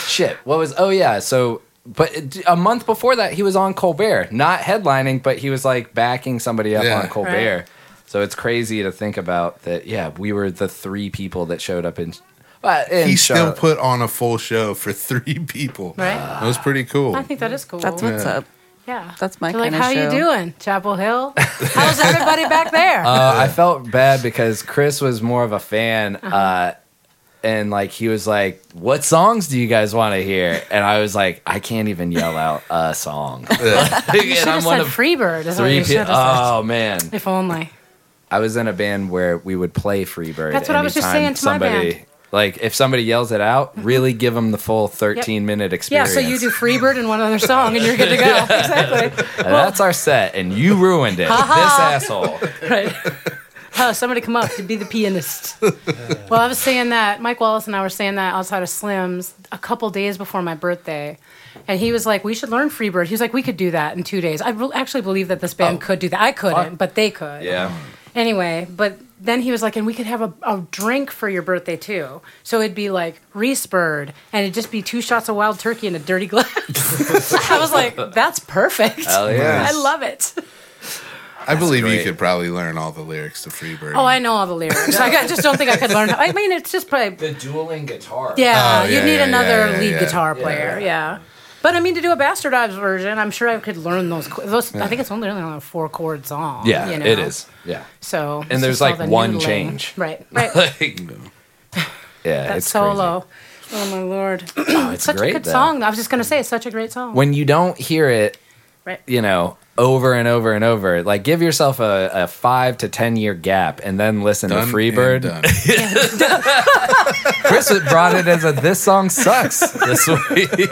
B: Shit, what was? Oh yeah, so but it- a month before that, he was on Colbert, not headlining, but he was like backing somebody up
A: Yeah.
B: on Colbert.
E: Right.
B: So it's crazy to think about that. Yeah, we were the three people that showed up in. But in
A: He still
B: Charlotte.
A: put on a full show for three people.
E: Right?
A: That was pretty cool.
E: I think that is cool.
C: That's what's
A: Yeah.
C: up.
E: yeah.
C: that's my
E: They're like,
C: kinda
E: how
C: show."
E: you doing, Chapel Hill? How's everybody back there?
B: Uh, I felt bad because Chris was more of a fan,
E: Uh-huh.
B: uh, and like he was like, "What songs do you guys want to hear?" And I was like, "I can't even yell out a song."
E: you should
B: and
E: have
B: I'm one
E: said
B: of
E: Freebird. Is what
B: three
E: you should
B: people.
E: have said.
B: Oh man,
E: If only.
B: I was in a band where we would play Freebird.
E: That's what I was just
B: anytime
E: saying to my
B: somebody,
E: band. Mm-hmm.
B: Like if somebody yells it out, really give them the full 13 minute
E: Yeah,
B: experience.
E: so you do Freebird and one other song and you're good to go. Exactly.
B: And That's our set, and you ruined it. this asshole.
E: Right. Oh, somebody come up to be the pianist. well, I was saying that Mike Wallace and I were saying that outside of Slim's a couple days before my birthday, and he was like, "We should learn Freebird." He was like, "We could do that in two days." I re- actually believe that this band could do that. I couldn't, but they could.
B: Yeah.
E: Anyway, but then he was like, "And we could have a, a drink for your birthday too." So it'd be like Reese Bird, and it'd just be two shots of wild turkey in a dirty glass. I was like, "That's perfect.
B: Hell Oh, yeah.
E: I love it."
A: I believe you
B: great.
A: could probably learn all the lyrics to Freebird.
E: Oh, I know all the lyrics. I I just don't think I could learn. I mean, it's just probably
B: The dueling guitar.
E: Yeah,
A: Oh,
E: you
A: yeah,
E: need
A: yeah,
E: another
A: yeah, yeah,
E: lead
A: yeah.
E: guitar player. Yeah. But I mean, to do a bastardized version, I'm sure I could learn those. qu- Those I think it's only only on a four chord song.
B: Yeah,
E: you know?
B: it is. Yeah.
E: So it's
B: And there's
E: just all
B: like
E: the
B: one
E: noodling.
B: change.
E: Right, right.
B: Like, Mm-hmm. yeah,
E: That
B: it's
E: solo. Oh my lord,
B: Crazy. Oh, it's
E: such
B: great,
E: a good
B: though.
E: song. I was just gonna say, it's such a great song.
B: When you don't hear it,
E: right.
B: you know, over and over and over, like give yourself a, a five to ten year gap, and then listen to
A: Done and
B: Freebird.
A: done.
B: Chris brought it as a "This song sucks" this week.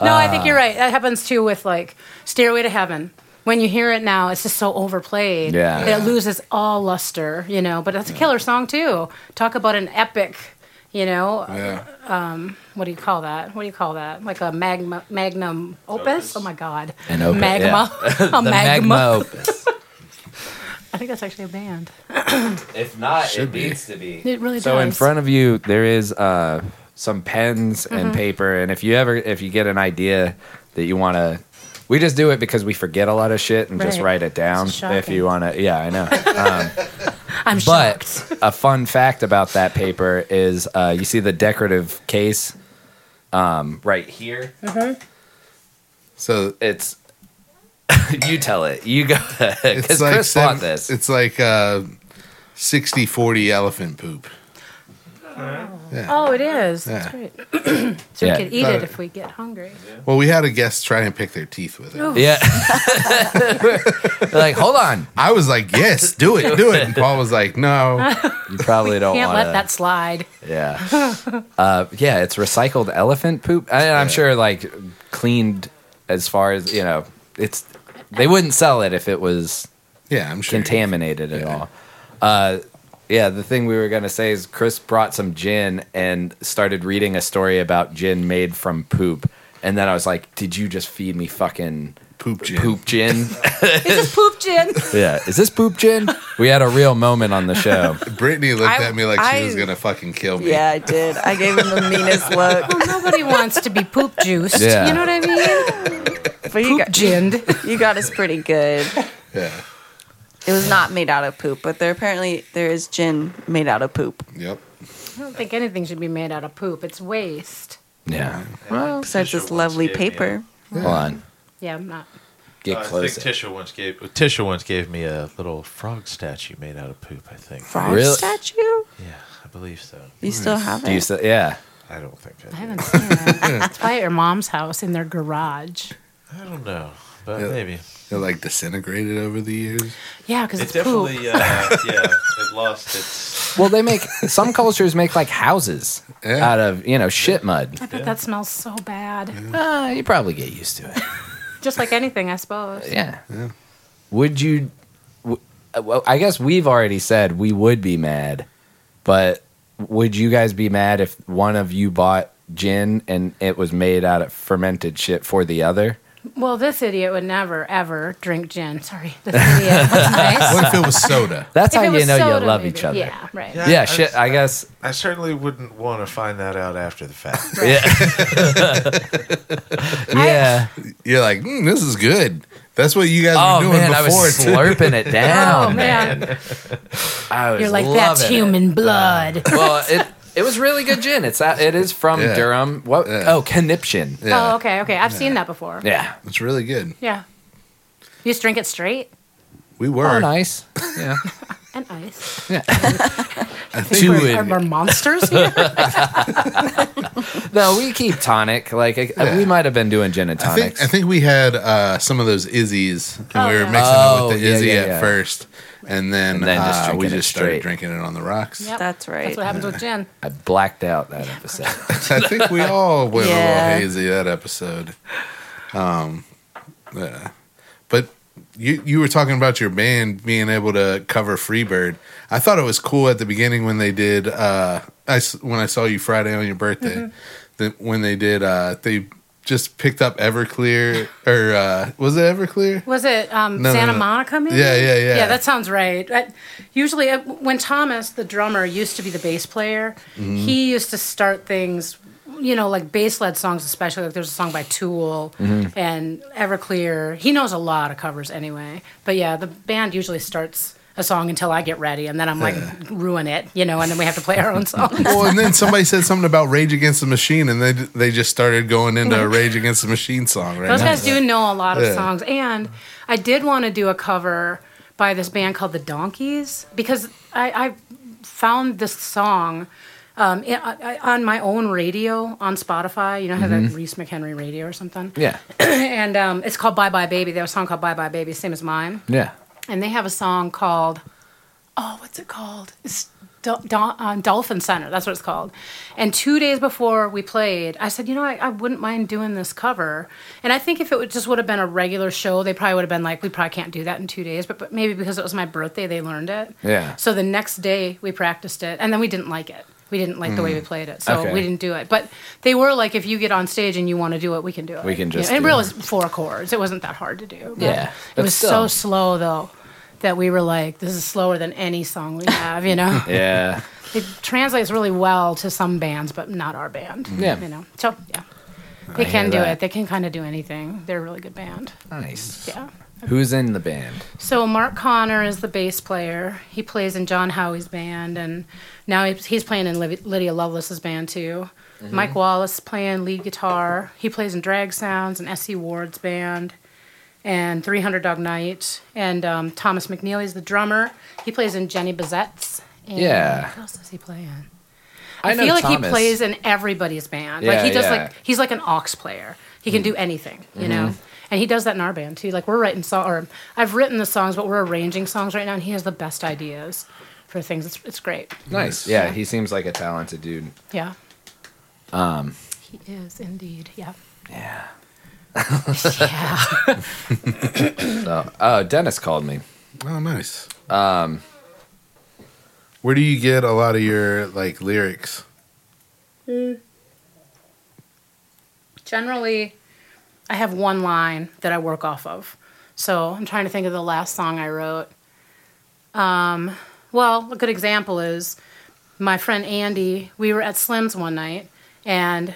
E: No, I
B: Uh,
E: think you're right. That happens too with like Stairway to Heaven. When you hear it now, it's just so overplayed.
B: Yeah.
E: that It loses all luster, you know, but that's a killer song too. Talk about an epic, you know,
A: Yeah.
E: what do you call that? What do you call that? Like a magma, magnum opus? Oh my god.
B: An opus,
E: magma. a
B: the
E: magma.
B: magma opus.
E: I think that's actually a band.
B: If not, it
A: be.
B: needs to be.
E: It really
B: So
E: does.
B: in front of you, there is uh, some pens and
E: Mm-hmm.
B: paper, and if you ever, if you get an idea that you want to, we just do it because we forget a lot of shit and just
E: Right.
B: write it down.
E: It's
B: If
E: shocking.
B: you want to, yeah, I know. Um,
E: I'm shocked.
B: But a fun fact about that paper is uh, you see the decorative case um, right here.
A: So
B: It's you tell it. You go
A: it's
B: because
A: like
B: Chris
A: seven-
B: bought this.
A: It's like uh 60 40 elephant poop.
E: Oh, it is. That's
A: Yeah.
E: great. so
B: Yeah.
E: we could eat
A: But-
E: it if we get hungry.
A: Well, we had a guest try and pick their teeth with it.
B: Yeah. They're like, hold on.
A: I was like, "Yes, do it, do it." And Paul was like, "No."
B: You probably don't
E: Can't
B: want
E: let that slide.
B: Yeah. Uh, yeah, it's recycled elephant poop. And I'm sure, like, cleaned as far as, you know, it's. They wouldn't sell it if it was
A: Yeah, I'm sure.
B: contaminated at all. Uh, yeah, the thing we were going to say is Chris brought some gin and started reading a story about gin made from poop. And then I was like, did you just feed me fucking
A: poop gin.
B: poop gin?
E: This is poop gin.
B: yeah. Is this poop gin? We had a real moment on the show.
A: Brittany looked
C: I-
A: at me like she
C: I-
A: was gonna fucking kill me.
C: Yeah, I did. I gave him the meanest look.
E: Well, nobody wants to be poop juiced.
B: Yeah.
E: You know what I mean?
C: But you
E: Poop
C: got,
E: ginned.
C: you got us pretty good.
A: Yeah.
C: It was not made out of poop, but there apparently there is gin made out of poop.
A: Yep.
E: I don't think anything should be made out of poop. It's waste.
B: Yeah.
C: Besides
F: Tisha
C: this
F: once
C: lovely
F: gave me a-
C: paper.
B: Hold on.
E: Yeah, I'm not.
B: Get
F: I think
B: closer.
F: Tisha once gave Tisha once gave me a little frog statue made out of poop. I think.
C: Frog
B: Really?
C: statue? You
F: Yeah, I believe so.
C: still have
B: Do you
C: it?
B: still, yeah.
F: I don't think I.
E: I
F: do.
E: haven't seen it. it's probably at your mom's house in their garage.
F: I don't know. but
A: Yeah.
F: maybe
A: It like disintegrated over the years.
E: Yeah, because
F: it
E: it's poop.
F: definitely uh, yeah it lost its
B: Well, they make some cultures make like houses
A: Yeah.
B: out of you know shit mud.
E: I bet that smells so bad.
B: Uh, you probably get used to it.
E: Just like anything, I suppose.
B: Yeah. Would you? w- uh, Well, I guess we've already said we would be mad, but would you guys be mad if one of you bought gin and it was made out of fermented shit for the other?
E: Well, this idiot would never, ever drink gin. Sorry. This idiot. That's nice.
A: What if it was soda?
B: That's
E: If it
B: how you
E: was
B: know
E: soda,
B: you love
E: maybe.
B: each other.
E: Yeah, right.
F: Yeah.
B: Yeah, shit. I guess.
F: I certainly wouldn't want to find that out after the fact
B: Yeah. yeah.
A: You're like, mm, this is good. That's what you guys were
B: Oh
A: doing
B: man, I was
A: before. too.
B: slurping it down.
E: Oh, man.
B: I was
E: You're like, that's
B: loving it."
E: human blood.
B: well, it it was really good gin. It's out- it is from
A: Yeah.
B: Durham. What?
A: Yeah.
B: Oh, conniption.
A: Yeah.
E: Oh, okay, okay. I've seen that before.
B: Yeah.
A: It's really good.
E: Yeah. You just drink it straight
A: We were.
B: Oh, nice. Yeah.
E: and ice.
A: I think
B: Two
A: we-
B: in-
E: Are there monsters here?
B: no, we keep tonic. Like I- we might have been doing gin and
A: I think
B: tonics.
A: I think we had uh, some of those Izzy's, and
E: Oh,
A: we were
E: yeah.
A: mixing
B: Oh,
A: it with the
B: yeah,
A: Izzy
B: yeah,
A: at
B: yeah.
A: first, and then,
B: And then just
A: uh, we
B: drinking it
A: just started
B: straight.
A: drinking it on the rocks.
E: Yep.
C: That's right.
E: That's what happens with gin.
B: I blacked out that episode.
A: I think we all went a
C: Yeah.
A: little hazy that episode. Um, yeah. but you you were talking about your band being able to cover Freebird. I thought it was cool at the beginning when they did. Uh, I s- when I saw you Friday on your birthday,
E: Mm-hmm.
A: that when they did, uh, they just picked up Everclear or uh, was it Everclear?
E: Was it um,
A: No, no,
E: Santa
A: no.
E: Monica? Maybe.
A: Yeah, yeah, yeah.
E: Yeah, that sounds right. I, usually, uh, when Thomas, the drummer, used to be the bass player,
A: Mm-hmm.
E: he used to start things. You know, like bass led songs, especially like there's a song by Tool
A: Mm-hmm.
E: and Everclear. He knows a lot of covers anyway. But yeah, the band usually starts a song until I get ready, and then I'm like ruin it, you know, and then we have to play our own songs.
A: Well, and then somebody said something about Rage Against the Machine, and they they just started going into a Rage Against the Machine song right
E: Mm-hmm. Those
A: now.
E: guys do know a lot of
A: Yeah.
E: songs. And I did want to do a cover by this band called The Donkeys because I, I found this song um, i I, on my own radio on Spotify. You know, how that Reese McHenry radio or something.
B: yeah.
E: and um, it's called Bye Bye Baby. They have a song called Bye Bye Baby, same as mine.
B: Yeah.
E: And they have a song called, oh, what's it called? It's Dol- Dol- um, Dolphin Center. That's what it's called. And two days before we played, I said, you know, I, I wouldn't mind doing this cover. And I think if it would, just would have been a regular show, they probably would have been like, we probably can't do that in two days. But, but maybe because it was my birthday, they learned it.
B: Yeah.
E: So the next day we practiced it, and then we didn't like it. We didn't like the way we played it, so
B: Mm. Okay.
E: we didn't do it. But they were like, if you get on stage and you want to do it, we can do it.
B: We can
E: You
B: just
E: know, and
B: do
E: it
B: it.
E: was four chords. It wasn't that hard to do. but
B: Yeah,
E: It
B: but
E: was so
B: still.
E: slow though that we were like, this is slower than any song we have, you know?
B: Yeah.
E: It translates really well to some bands, but not our band.
B: Mm-hmm. Yeah.
E: You know? So, yeah. They
B: I
E: can
B: hear
E: do
B: that.
E: it. They can kind of do anything. They're a really good band.
B: Nice.
E: Yeah.
B: Who's in the band?
E: So Mark Connor is the bass player. He plays in John Howie's band, and now he's he's playing in Liv- Lydia Lovelace's band too. Mike Wallace playing lead guitar. He plays in Drag Sounds and S.C. Ward's band, and 300 Dog Night. And um, Thomas McNeely is the drummer. He plays in Jenny Bazette's. And
B: Yeah.
E: What else does he play in?
B: I,
E: I feel like he
B: Thomas.
E: plays in everybody's band.
B: Yeah,
E: like he just
B: yeah. Mm. Mm-hmm.
E: like he's like an ox player. He can do anything, you know. And he does that in our band too. Like we're writing song, or I've written the songs, but we're arranging songs right now, and he has the best ideas for things. It's, it's great.
B: Nice. Yeah, he seems like a talented dude.
E: Yeah. Um. He is indeed. Yeah.
B: Um. Yeah.
E: Yeah.
B: Oh, Dennis called me.
A: Oh, nice. Um, where do you get a lot of your like lyrics?
E: Generally, I have one line that I work off of. So I'm trying to think of the last song I wrote. Um, well, a good example is my friend Andy. We were at Slim's one night and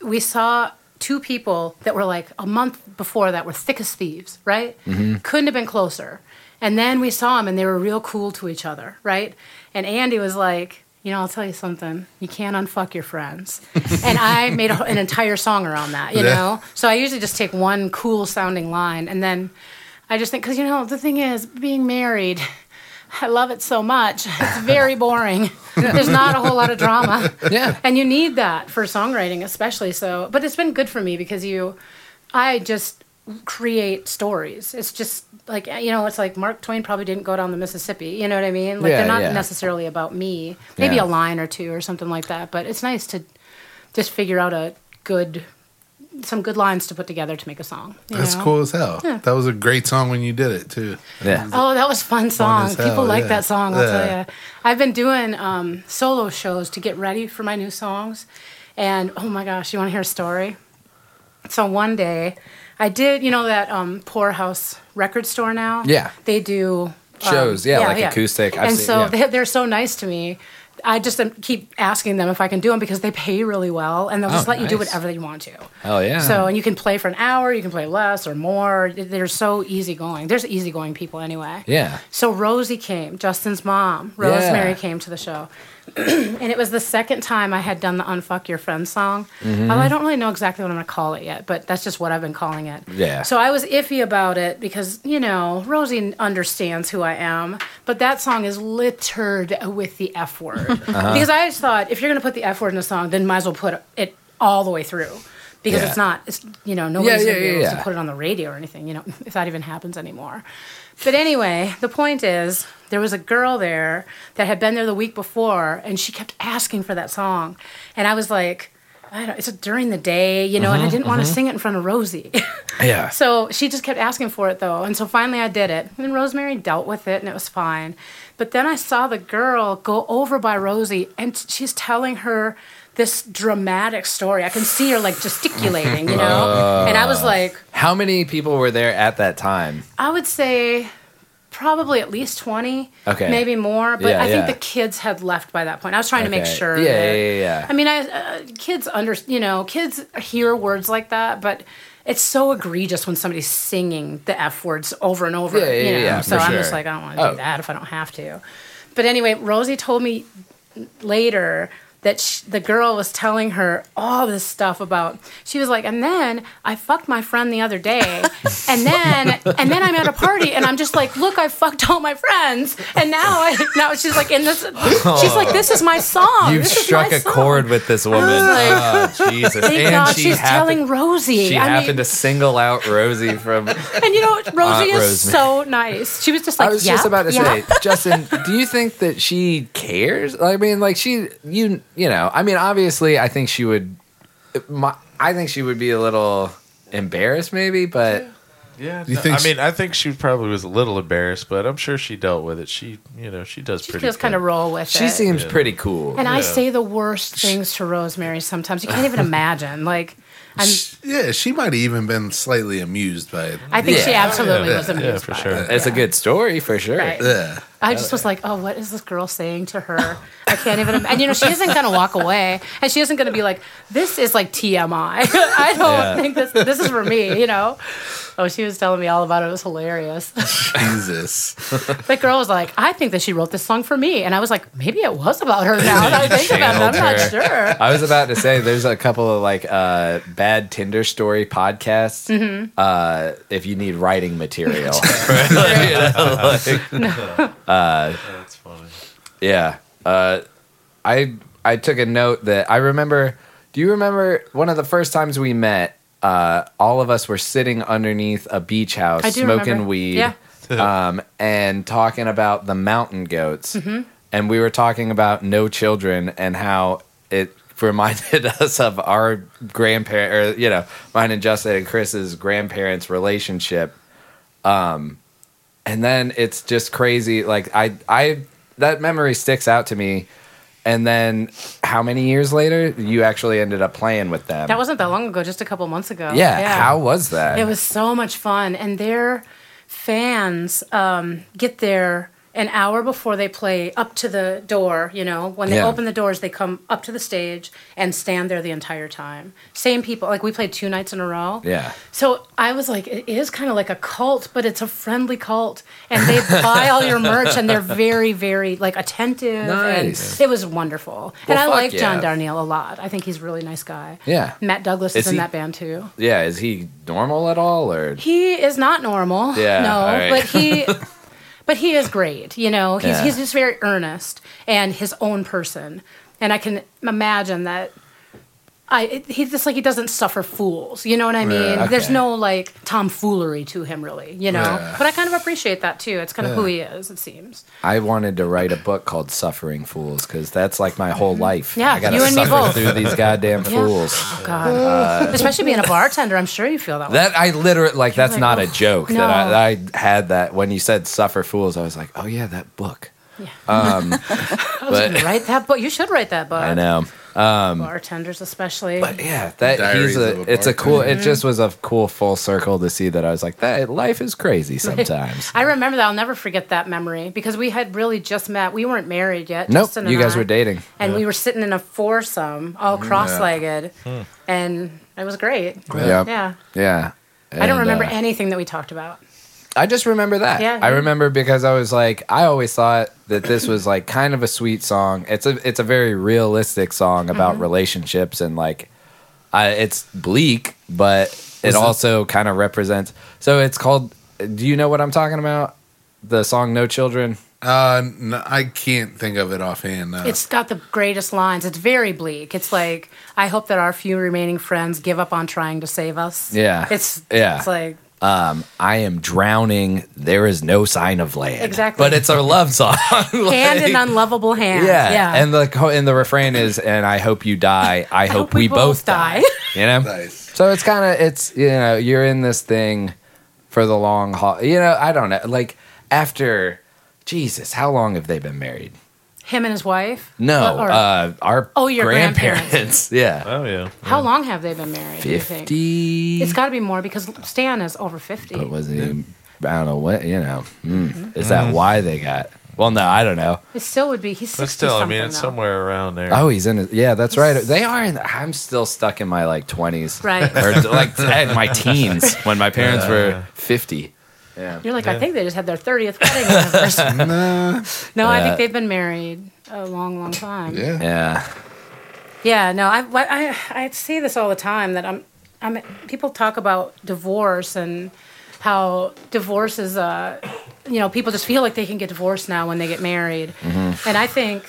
E: we saw two people that were like a month before that were thick as thieves, right? Couldn't have been closer. And then we saw them and they were real cool to each other, right? And Andy was like, you know, I'll tell you something. You can't unfuck your friends. and I made a, an entire song around that, you
A: Yeah.
E: know? So I usually just take one cool sounding line and then I just think, because, you know, the thing is, being married. I love it so much. It's very boring. There's not a whole lot of drama.
B: Yeah.
E: And you need that for songwriting, especially so. But it's been good for me because you, I just create stories. It's just like you know, it's like Mark Twain probably didn't go down the Mississippi. You know what I mean? Like
B: Yeah,
E: they're not
B: yeah.
E: necessarily about me. Maybe
B: Yeah.
E: a line or two or something like that. But it's nice to just figure out a good some good lines to put together to make a song. you
A: That's
E: know?
A: cool as hell. That was a great song when you did it too.
B: Yeah.
E: Oh, that was a fun song.
A: as hell,
E: People like
A: yeah.
E: that song, I'll
A: Yeah.
E: tell you. I've been doing um, solo shows to get ready for my new songs. And oh my gosh, you want to hear a story? So one day, I did, you know, that um, Poorhouse record store now?
B: Yeah.
E: They do um,
B: Shows, yeah, like acoustic. I've
E: and
B: seen-
E: so
B: yeah.
E: they, they're so nice to me. I just um, keep asking them if I can do them because they pay really well and they'll just
B: Oh,
E: let you do
B: nice.
E: whatever you want to.
B: Hell yeah.
E: So, and you can play for an hour, you can play less or more. They're so easygoing. There's easygoing people anyway.
B: yeah.
E: So Rosie came, Justin's mom. Rosemary
B: Yeah.
E: came to the show. and it was the second time I had done the Unfuck Your Friend song.
B: Mm-hmm.
E: Although I don't really know exactly what I'm going to call it yet, but that's just what I've been calling it.
B: Yeah.
E: So I was iffy about it because, you know, Rosie understands who I am, but that song is littered with the F word.
B: Uh-huh.
E: Because I just thought if you're going to put the F word in a song, then might as well put it all the way through. Because
B: Yeah.
E: it's not, it's, you know,
B: yeah,
E: nobody's going to be
B: yeah,
E: able
B: yeah.
E: to put it on the radio or anything, you know, if that even happens anymore. But anyway, the point is, there was a girl there that had been there the week before, and she kept asking for that song, and I was like, I don't, it's during the day, you know, and I
B: Mm-hmm,
E: didn't want to sing it in front of Rosie.
B: Yeah.
E: so she just kept asking for it though, and so finally I did it, and Rosemary dealt with it, and it was fine. But then I saw the girl go over by Rosie, and t- she's telling her this dramatic story. I can see her like gesticulating, you know, and I
B: Ah.
E: was like.
B: How many people were there at that time?
E: I would say probably at least 20,
B: Okay.
E: maybe more. But
B: Yeah,
E: I think
B: yeah.
E: the kids had left by that point. I was trying to make
B: Okay.
E: sure.
B: Yeah, yeah,
E: that-
B: yeah, yeah.
E: I mean, I uh, kids under you know kids hear words like that, but it's so egregious when somebody's singing the f words over and over.
B: Yeah, yeah,
E: you know?
B: yeah, yeah,
E: So
B: for
E: I'm just
B: sure.
E: like, I don't want to
B: Oh.
E: do that if I don't have to. But anyway, Rosie told me later that sh the girl was telling her all this stuff about she was like and then i fucked my friend the other day and then and then i'm at a party and i'm just like look i fucked all my friends and now i now she's like in this she's like this is my song
B: You've
E: oh, this is
B: struck
E: my
B: a
E: song.
B: chord with this woman.
E: like,
B: oh, Jesus.
E: Thank
B: And
E: God
B: she
E: she's telling
B: happened,
E: Rosie.
B: she
E: I
B: happened
E: mean,
B: to single out Rosie from.
E: and you know, what? Rosie
B: Aunt
E: is so nice. She was just like,
B: I was
E: yeah,
B: just about to
E: yeah.
B: say, Justin, do you think that she cares? I mean, like she, you, you know, I mean, obviously, I think she would. My, I think she would be a little embarrassed, maybe, but
F: Yeah,
A: You
F: no,
A: think
F: I
A: s-
F: mean, I think she probably was a little embarrassed, but I'm sure she dealt with it. She, you know, she does
E: she
F: pretty.
E: just kind of
F: good.
E: roll with
B: she
E: it.
B: seems pretty cool.
E: and I
F: Yeah.
E: say the worst things to Rosemary sometimes. You can't even imagine. Like, I'm,
A: Yeah, she might have even been slightly amused by it.
E: I think she
B: Yeah.
E: absolutely
A: Yeah.
E: was
A: Yeah,
E: amused
F: Yeah, for
E: by
F: sure.
E: it.
B: it's a good story for sure.
E: Right.
A: Yeah.
E: I just was like, oh, what is this girl saying to her? I can't even. im- And you know, she isn't going to walk away, and she isn't going to be like, this is like TMI. I don't think this this is for me. You know. Oh, she was telling me all about it. It was hilarious.
A: Jesus.
E: The girl was like, I think that she wrote this song for me. And I was like, maybe it was about her now that I think about it. I'm not
B: Channeled
E: sure.
B: I was about to say there's a couple of like uh, bad Tinder story podcasts.
E: Mm-hmm.
B: Uh, if you need writing material,
F: That's funny.
B: yeah. Uh, I I took a note that I remember. Do you remember one of the first times we met? Uh, all of us were sitting underneath a beach house,
E: I do
B: smoking
E: remember.
B: weed,
E: Yeah.
B: um, and talking about the mountain goats.
E: Mm-hmm.
B: And we were talking about no children and how it reminded us of our grandparent, or you know, mine and Justin and Chris's grandparents' relationship. Um, and then it's just crazy. Like I, I that memory sticks out to me. And then, how many years later, you actually ended up playing with them?
E: That wasn't that long ago, just a couple months ago.
B: yeah. How was that?
E: It was so much fun, and their fans um, get there an hour before they play up to the door. You know, when they
B: Yeah.
E: open the doors, they come up to the stage and stand there the entire time. Same people. Like we played two nights in a row.
B: yeah.
E: So I was like, it is kind of like a cult, but it's a friendly cult, and they buy all your merch, and they're very, very like attentive.
B: Nice.
E: And it was wonderful, and I
B: fuck
E: like John
B: yeah.
E: Darnielle a lot. I think he's a really nice guy.
B: Yeah.
E: Matt Douglas is,
B: Is
E: in
B: he-
E: that band too.
B: Yeah. Is he normal at all, or
E: He is not normal.
B: Yeah,
E: No,
B: all right.
E: but he but he is great. You know, he's
B: Yeah.
E: he's just very earnest and his own person. And I can imagine that I it, he's just like he doesn't suffer fools. You know what I mean?
A: Yeah,
E: There's no like tomfoolery to him really. You know.
A: Yeah.
E: But I kind of appreciate that too. It's kind of who he is. It seems.
B: I wanted to write a book called "Suffering Fools" because that's like my whole life.
E: Mm-hmm. Yeah,
B: I gotta
E: you and me
B: suffer
E: both.
B: through these goddamn
E: Yeah.
B: fools. Uh,
E: Oh God. Especially being a bartender, I'm sure you feel that. way.
B: That I literally like. That's
E: like,
B: not a
E: "Ugh,
B: joke.
E: no."
B: That I, I had that when you said "suffer fools." I was like, oh yeah, that book. Um, but
E: write that book. You should write that book.
B: I know.
E: Bartenders, especially.
B: But yeah, that
A: Diaries
B: he's a,
A: of a
B: it's a cool.
E: Mm-hmm.
A: Bartender.
B: It just was a cool full circle to see that I was like that. Life is crazy sometimes.
E: I remember that. I'll never forget that memory because we had really just met. We weren't married yet.
B: nope,
E: Justin and
B: you guys
E: I.
B: were dating. Mm-hmm.
E: And we were sitting in a foursome, all cross-legged, and it was great.
B: Yeah, yeah.
E: Yeah, I
B: And,
E: don't remember
B: uh,
E: anything that we talked about.
B: I just remember that.
E: Yeah.
B: I remember because I was like, I always thought that this was like kind of a sweet song. It's a it's a very realistic song about relationships and like, I, it's bleak, but it also kind of represents. So it's called. Do you know what I'm talking about? The song "No Children."
A: Uh, no, I can't think of it offhand. uh, No.
E: It's got the greatest lines. It's very bleak. It's like I hope that our few remaining friends give up on trying to save us.
B: Yeah.
E: it's
B: Yeah.
E: It's like
B: I am drowning. There is no sign of land.
E: Exactly.
B: But it's a love song.
E: hand in
B: Like-
E: unlovable hand.
B: Yeah.
E: Yeah,
B: And the co- and the refrain is, and I hope you die. I, hope, we, both, die. You know.
A: nice.
B: So it's kind of it's you know you're in this thing for the long haul. You know I don't know like after Jesus how long have they been married?
E: Him and his wife.
B: No,
E: Or-
B: uh, our
E: Oh, your
B: grandparents. yeah,
F: Oh yeah.
E: How long have they been married? do you think?
B: fifty.
E: It's got to be more because Stan is over fifty.
B: Mm. But was he? I don't know what you know. Mm.
E: Mm-hmm.
B: Is that why they got? Well, no, I don't know.
E: It still would be. He's 60
F: But still, I
E: something
F: mean, it's
E: though.
F: somewhere around there.
B: Oh, he's in. His, yeah, that's right. They are. in I'm still stuck in my like twenties,
E: Right.
B: Or like at my teens when my parents were fifty.
E: You're like, I think they just had their 30th wedding anniversary. no, I think they've been married a long, long time.
A: Yeah.
B: Yeah.
E: Yeah, no, I, what- I, I see this all the time that I'm, I'm, people talk about divorce and how divorce is, uh, you know, people just feel like they can get divorced now when they get married. And I think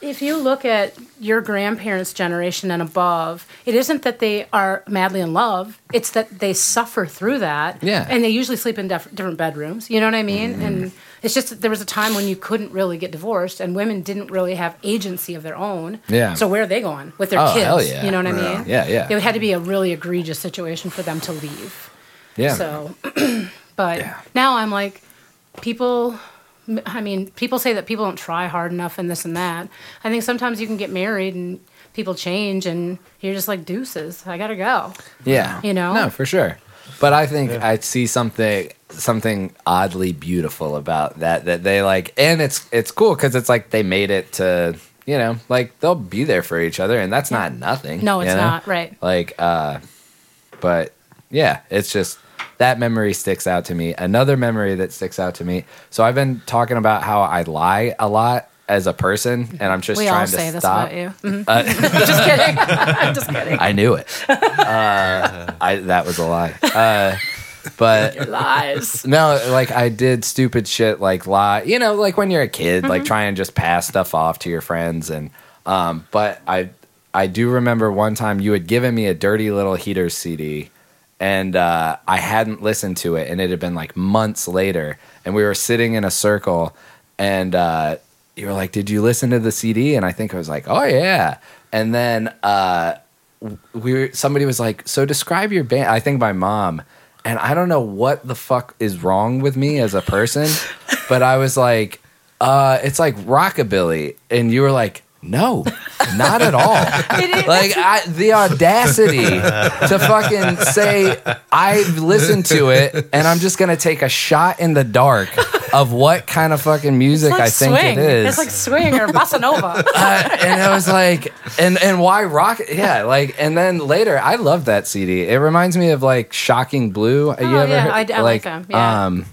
E: if you look at your grandparents' generation and above, it isn't that they are madly in love, it's that they suffer through that.
B: Yeah.
E: And they usually sleep in def- different bedrooms. You know what I mean? And it's just that there was a time when you couldn't really get divorced and women didn't really have agency of their own.
B: Yeah.
E: So where are they going with their
B: Oh,
E: kids?
B: hell yeah.
E: You know what I
A: Yeah.
E: mean?
B: Yeah, yeah.
E: It had to be a really egregious situation for them to leave.
B: Yeah.
E: So, but now I'm like, people. I mean, people say that people don't try hard enough and this and that. I think sometimes you can get married and people change, and you're just like deuces. I gotta go.
B: Yeah.
E: You know?
B: No, for sure. But I think I see something something oddly beautiful about that that they like and it's it's cool cuz it's like they made it to, you know, like they'll be there for each other and that's not nothing.
E: No, it's
B: you know?
E: not right.
B: Like uh but yeah, it's just that memory sticks out to me. Another memory that sticks out to me. So I've been talking about how I lie a lot as a person and I'm just
E: We
B: trying
E: all
B: to
E: say this
B: stop. Uh,
E: about you. Mhm. just kidding. I'm just kidding.
B: I knew it. Uh, I, that was a lie. Uh, but
E: Lies.
B: no, like I did stupid shit, like lie. You know, like when you're a kid, like try and just pass stuff off to your friends. And um, but I, I do remember one time you had given me a dirty little heater CD, and uh, I hadn't listened to it, and it had been like months later, and we were sitting in a circle, and uh, you were like, "Did you listen to the CD?" And I think I was like, "Oh yeah," and then. Uh, we were, somebody was like, "So describe your band." I think my mom, and I don't know what the fuck is wrong with me as a person, but I was like, uh, "It's like rockabilly," and you were like, "No, not at all." like I, the audacity to fucking say I've listened to it, and I'm just gonna take a shot in the dark of what kind of fucking music
E: It's like
B: I think it
E: swing.
B: is
E: It's like swing or bossa nova.
B: uh, and I was like, and and why rock? Yeah, like, and then later, I love that CD. It reminds me of like Shocking Blue. Oh, you ever
E: yeah,
B: heard-
E: I- I like them, yeah.
B: Um,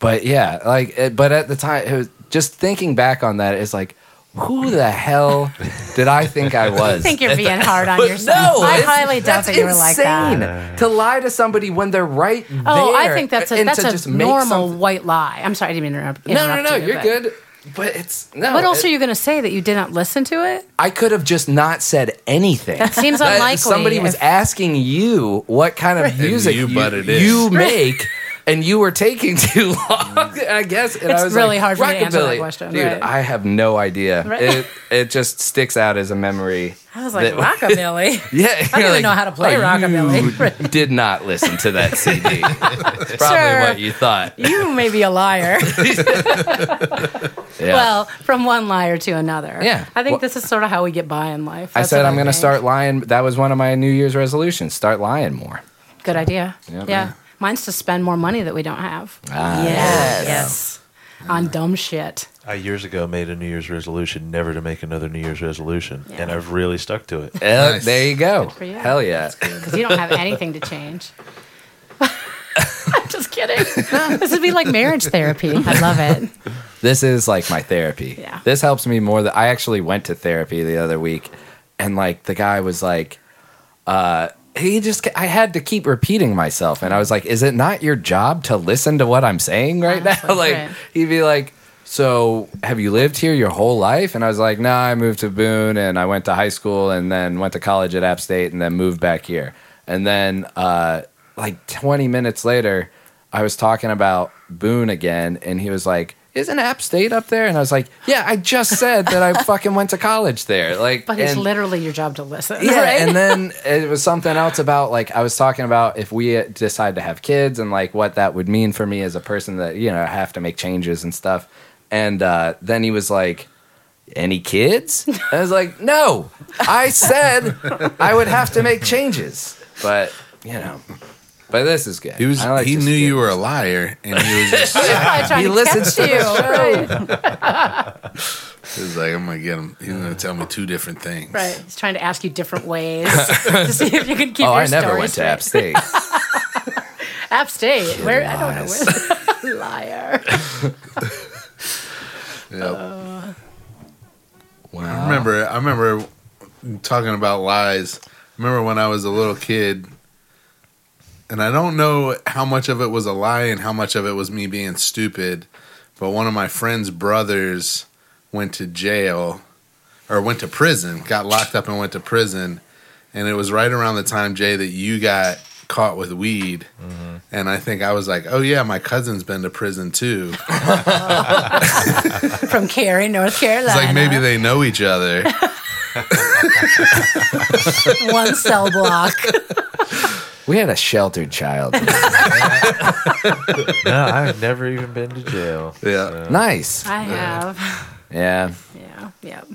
B: but yeah, like, it, but at the time, it was, just thinking back on that, it's like, who the hell did I think I was?
E: I think you're being hard on
B: But
E: yourself. I
B: it's-
E: highly doubt
B: that's
E: that you were like that.
B: insane to lie to somebody when they're right there.
E: Oh, I think that's a
B: and
E: that's
B: to
E: a
B: just make
E: normal
B: something-
E: white lie. I'm sorry, I didn't mean to interrupt.
B: No, no,
E: interrupt
B: no,
E: you,
B: you're
E: but-
B: good. But it's no.
E: What else
B: it-
E: are you going to say that you didn't listen to it?
B: I could have just not said anything.
E: That seems
B: That-
E: unlikely.
B: Somebody was
E: If-
B: asking you what kind of music
A: you
B: you,
A: butted in.
B: you make. And you were taking too long, I guess. And
E: It's
B: I was
E: really
B: like,
E: hard for me to answer that
B: "Rockabilly."
E: question,
B: dude.
E: right.
B: I have no idea.
E: Right.
B: It it just sticks out as a memory.
E: I was like,
B: that-
E: rockabilly.
B: Yeah,
E: I don't
B: you're
E: even know how to play
B: "Oh,
E: rockabilly.
B: You did not listen to that CD. it's probably
E: Sir.
B: what you thought.
E: you may be a liar.
B: Yeah.
E: Well, from one liar to another.
B: Yeah.
E: I think
B: Well-
E: this is sort of how we get by in life.
B: I
E: That's
B: said
E: what
B: I'm going to
E: think.
B: start lying. That was one of my New Year's resolutions: start lying more.
E: Good idea.
B: Yeah. Ah,
E: Yeah. Mine's to spend more money that we don't have.
C: Yes.
E: Yes. On dumb shit.
F: I years ago made a New Year's resolution never to make another New Year's resolution, and I've really stuck to it.
B: Uh,
A: Nice.
B: There you go.
E: for you.
B: Hell yeah.
E: Because you don't have anything to change. I'm just kidding. this would be like marriage therapy. I love it.
B: This is like my therapy.
E: Yeah.
B: This helps me more. That I actually went to therapy the other week, and like the guy was like, uh, he just. I had to keep repeating myself, and I was like, "Is it not your job to listen to what I'm saying right now?"
E: Honestly,
B: like
E: right.
B: he'd be like. So, have you lived here your whole life? And I was like, nah, I moved to Boone and I went to high school and then went to college at App State and then moved back here. And then, uh, like 20 minutes later, I was talking about Boone again, and he was like, "Isn't App State up there?" And I was like, "Yeah, I just said that I fucking went to college there." Like,
E: But it's
B: and-
E: literally your job to listen.
B: yeah,
E: right?
B: and then it was something else about like I was talking about if we decide to have kids and like what that would mean for me as a person that you know I have to make changes and stuff. And uh, then he was like, "Any kids?" I was like, "No, I said I would have to make changes." But you know, but this is good.
A: He was
B: I like
A: he
B: this
A: knew
B: kid.
A: you were a liar, and he was just
E: You're probably trying
B: He
E: to
B: listens
E: catch you. Right.
A: he was like, "I'm gonna get him. He's gonna tell me two different things."
E: Right. He's trying to ask you different ways to see if you can keep
B: Oh,
E: your
B: I never
E: story
B: went to
E: straight.
B: App State.
E: App State. Where I don't know where. Liar.
A: Yep. I remember. I remember talking about lies. I remember when I was a little kid, and I don't know how much of it was a lie and how much of it was me being stupid. But one of my friend's brothers went to jail or went to prison, got locked up and went to prison. And it was right around the time, Jay, that you got caught with weed. And I think I was like, oh, yeah, my cousin's been to prison too.
E: From Cary, North
A: It's
E: Carolina.
A: like maybe they know each other.
E: one cell block.
B: We had a sheltered child.
F: no, I've never even been to jail.
A: Yeah.
B: nice.
E: I have.
B: Yeah.
E: Yeah. Yep.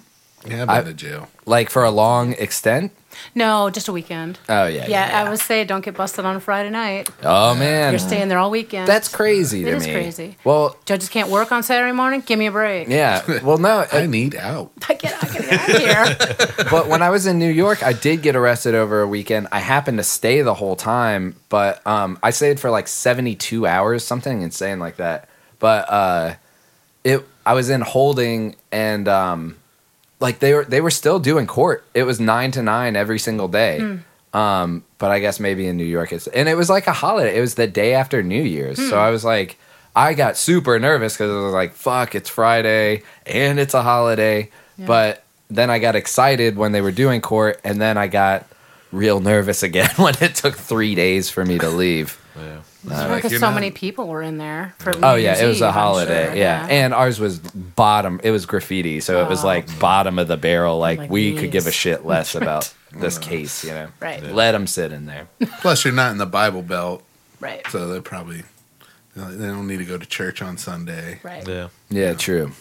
A: Yeah, I've been
B: I-
A: to jail.
B: Like for a long extent.
E: No, just a weekend.
B: Oh yeah.
E: yeah, I would say don't get busted on a Friday night.
B: Oh man.
E: You're staying there all weekend.
B: That's crazy to
E: It is
B: me.
E: crazy.
B: Well,
E: judges can't work on Saturday morning. Give me a break.
B: yeah. Well, no.
A: I
B: I-
A: need out.
E: I get, I get out of here.
B: but when I was in New York, I did get arrested over a weekend. I happened to stay the whole time, but um, I stayed for like 72 hours, something insane like that. But uh, it, I was in holding, and um, like they were, they were still doing court. It was nine to nine every single day. Um, but I guess maybe in New York it's and it was like a holiday. It was the day after New Year's. So I was like I got super nervous cuz I was like fuck, it's Friday and it's a holiday. But then I got excited when they were doing court and then I got real nervous again when it took 3 days for me to leave.
E: Because
A: you're
E: so
A: not-
E: many people were in there. For
B: Oh yeah, it was a holiday. yeah. and ours was bottom. It was graffiti, so it was like bottom of the barrel. Like,
E: Like
B: we could give a
E: these.
B: shit less about this case, you know.
E: Right. Yeah.
B: Let them sit in there.
A: Plus, you're not in the Bible Belt,
E: right,
A: so they probably they don't need to go to church on Sunday.
E: right.
F: Yeah.
B: Yeah, true.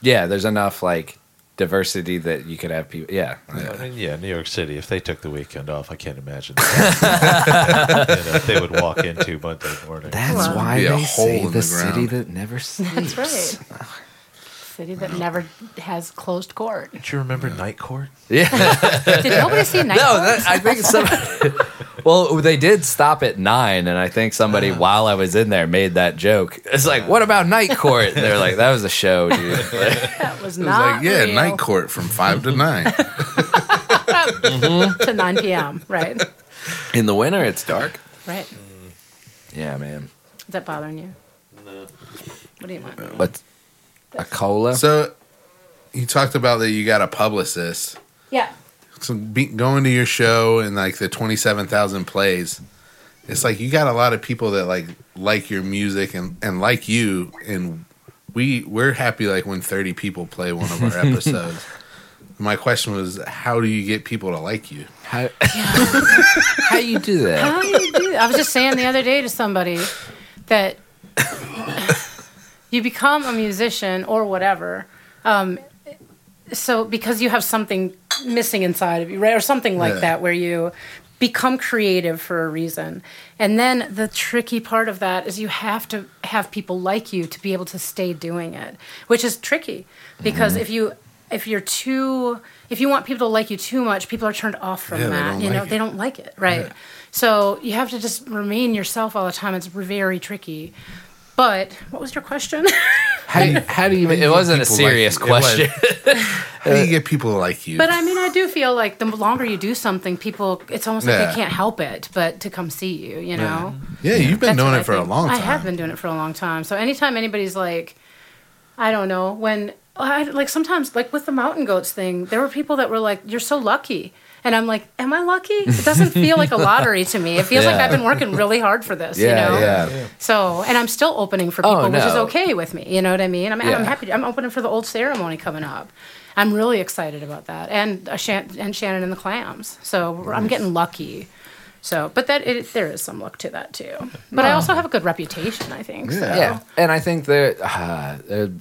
B: Yeah, there's enough like diversity that you could have people. Yeah,
F: I mean, yeah, New York City. If they took the weekend off, I can't imagine that. you know, they would walk into Monday morning.
B: that's
E: Well-
B: why
A: Be a
B: they
A: hole
B: say
A: in
B: the,
A: the
B: city
A: ground.
B: that never sleeps.
E: That's right. City that never has closed court.
F: Don't you remember Night Court?
B: Yeah,
E: Did nobody see night
B: no,
E: court?
B: Oh, that, I think some. well, they did stop at nine, and I think somebody while I was in there made that joke. It's like, what about night court? And they're like, that was a show, dude.
E: That was
A: It was
E: not
A: like, yeah,
E: real.
A: night court from five to nine.
E: to 9 p.m. Right,
B: In the winter, it's dark.
E: right.
B: Yeah, man.
E: Is that bothering you? No. What do you want?
B: But A cola.
A: So you talked about that you got a publicist.
E: Yeah.
A: So be, going to your show and like the 27,000 plays. It's like you got a lot of people that like like your music and and like you and we we're happy like when 30 people play one of our episodes. My question was how do you get people to like you?
B: How, how you do that?
E: How do you do that? I was just saying the other day to somebody that you become a musician or whatever. Um, so because you have something missing inside of you, right, or something like
A: Yeah.
E: that, where you become creative for a reason. And then the tricky part of that is you have to have people like you to be able to stay doing it, which is tricky because if you if you're too if you want people to like you too much, people are turned off from
A: Yeah, they
E: that.
A: don't
E: you know,
A: like
E: they
A: it.
E: don't like it, right? So you have to just remain yourself all the time. It's very tricky. But what was your question?
B: How do you, how do you? It wasn't a
A: people like
B: serious
A: you? It was.
B: question.
A: How do you get people to like you?
E: But I mean, I do feel like the longer you do something, people, it's almost like
A: Yeah.
E: they can't help it but to come see you, you know?
A: yeah, you've been
E: That's
A: doing
E: what
A: it
E: I
A: for a
E: think.
A: long time.
E: I have been doing it for a long time. So anytime anybody's like, I don't know, when, I, like sometimes, like with the mountain goats thing, there were people that were like, you're so lucky. And I'm like, am I lucky? It doesn't feel like a lottery to me. It feels like
B: Yeah.
E: I've been working really hard for this,
B: Yeah,
E: you know?
B: yeah.
E: So, and I'm still opening for
B: Oh,
E: people, which is
B: no.
E: okay with me. You know what I mean? I'm,
B: Yeah.
E: I'm happy. I'm opening for the old ceremony coming up. I'm really excited about that, and uh, Shan- and Shannon and the Clams. So we're- I'm getting lucky. So, but that it, there is some luck to that too. But I also have a good reputation, I think. so.
A: Yeah.
B: Yeah, and I think there uh,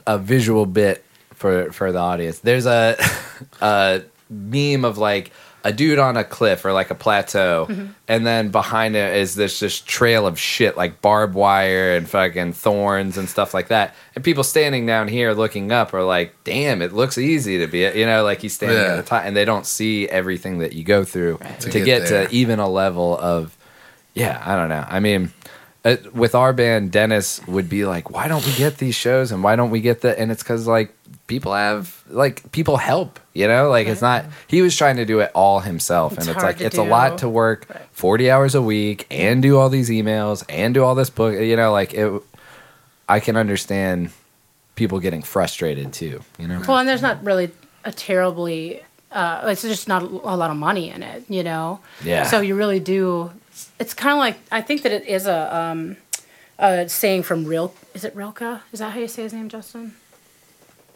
B: a visual bit for for the audience. There's a a meme of like a dude on a cliff or like a plateau,
A: Mm-hmm.
B: and then behind it is this just trail of shit like barbed wire and fucking thorns and stuff like that. And people standing down here looking up are like, "Damn, it looks easy to be," you know, like he's standing
A: Yeah.
B: at the top, and they don't see everything that you go through to,
A: To
B: get,
A: get there.
B: to even a level of yeah, I don't know. I mean, uh, with our band, Dennis would be like, "Why don't we get these shows? And why don't we get the?" And it's because like people have like people help, you know. Like it's not he was trying to do it all himself,
E: It's
B: and it's
E: hard
B: like
E: to
B: it's a
E: do.
B: lot to work forty hours a week and do all these emails and do all this book. You know, like it. I can understand people getting frustrated too. You know,
E: Well, and there's not really a terribly. Uh, it's just not a lot of money in it, you know.
B: Yeah.
E: So you really do. It's kind of like I think that it is a um, a saying from Rilke. Is it Rilke? Is that how you say his name, Justin?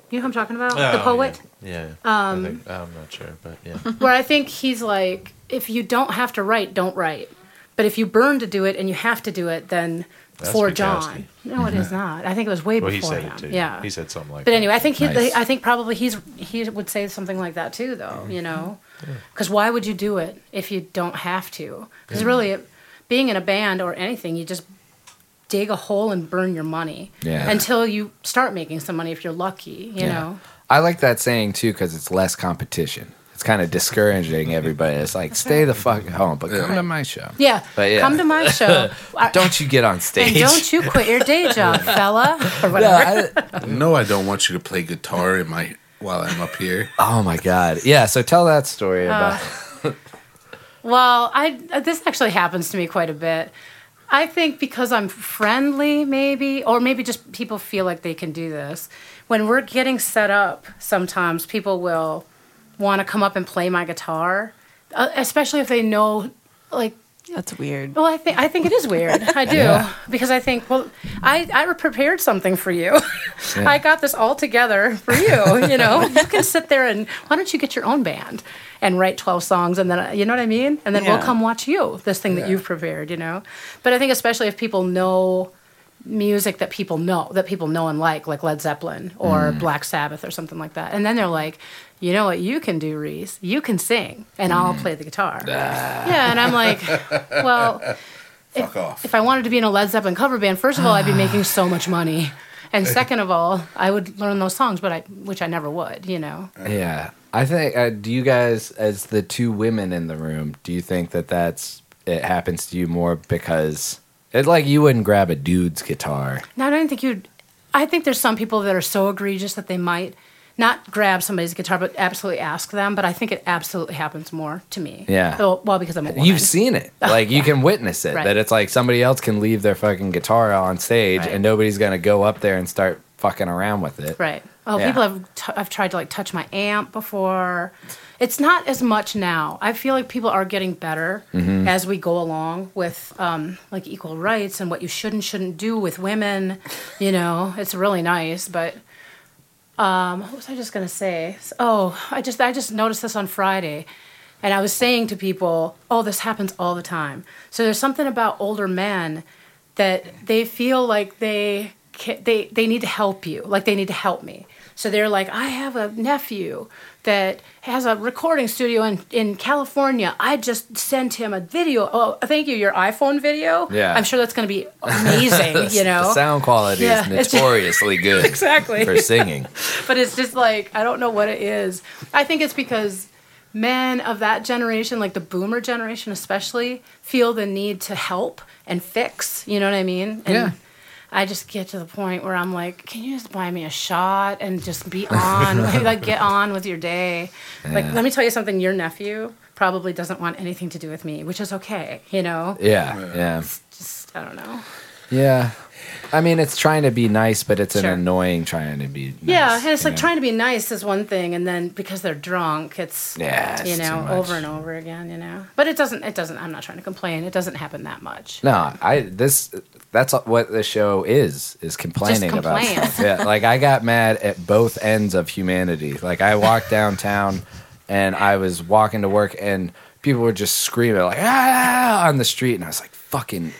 E: You know who I'm talking about? the
F: Oh,
E: poet. Um,
F: Yeah. yeah. I think, I'm not sure, but yeah.
E: Where I think he's like, if you don't have to write, don't write. But if you burn to do it and you have to do it, then
F: That's
E: for
F: Bukowski.
E: John. No, it is not. I think it was way
F: Well, he
E: before
F: said
E: him.
F: it too.
E: Yeah.
F: He said something like
E: But
F: that.
E: anyway, I think he,
B: Nice. Mm-hmm.
E: I think probably he's he would say something like that too, though. You know, because why would you do it if you don't have to? Because really, it- being in a band or anything, you just dig a hole and burn your money
B: Yeah.
E: until you start making some money if you're lucky. You
B: Yeah.
E: know,
B: I like that saying too because it's less competition. It's kind of discouraging everybody. It's like stay the fuck home, but come to my show.
E: yeah.
B: But yeah.
E: Come to my show. I-
B: Don't you get on stage?
E: and don't you quit your day job, fella, or whatever.
B: No, I-
A: No, I don't want you to play guitar in my while I'm up here.
B: oh my god! Yeah. So tell that story
E: Uh.
B: about.
E: Well, I uh, this actually happens to me quite a bit. I think because I'm friendly, maybe, or maybe just people feel like they can do this. When we're getting set up, sometimes people will want to come up and play my guitar, uh, especially if they know, like,
C: That's weird.
E: well, I think I think it is weird. I do because I think, well, I I prepared something for you. I got this all together for you. You know, you can sit there and why don't you get your own band and write twelve songs and then you know what I mean, and then
C: Yeah.
E: we'll come watch you this thing that you've prepared. You know, but I think especially if people know music that people know that people know and like like led zeppelin or
C: Mm.
E: black sabbath or something like that and then they're like you know what you can do reese you can sing and i'll
C: Mm.
E: play the guitar
C: Ah.
E: yeah and i'm like well
A: Fuck off.
E: if I wanted to be in a Led Zeppelin cover band, first of all, I'd be making so much money, and second of all, I would learn those songs, but I which I never would, you know.
B: Yeah. I think. Uh, do you guys, as the two women in the room, do you think that that's it happens to you more because it's like you wouldn't grab a dude's guitar?
E: Now I don't think you'd. I think there's some people that are so egregious that they might not grab somebody's guitar, but absolutely ask them. But I think it absolutely happens more to me.
B: Yeah.
E: Well, well, because I'm a woman.
B: You've seen it. Like you can witness it.
E: Right.
B: That it's like somebody else can leave their fucking guitar on stage
E: Right.
B: and nobody's gonna go up there and start fucking around with it.
E: Right. Oh,
B: Yeah.
E: people have t- I've tried to like touch my amp before. It's not as much now. I feel like people are getting better as we go along with um, like equal rights and what you should and shouldn't do with women. You know, it's really nice. But um, what was I just gonna say? S- Oh, I just I just noticed this on Friday. And I was saying to people, oh, this happens all the time. So there's something about older men that they feel like they ca- they they need to help you, like they need to help me. So they're like, I have a nephew that has a recording studio in, in California. I just sent him a video. Oh, thank you, your iPhone video.
B: Yeah.
E: I'm sure that's going to be amazing. you know,
B: The sound quality
E: Yeah,
B: is
E: it's-
B: notoriously good
E: exactly.
B: for singing.
E: but it's just like I don't know what it is. I think it's because men of that generation, like the boomer generation especially, feel the need to help and fix, you know what I mean? And
B: Yeah.
E: I just get to the point where I'm like, can you just buy me a shot and just be on, like get on with your day? Like let me tell you something, your nephew probably doesn't want anything to do with me, which is okay, you know?
B: Yeah, yeah,
E: Just I don't know.
B: yeah. I mean, it's trying to be nice, but it's
E: Sure.
B: an annoying trying to be. Nice,
E: Yeah, and it's
B: you
E: like
B: know?
E: trying to be nice is one thing, and then because they're drunk, it's
B: Yeah, it's
E: you know
B: too
E: over
B: much.
E: and over again, you know. But it doesn't. It doesn't. I'm not trying to complain. It doesn't happen that much.
B: No, I this that's what the show is is complaining about.
E: complain.
B: Stuff. Yeah, like I got mad at both ends of humanity. Like I walked downtown and I was walking to work and people were just screaming like ah on the street and I was like fucking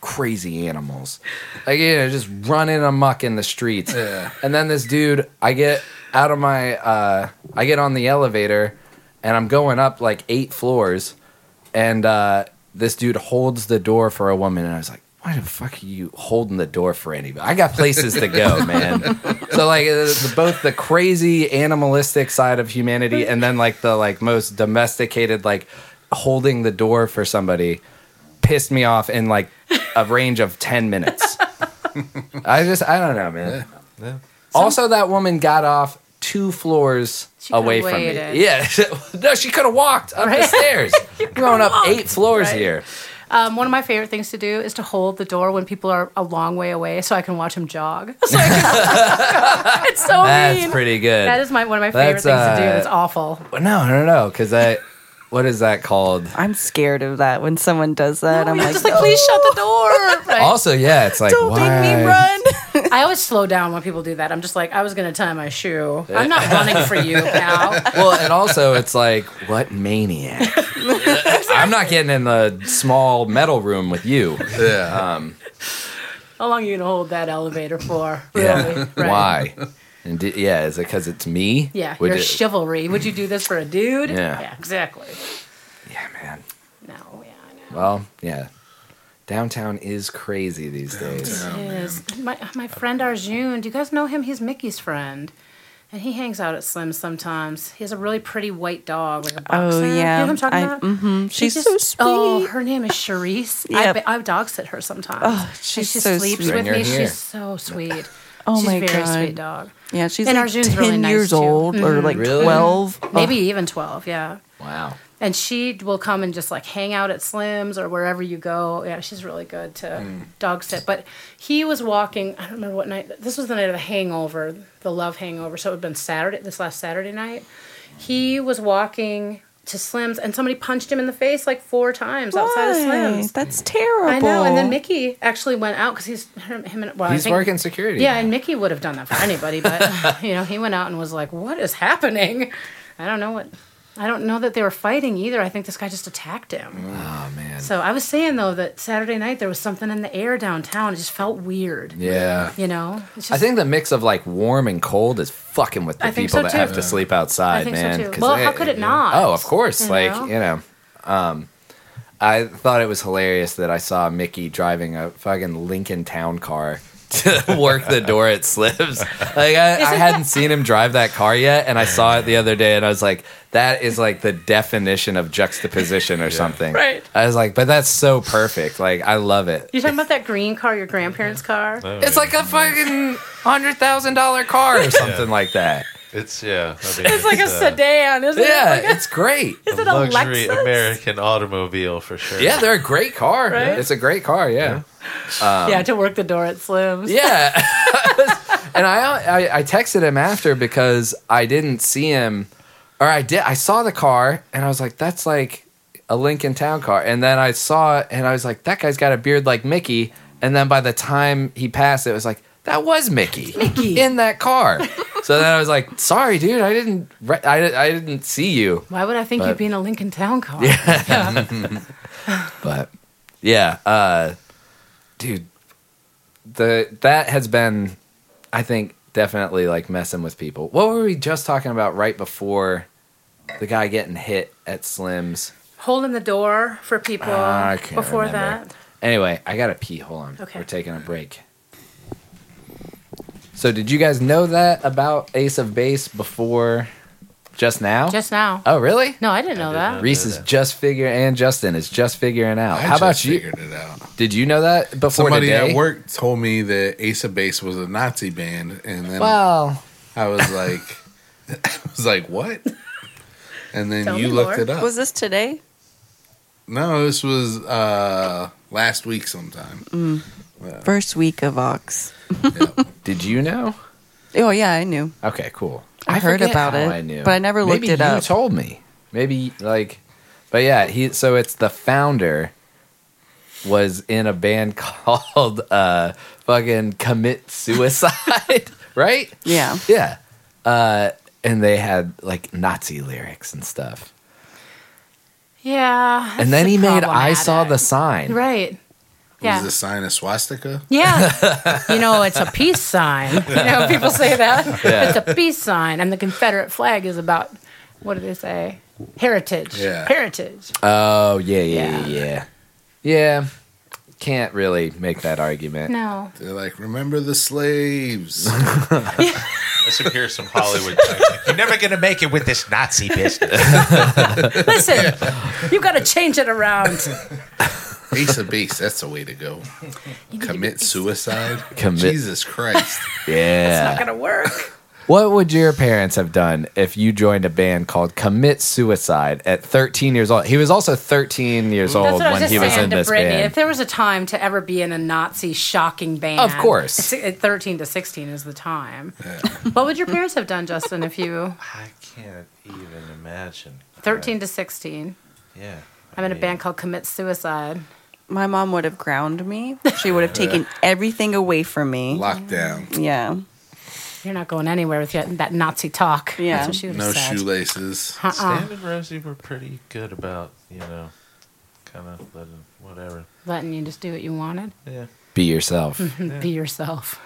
B: crazy animals. Like you know just running amok in the streets.
A: Yeah.
B: And then this dude, I get out of my uh I get on the elevator and I'm going up like 8 floors and uh, this dude holds the door for a woman, and I was like, "Why the fuck are you holding the door for anybody? I got places to go, man." so like, uh, the, both the crazy animalistic side of humanity, and then like the like most domesticated, like holding the door for somebody, pissed me off in like a range of ten minutes. I just, I don't know, man. Also, that woman got off two floors
E: She could've
B: away from
E: waited.
B: me. Yeah, no, she could have walked up the stairs. We're going up eight floors here.
E: Um, one of my favorite things to do is to hold the door when people are a long way away, so I can watch them jog. So I can- it's so
B: That's
E: mean.
B: pretty good.
E: that is my one of my
B: That's,
E: favorite things to do.
B: uh,
E: It's awful.
B: Well, no, no, no, because I. What is that called?
G: I'm scared of that when someone does that. I'm
E: I'm
G: like,
E: just
C: "Oh,
E: like, please shut the door. Right?
B: Also, yeah, it's like
G: don't
B: why?
G: make me run.
E: I always slow down when people do that. I'm just like, I was gonna tie my shoe. I'm not running for you now.
B: Well, and also it's like what maniac? I'm not getting in the small metal room with you.
A: Yeah.
E: How long are you gonna hold that elevator for? Really?
B: Yeah.
E: Right.
B: Why? And di- yeah, is it because it's me?
E: Yeah,
B: Would
E: your
B: it-
E: chivalry. Would you do this for a dude?
B: Yeah.
E: exactly.
B: yeah, man.
E: No, yeah, I know.
B: Well, yeah. Downtown is crazy these days.
A: Uh,
E: Yes. My my friend Arjun, do you guys know him? He's Mickey's friend. And he hangs out at Slim's sometimes. He has a really pretty white dog, like a boxer. You know
G: yeah.
E: what I'm talking
G: I-
E: about?
G: mhm.
E: She
G: She's so
E: Oh,
G: sweet.
E: her name is Charisse. I,
G: Yep.
E: ba- I dog sit her sometimes.
G: Oh,
E: And
G: she's
E: she
G: so
E: sleeps
G: sweet.
E: with
B: Bring her
E: me.
B: here.
E: She's so sweet.
G: Oh
E: she's
G: my
E: very
G: God.
E: sweet dog.
G: yeah, she's
E: And
G: like
E: Arjun's
G: ten
E: really nice,
G: years
E: too. Mm-hmm.
G: old or like
B: Really?
G: twelve.
E: Maybe even twelve. Yeah.
B: Wow.
E: and she will come and just like hang out at Slim's or wherever you go. Yeah, she's really good to dog sit. But he was walking. I don't remember what night. This was the night of the Hangover, the Love Hangover. So it would have been Saturday. This last Saturday night, he was walking to Slim's, and somebody punched him in the face like four times
C: Oh,
E: outside of
G: Why?
E: Slim's.
G: That's terrible.
E: I know. And then Mickey actually went out because he's him, him and well, I
B: He's
E: think-
B: working security.
E: yeah,
B: now.
E: and Mickey would have done that for anybody, but you know, he went out and was like, "What is happening?" I don't know what. I don't know that they were fighting either. I think this guy just attacked him.
B: oh man.
E: So I was saying though that Saturday night there was something in the air downtown. It just felt weird.
B: yeah.
E: You know, it's just,
B: I think the mix of like warm and cold is fucking with the
E: I think
B: people
E: so,
B: that
E: too.
B: have to sleep outside,
E: I think so,
B: man.
E: too.
B: 'cause
E: Well, how could it not?
B: Oh, of course.
E: You
B: like
E: know?
B: you know, um, I thought it was hilarious that I saw Mickey driving a fucking Lincoln Town car to work the door at Slips. Like I, I hadn't seen him drive that car yet, and I saw it the other day, and I was like, that is like the definition of juxtaposition or something.
E: Right.
B: I was like, but that's so perfect. Like I love it.
E: you're talking about that green car, your grandparents' car.
F: Oh,
B: It's
F: yeah.
B: like a fucking hundred thousand dollar car or something like that.
F: it's yeah. I mean,
E: It's like a
F: uh,
E: sedan, isn't
B: Yeah,
E: it? Like a-
B: it's great.
E: is it a
F: luxury
E: Lexus?
F: American automobile for sure.
B: Yeah, they're a great car.
E: Right?
B: It's a great car. Yeah,
E: yeah, to work the door at Slim's.
B: yeah. and I, I I texted him after because I didn't see him, or I did. I saw the car and I was like, "That's like a Lincoln Town Car." And then I saw it and I was like, "That guy's got a beard like Mickey." And then by the time he passed, it was like that was Mickey, Mickey. in that car. so then I was like, "Sorry, dude, I didn't re- I, I didn't see you."
E: Why would I think you'd
B: But-
E: be in a Lincoln Town car?
B: But yeah, uh, dude, the that has been, I think, definitely like messing with people. What were we just talking about right before the guy getting hit at Slim's?
E: Holding the door for people
B: Ah, I can't
E: before
B: remember.
E: that.
B: Anyway, I got to pee. Hold on.
E: Okay.
B: We're taking a break. So, did you guys know that about Ace of Base before just now?
E: Just now.
B: oh, really?
E: No, I didn't know that.
B: Reese is just figure and Justin is just figuring out.
A: I
B: How about
A: just
B: you?
A: Figured it out.
B: Did you know that before
A: Somebody
B: today?
A: at work told me that Ace of Base was a Nazi band, and then
B: Well,
A: I was like, I was like, what? And then
E: Tell
A: you
E: me
A: looked
E: more.
A: it up.
C: Was this today?
A: no, this was uh, last week sometime.
C: First week of Ox.
B: Did you know?
C: Oh yeah, I knew.
B: Okay, cool.
C: I heard
B: forget
C: about
B: how
C: it,
B: I knew.
C: but I never looked
B: Maybe
C: it
B: you
C: up.
B: told me. Maybe like, but yeah. He so it's the founder was in a band called uh fucking commit suicide, right?
C: Yeah.
B: Yeah. Uh, and they had like Nazi lyrics and stuff.
E: Yeah. that's
B: and then
E: the
B: he made "I saw the
E: problematic.
B: sign."
E: Right. Yeah.
A: Was the sign a swastika?
E: Yeah. you know, it's a peace sign. You know, people say that.
B: Yeah.
E: It's a peace sign. And the Confederate flag is about, what do they say? Heritage.
A: Yeah.
E: Heritage.
B: Oh yeah, yeah, yeah,
E: Yeah.
B: yeah. Yeah. Can't really make that argument.
E: No.
A: They're like, remember the slaves.
F: Let's hear some Hollywood. jokes. You're never gonna make it with this Nazi business.
E: Listen, you got to change it around.
A: Ace of Base, that's the way to go. Commit suicide.
B: Commit-
A: Jesus Christ.
B: Yeah.
E: Not going to work.
B: What would your parents have done if you joined a band called Commit Suicide at 13 years old? He was also 13 years
E: That's
B: old
E: what I was
B: when
E: just
B: he was in
E: saying to
B: this
E: Brittany. If
B: band.
E: there was a time to ever be in a Nazi shocking band,
B: Of course.
E: it's- it- 13 to 16 is the time. What would your parents have done, Justin, if you
F: I can't even imagine.
E: 13 to 16?
F: Yeah.
E: I'm in a
F: mean,
E: band called Commit Suicide.
C: My mom would have ground me. She would have taken everything away from me.
A: Lockdown.
C: Yeah.
E: You're not going anywhere with your, that Nazi talk.
C: Yeah.
E: That's what she would have
A: No
E: said.
A: shoelaces.
E: Uh-uh.
F: Stan and Rosie were pretty good about you know, kind of letting whatever.
E: Letting you just do what you wanted.
F: Yeah.
B: Be yourself.
E: Be yourself.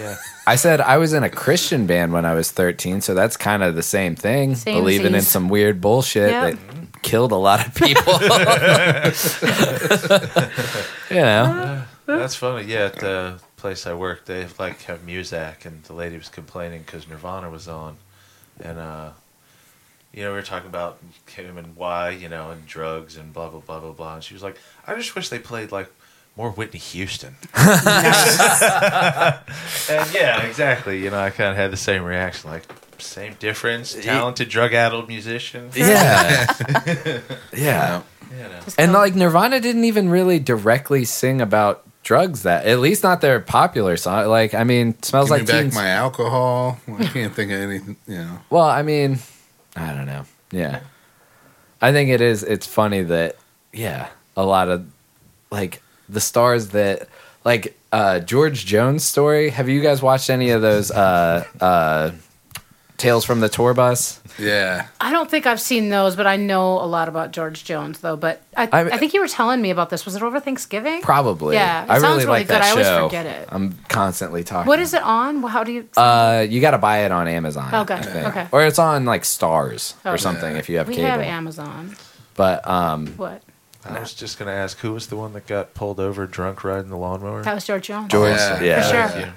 F: Yeah.
B: I said I was in a Christian band when I was 13, so that's kind of the same thing.
E: Same
B: believing in
E: disease.
B: some weird bullshit
E: Yep.
B: that killed a lot of people. you
E: Uh,
B: know?
F: That's funny. Yeah, at the place I work, they have, like have Muzak, and the lady was complaining because Nirvana was on, and uh, you know we were talking about him and why, you know, and drugs and blah blah blah blah blah, and she was like, I just wish they played like more Whitney Houston. and yeah, exactly. You know, I kind of had the same reaction, like same difference, talented drug-addled musician. You
B: Yeah. yeah.
F: know.
E: Just
B: And
E: go-
B: like Nirvana didn't even really directly sing about drugs that at least not their popular song. Like I mean, smells
A: Give me
B: like
A: back
B: Teen
A: my alcohol. I can't think of anything, you know.
B: Well, I mean, I don't know. Yeah. I think it is it's funny that yeah, a lot of like the stars that like uh George Jones story. Have you guys watched any of those uh uh Tales from the Tour Bus?
A: Yeah.
E: I don't think I've seen those, but I know a lot about George Jones, though. But I, I,
B: I'm-
E: think you were telling me about this. Was it over Thanksgiving?
B: Probably.
E: Yeah, it
B: I
E: sounds
B: really,
E: really
B: like that
E: good. I always
B: show.
E: forget it.
B: I'm constantly talking.
E: What is it on? How do you?
B: Uh, you got to buy it on Amazon.
E: Oh, gotcha.
B: I think.
E: Okay.
B: Or it's on like Stars or
E: Oh.
B: something if you have
E: we
B: cable.
E: have Amazon.
B: but um,
E: What?
F: I was just gonna ask, who was the one that got pulled over drunk riding the lawnmower?
E: That was George Jones.
B: George,
A: Yeah.
B: yeah,
E: For sure.
F: Yeah.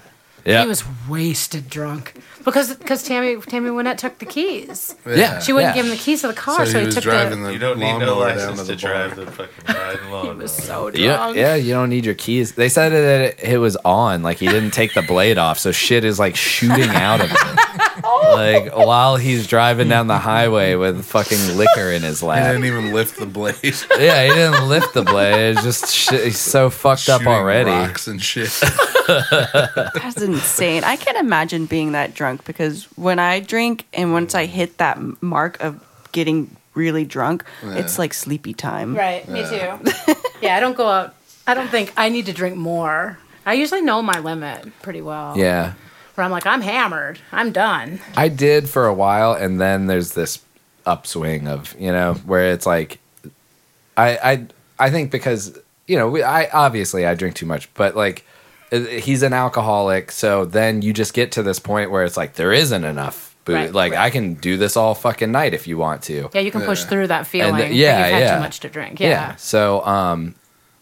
B: yeah,
E: He was wasted drunk because because Tammy Tammy Wynette took the keys.
B: yeah.
E: She wouldn't
B: yeah.
E: give him the keys to the car,
A: so
E: so,
A: he
E: he,
A: was
E: took
A: driving
E: the.
A: the,
F: You don't need no
A: lawnmower down
F: license
A: to
F: to,
A: the
F: drive
A: bar.
F: the fucking riding
E: He
F: lawnmower.
E: was so
B: You don't-
E: drunk.
B: yeah, you don't need your keys. They said that it, it was on, like he didn't take the blade off, so shit is like shooting out of it.
E: Oh.
B: like while he's driving down the highway with fucking liquor in his
A: He
B: lap.
A: didn't even lift the blade.
B: Yeah, he didn't lift the blade. It's just shit, he's so fucked up
A: Shooting
B: already.
A: Rocks and shit.
C: That's insane. I can't imagine being that drunk because when I drink and once I hit that m- mark of getting really drunk, it's like sleepy time.
E: Right, me too. yeah, I don't go out. I don't think I need to drink more. I usually know my limit pretty well.
B: Yeah.
E: Where I'm like, I'm hammered. I'm done.
B: I did for a while, and then there's this upswing of you know where it's like, I I I think because you know we, I obviously I drink too much, but like uh, he's an alcoholic, so then you just get to this point where it's like there isn't enough booze.
E: Right,
B: like
E: right.
B: I can do this all fucking night if you want to.
E: Yeah, you can push through that feeling. that
B: yeah,
E: you've had
B: yeah.
E: too much to drink. Yeah.
B: So um,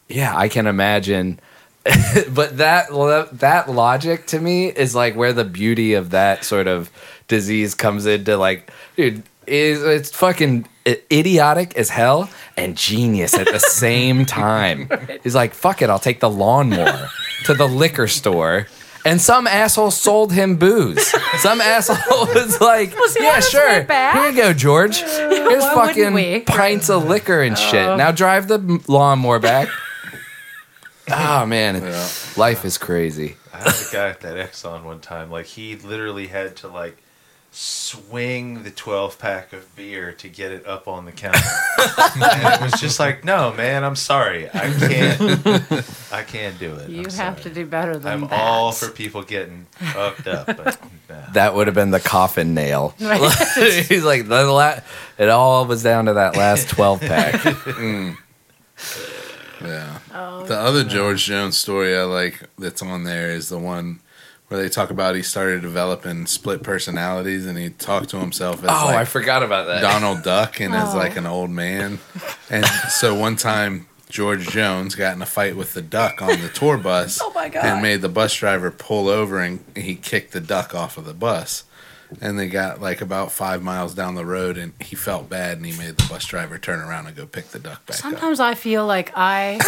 B: yeah, I can imagine. but that lo- that logic to me is like where the beauty of that sort of disease comes into like, dude, is it's fucking i- idiotic as hell and genius at the same time. He's like, fuck it, I'll take the lawnmower to the liquor store. And some asshole sold him booze. Some asshole was like,
E: he
B: "Yeah,
E: honestly
B: sure,
E: back?
B: here you go, George. Here's
E: Why wouldn't we? Oh.
B: fucking pints of liquor and shit. Now drive the m- lawnmower back. oh man, life is crazy.
F: I had a guy at that Exxon one time. Like he literally had to like swing the 12 pack of beer to get it up on the counter. and it was just like, no, man, I'm sorry, I can't. I can't do it.
E: You
F: I'm
E: have to
F: sorry.
E: do better than
F: I'm
E: that.
F: all for people getting fucked up, but nah.
B: That would have been the coffin nail.
E: Right.
B: He's like the la- It all was down to that last twelve pack.
A: Yeah.
E: Oh,
A: the other George Jones story I like that's on there is the one where they talk about he started developing split personalities and he talked to himself as
B: oh, I
A: like
B: forgot about that.
A: Donald Duck and as like an old man. And so one time George Jones got in a fight with the duck on the tour bus
C: Oh my God.
A: and made the bus driver pull over and he kicked the duck off of the bus. And they got like about five miles down the road and he felt bad and he made the bus driver turn around and go pick the duck back up.
E: Sometimes I feel like I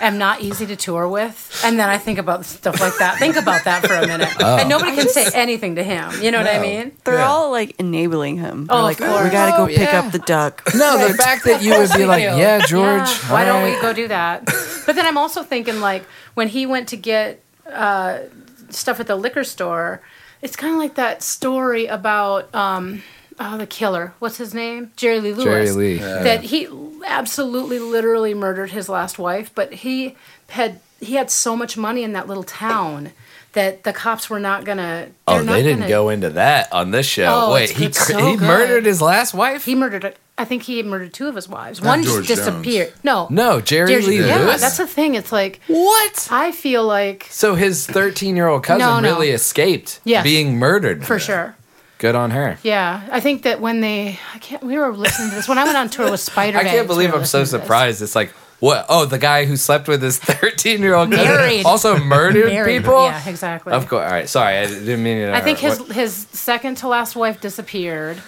E: am not easy to tour with, and then I think about stuff like that. Think about that for a minute,
A: Oh.
E: and nobody can say anything to him. You know what I mean?
C: They're
A: Yeah.
C: all like enabling him. They're
E: Oh,
C: like,
E: of course.
C: we gotta go
B: Oh,
C: pick
B: yeah.
C: up the duck.
B: No, the fact that you would be like, yeah, George.
E: Yeah, Why don't we go do that? But then I'm also thinking like when he went to get uh, stuff at the liquor store, it's kind of like that story about um, oh the killer. What's his name? Jerry Lee Lewis.
B: Jerry Lee.
E: That he absolutely, literally murdered his last wife, but he had he had so much money in that little town. That the cops were not gonna.
B: Oh,
E: they're not
B: they didn't
E: gonna-
B: go into that on this show.
E: Oh,
B: Wait,
E: it's-
B: he
E: it's
B: cr-
E: so
B: he
E: good.
B: murdered his last wife.
E: He murdered. A, I think he murdered two of his wives.
A: Not
E: One
A: George Jones.
E: disappeared. No,
B: no, Jerry,
E: Jerry-
B: Lee
E: yeah,
B: Lewis.
E: that's the thing. It's like
B: what?
E: I feel like
B: So his 13 year old cousin
E: No, no.
B: really escaped
E: Yes.
B: being murdered.
E: for sure.
B: Good on her.
E: Yeah, I think that when they, I can't. We were listening to this when I went on tour with Spider.
B: I can't believe I'm so surprised. It's like, what? Oh, the guy who slept with his 13 year old cousin
E: Married.
B: also murdered people?
E: Yeah, exactly.
B: Of course. All right. Sorry. I didn't mean it.
E: I think his his second to last wife disappeared,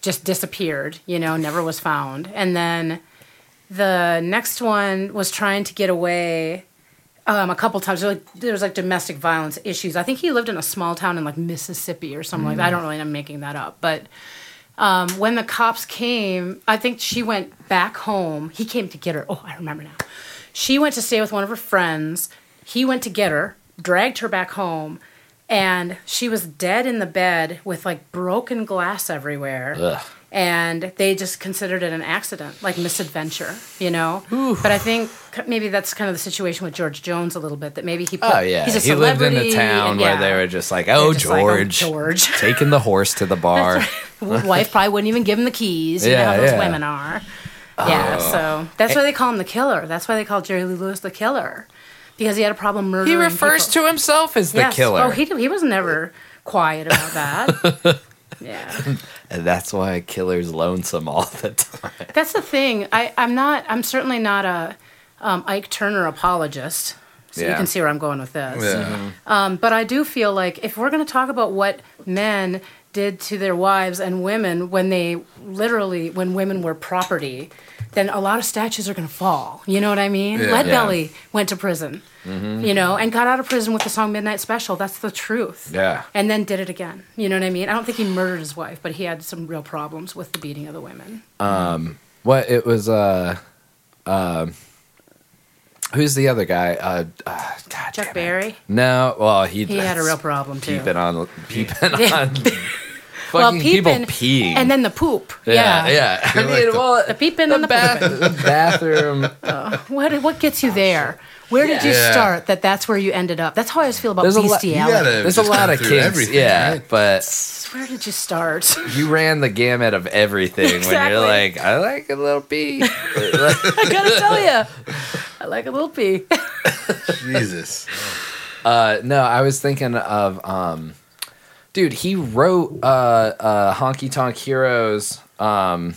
E: just disappeared. You know, never was found. And then the next one was trying to get away. Um, a couple times, there was, like, there was like domestic violence issues. I think he lived in a small town in like Mississippi or something like
B: Mm.
E: that. I don't really. I'm making that up, but um, when the cops came, I think she went back home. He came to get her. Oh, I remember now. She went to stay with one of her friends. He went to get her, dragged her back home, and she was dead in the bed with like broken glass everywhere. And they just considered it an accident, like misadventure, you know. But I think c- maybe that's kind of the situation with George Jones a little bit. That maybe he put,
B: Oh, yeah.
E: he's a
B: he lived in a
E: celebrity,
B: town
E: and
B: where
E: yeah.
B: they were just like, oh,
E: They're just like, oh,
B: George.
E: George.
B: Taking the horse to the bar.
E: wife probably wouldn't even give him the keys. You
B: Yeah,
E: know how those
B: yeah. Oh.
E: women are. Yeah, so that's why they call him the killer. That's why they call Jerry Lee Lewis the killer because he had a problem murdering.
B: he refers
E: people.
B: to himself as the killer.
E: Oh, he he was never quiet about that. yeah,
B: and that's why a killer's lonesome all the time.
E: that's the thing. I I'm not. I'm certainly not a um, Ike Turner apologist. So you
B: Yeah.
E: can see where I'm going with this.
A: Yeah.
E: Um, but I do feel like if we're going to talk about what men did to their wives and women when they literally when women were property, then a lot of statues are going to fall. You know what I mean?
A: Yeah. Mm-hmm.
E: Leadbelly went to prison, you know, and got out of prison with the song "Midnight Special." That's the truth.
B: Yeah.
E: And then did it again. You know what I mean? I don't think he murdered his wife, but he had some real problems with the beating of the women.
B: What it was uh um who's the other guy? Uh, uh God
E: Chuck
B: damn it.
E: Berry,
B: No, well he
E: he had a real problem too.
B: peeping on peeping
E: Yeah.
B: on fucking people peeing.
E: and then the poop.
B: yeah,
E: Yeah,
B: yeah. I mean,
A: like the-
B: well,
E: The peeping and the
B: bath-
E: pooping.
B: the bathroom.
E: What what gets you there? Where did you
A: Yeah.
E: start? That that's where you ended up. That's how I always feel about
B: There's a lot-
E: bestiality.
A: You gotta-
B: There's a
A: just
B: lot
A: gone
B: of
A: through
B: kids,
A: everything,
B: yeah.
A: right?
B: But
E: Where did you start?
B: you ran the gamut of everything when
E: Exactly.
B: you're like, I like a little pee.
E: I gotta tell you, I like a little pee.
A: Jesus.
B: Uh, no, I was thinking of, um, dude, he wrote uh, uh, Honky Tonk Heroes. Um,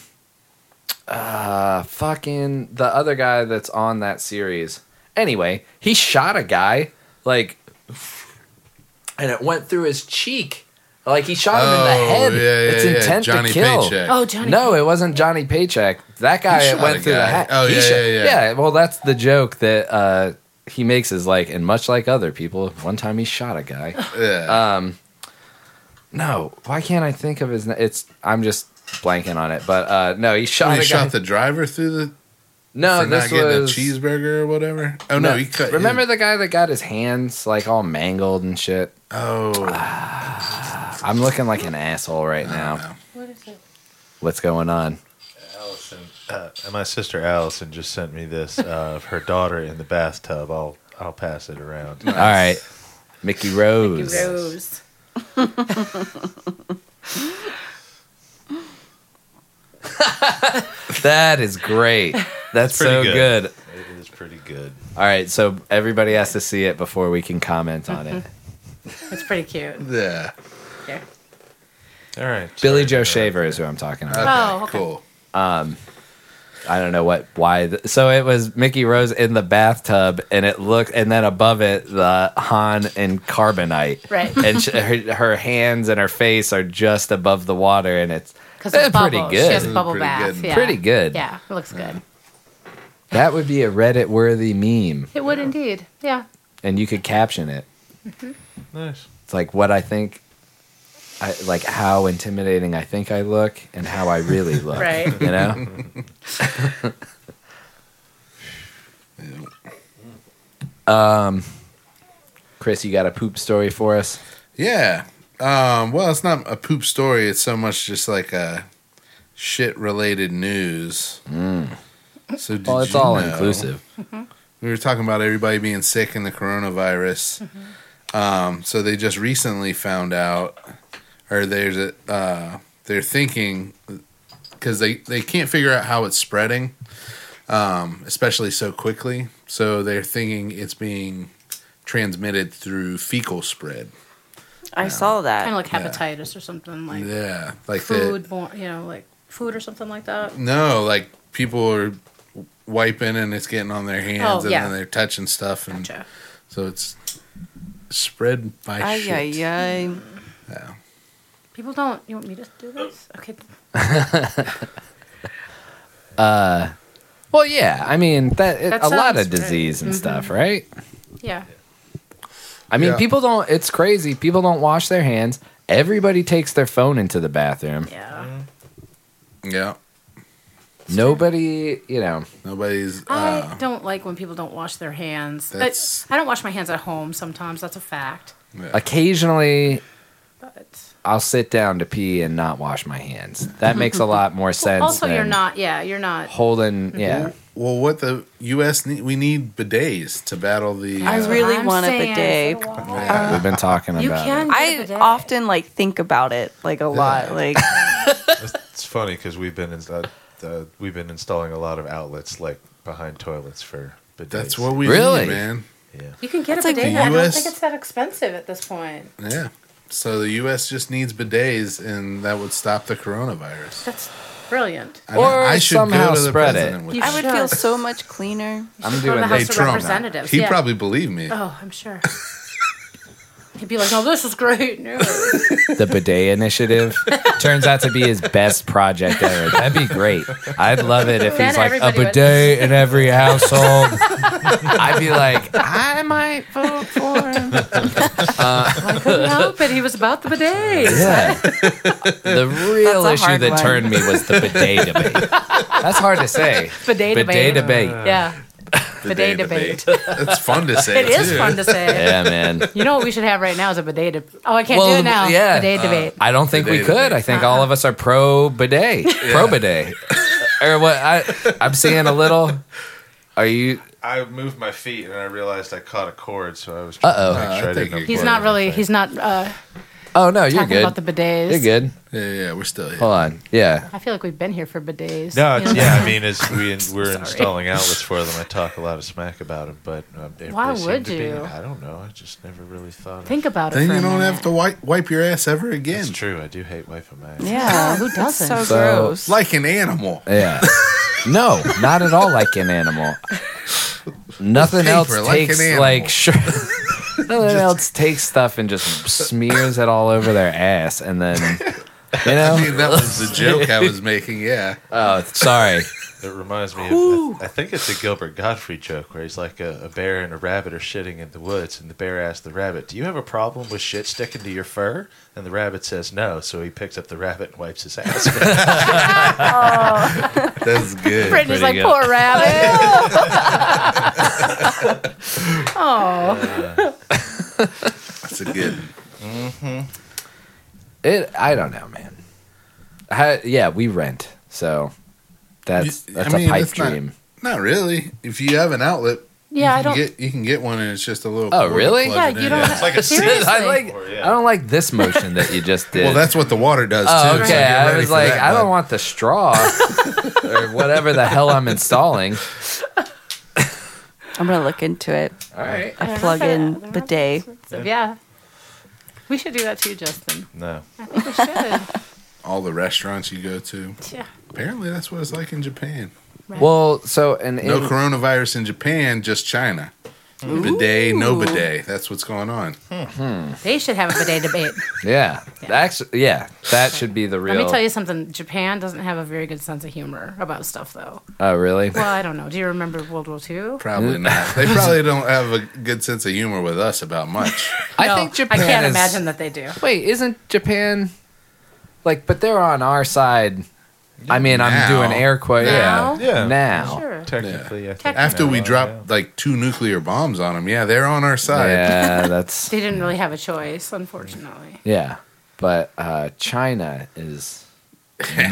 B: uh, fucking the other guy that's on that series. Anyway, he shot a guy like, and it went through his cheek. Like he shot him in
A: Oh,
B: the head. it's intent
A: Johnny
B: to kill.
A: Paycheck.
E: Oh, Johnny.
B: No, it wasn't Johnny Paycheck. That guy
A: He shot
B: went
A: a
B: through the
A: guy.
B: hat.
A: Oh,
B: He
A: yeah,
B: shot-
A: yeah, yeah.
B: Well, that's the joke that uh, he makes is like, and much like other people, one time he shot a guy.
A: yeah.
B: No, why can't I think of his? na- It's I'm just blanking on it, but uh, no, he shot
A: Oh, he
B: a guy.
A: shot the driver through the
B: no,
A: for not
B: this
A: getting
B: was
A: a cheeseburger or whatever. Oh no, he cut.
B: Remember the guy that got his hands like all mangled and shit.
A: oh,
B: I'm looking like an asshole right now.
E: What is it?
B: What's going on?
F: Allison, uh, my sister Allison just sent me this uh, of her daughter in the bathtub. I'll I'll pass it around.
B: All right, Mickey Rose.
E: Rose.
B: That is great. That's
F: pretty
B: so
F: good.
B: good.
F: It is pretty good.
B: All right, so everybody has to see it before we can comment on it.
E: It's pretty cute.
A: yeah.
E: Yeah.
F: All right,
B: Billy
F: sorry. uh,
B: Joe Shaver is who I'm talking about.
E: Oh, okay.
A: Cool.
B: I don't know what why. th- so it was Mickey Rose in the bathtub, and it looked, and then above it, the Han and Carbonite,
E: Right.
B: and sh her, her hands and her face are just above the water, and it's
E: Because
B: eh,
E: it's
B: pretty
E: bubbles. She
B: good.
E: has a bubble
A: Pretty
E: bath.
A: good.
E: Yeah.
B: pretty good.
E: Yeah, it looks good.
B: That would be a Reddit worthy meme,
E: It would indeed. Yeah.
B: and you could caption it.
F: Nice.
B: It's like what I think, I like how intimidating I think I look, and how I really look.
E: Right.
B: You know. um, Chris, you got a poop story for us?
A: Yeah. Um, well, it's not a poop story. It's so much just like a shit related news. So did
B: Mm. well, Oh, it's
A: you
B: all
A: know-
B: inclusive.
A: We were talking about everybody being sick in the coronavirus.
E: Mm-hmm.
A: Um, so they just recently found out, or there's a, uh, they're thinking because they they can't figure out how it's spreading, um, especially so quickly. So they're thinking it's being transmitted through fecal spread.
G: I saw that.
E: Kind of like hepatitis or something like
A: Yeah, like that.
E: food, born, you know, like food or something like that.
A: No, like people are wiping and it's getting on their hands
E: Oh,
A: and
E: yeah.
A: then they're touching stuff and
E: Gotcha.
A: so it's spread by
C: Ay,
A: shit.
C: ay, ay.
E: People don't. You want me to do this? Okay.
B: Well, yeah. I mean, that, it,
E: That
B: a lot
E: sounds Mm-hmm.
B: of disease and stuff, right?
E: Yeah.
B: I mean,
A: Yeah.
B: people don't. It's crazy. People don't wash their hands. Everybody takes their phone into the bathroom.
E: Yeah.
A: Yeah.
B: Nobody, you know.
A: Nobody's uh,
E: I don't like when people don't wash their hands. I,
A: That's-
E: I don't wash my hands at home sometimes. That's a fact.
B: Occasionally,
E: But
B: I'll sit down to pee and not wash my hands. That makes a lot more sense.
E: also, you're
B: than
E: not. Yeah, you're not.
B: holding. Yeah,
A: well what the US need we need bidets to battle the
C: I
A: uh,
C: really
E: I'm
C: want a
E: saying,
C: bidet.
E: so do I.
B: we've been talking
E: You
B: about.
E: can.
B: It.
E: get a
C: I
E: bidet.
C: often like think about it like a lot. Like
F: It's funny because we've been in, uh, uh, we've been installing a lot of outlets like behind toilets for. Bidets.
A: that's what we
B: Really?
A: need, man.
F: Yeah.
E: You can get a
C: That's like
E: bidet. now. I don't
A: US
E: think it's that expensive at this point.
A: Yeah. So the US just needs bidets and that would stop the coronavirus.
E: That's brilliant.
A: I, don't-
B: Or somehow spread it.
A: with
E: You
A: that.
C: I would
E: Sure.
C: feel so much cleaner.
B: I'm
E: Go to
B: doing
E: the
B: that.
E: House
A: Hey
E: of
A: Trump,
E: Representatives.
A: he
E: yeah.
A: probably believed me.
E: Oh, I'm sure. could be like, "Oh, this is great news."
B: the bidet initiative turns out to be his best project ever. That'd be great. I'd love it if
E: Then
B: he's like a
E: everybody would-
B: bidet in every household. I'd be like, I might vote for him.
E: Couldn't help it. He was about the bidet.
B: Yeah. The real
G: That's a
B: issue
G: hard
B: that
G: one.
B: turned me was the bidet debate. That's hard to say.
E: Bidet,
B: Bidet
E: debate.
B: debate.
E: Yeah. Bidet debate.
A: It's fun to say.
E: It is
A: too.
E: fun to say.
B: Yeah, man.
E: You know what we should have right now is a bidet debate. Oh, I can't
B: Well,
E: do it now.
B: yeah. Uh,
E: Bidet debate.
B: I don't think we
A: Bidet
B: could.
A: debate.
B: I think all of us are pro bidet. Pro bidet. or what I I'm seeing a little Are you
F: I moved my feet and I realized I caught a cord, so I was trying
B: Uh-oh.
F: to make sure
A: I
F: I
A: think
F: didn't.
A: you-
E: He's
F: unplug
E: not really.
F: anything.
E: He's not uh,
B: Oh no, you're
E: talking
B: good.
E: about the bidets.
B: You're good.
A: Yeah, yeah, we're still here.
B: Hold on. Yeah.
E: I feel like we've been here for bidets.
F: No, it's,
E: You know?
F: yeah. I mean, it's, we we're installing outlets for them. I talk a lot of smack about them, but um, if
E: Why
F: they seem
E: would
F: to be-
E: you?
F: I don't know. I just never really thought. of-
E: Think about it.
A: Then
E: for
A: you
E: a
A: don't
E: minute.
A: have to wipe, wipe your ass ever again.
F: It's true. I do hate wiping my ass.
G: Yeah.
E: Who doesn't?
G: so
B: So-
G: gross.
A: Like an animal.
B: Yeah. no, not at all like an animal. Nothing
A: Paper,
B: else
A: like an
B: takes
A: animal.
B: like sure. Nothing else takes stuff and just smears it all over their ass, and then you
A: I
B: know.
A: mean, that was the joke I was making. Yeah.
B: Oh, sorry.
F: It reminds me of, I, I think it's a Gilbert Godfrey joke where he's like a, a bear and a rabbit are shitting in the woods, and the bear asks the rabbit, Do you have a problem with shit sticking to your fur? And the rabbit says no, so he picks up the rabbit and wipes his ass.
A: That's good.
E: Brittany's like
B: Pretty good.
E: poor rabbit. oh,
A: That's a good.
B: It. I don't know, man. I, yeah, we rent, so that's
A: You-
B: that's
A: I mean,
B: a pipe
A: it's not-
B: dream.
A: Not really. If you have an outlet,
E: yeah. I
A: you, can
E: don't.
A: get, you can get one and it's just a little.
B: Oh,
A: cord to
B: really?
A: plug
E: Yeah,
A: it
E: you
A: in.
E: don't.
A: Yeah.
F: like a
E: seriously.
B: I like. I don't like this motion that you just did.
A: Well, that's what the water does
B: Oh,
A: too.
B: okay. I was like, I don't want the straw or whatever the hell I'm installing.
G: I'm gonna look into it.
B: All right.
G: A plug-in bidet.
E: So, yeah. We should do that too, Justin.
F: no.
E: I think we should.
A: all the restaurants you go to.
E: yeah.
A: Apparently, that's what it's like in Japan.
B: Well, so and
A: No
B: in-
A: coronavirus in Japan, just China. Bidet, no bidet. That's what's going on.
E: They should have a bidet debate.
B: yeah, actually, yeah, that should be the real.
E: Let me tell you something. Japan doesn't have a very good sense of humor about stuff, though.
B: Oh, really?
E: Well, I don't know. Do you remember World War II?
A: Probably not. They probably don't have a good sense of humor with us about much.
B: I
E: No,
B: think Japan.
E: I can't
B: is-
E: imagine that they do.
B: Wait, isn't Japan like? But they're on our side. I mean,
A: Now.
B: I'm doing air quotes.
E: Now?
B: Yeah.
F: Yeah.
B: Now.
E: Sure.
F: Technically, I think
A: After we
B: uh,
F: no,
A: dropped like two nuclear bombs on them, yeah, they're on our side.
B: Yeah, that's
E: They didn't really have a choice, unfortunately.
B: yeah. But uh, China is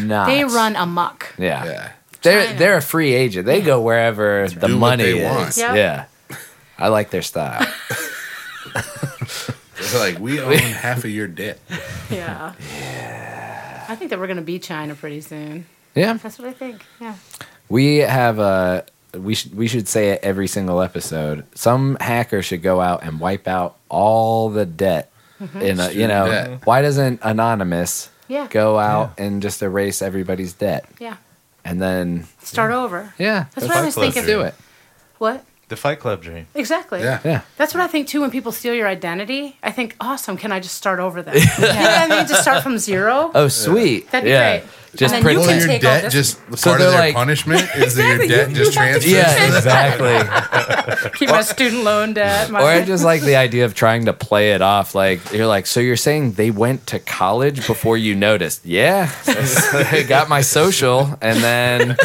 B: not.
E: They run amok.
B: Yeah.
A: Yeah.
B: They're
E: China.
B: they're a free agent. They go wherever the
A: do what
B: money
A: they
B: is.
A: want.
E: Yep.
B: Yeah. I like their style.
A: They're like, we own half of your debt.
E: Yeah. I think that we're going to be China pretty soon.
B: Yeah.
E: That's what I think. Yeah.
B: We have a we should we should say it every single episode. Some hacker should go out and wipe out all the debt.
E: Mm-hmm.
B: In a, you know,
A: debt.
B: why doesn't anonymous
E: Yeah.
B: go out and just erase everybody's debt
E: Yeah.
B: and then
E: Start over.
B: yeah,
E: That's
B: let's
E: what I was
F: Let's
E: thinking.
B: do it.
E: What?
F: The Fight Club dream.
E: Exactly.
A: Yeah.
B: Yeah.
E: That's what I think too. When people steal your identity, I think, awesome. Can I just start over then? yeah. You know what I mean? Just start from zero.
B: Oh, sweet.
E: That'd be
B: yeah.
E: great.
B: Just
E: And then you
B: pretend.
A: Well,
E: can
A: your
E: take all
A: debt
E: this-
A: just
B: So
A: part of
B: they're
A: their
B: like-
A: punishment is that your debt just transfers. to
B: yeah,
A: them?
B: exactly.
E: Keep my student loan debt. My
B: Or I just like the idea of trying to play it off. Like you're like, so you're saying they went to college before you noticed? Yeah, they got my social, and then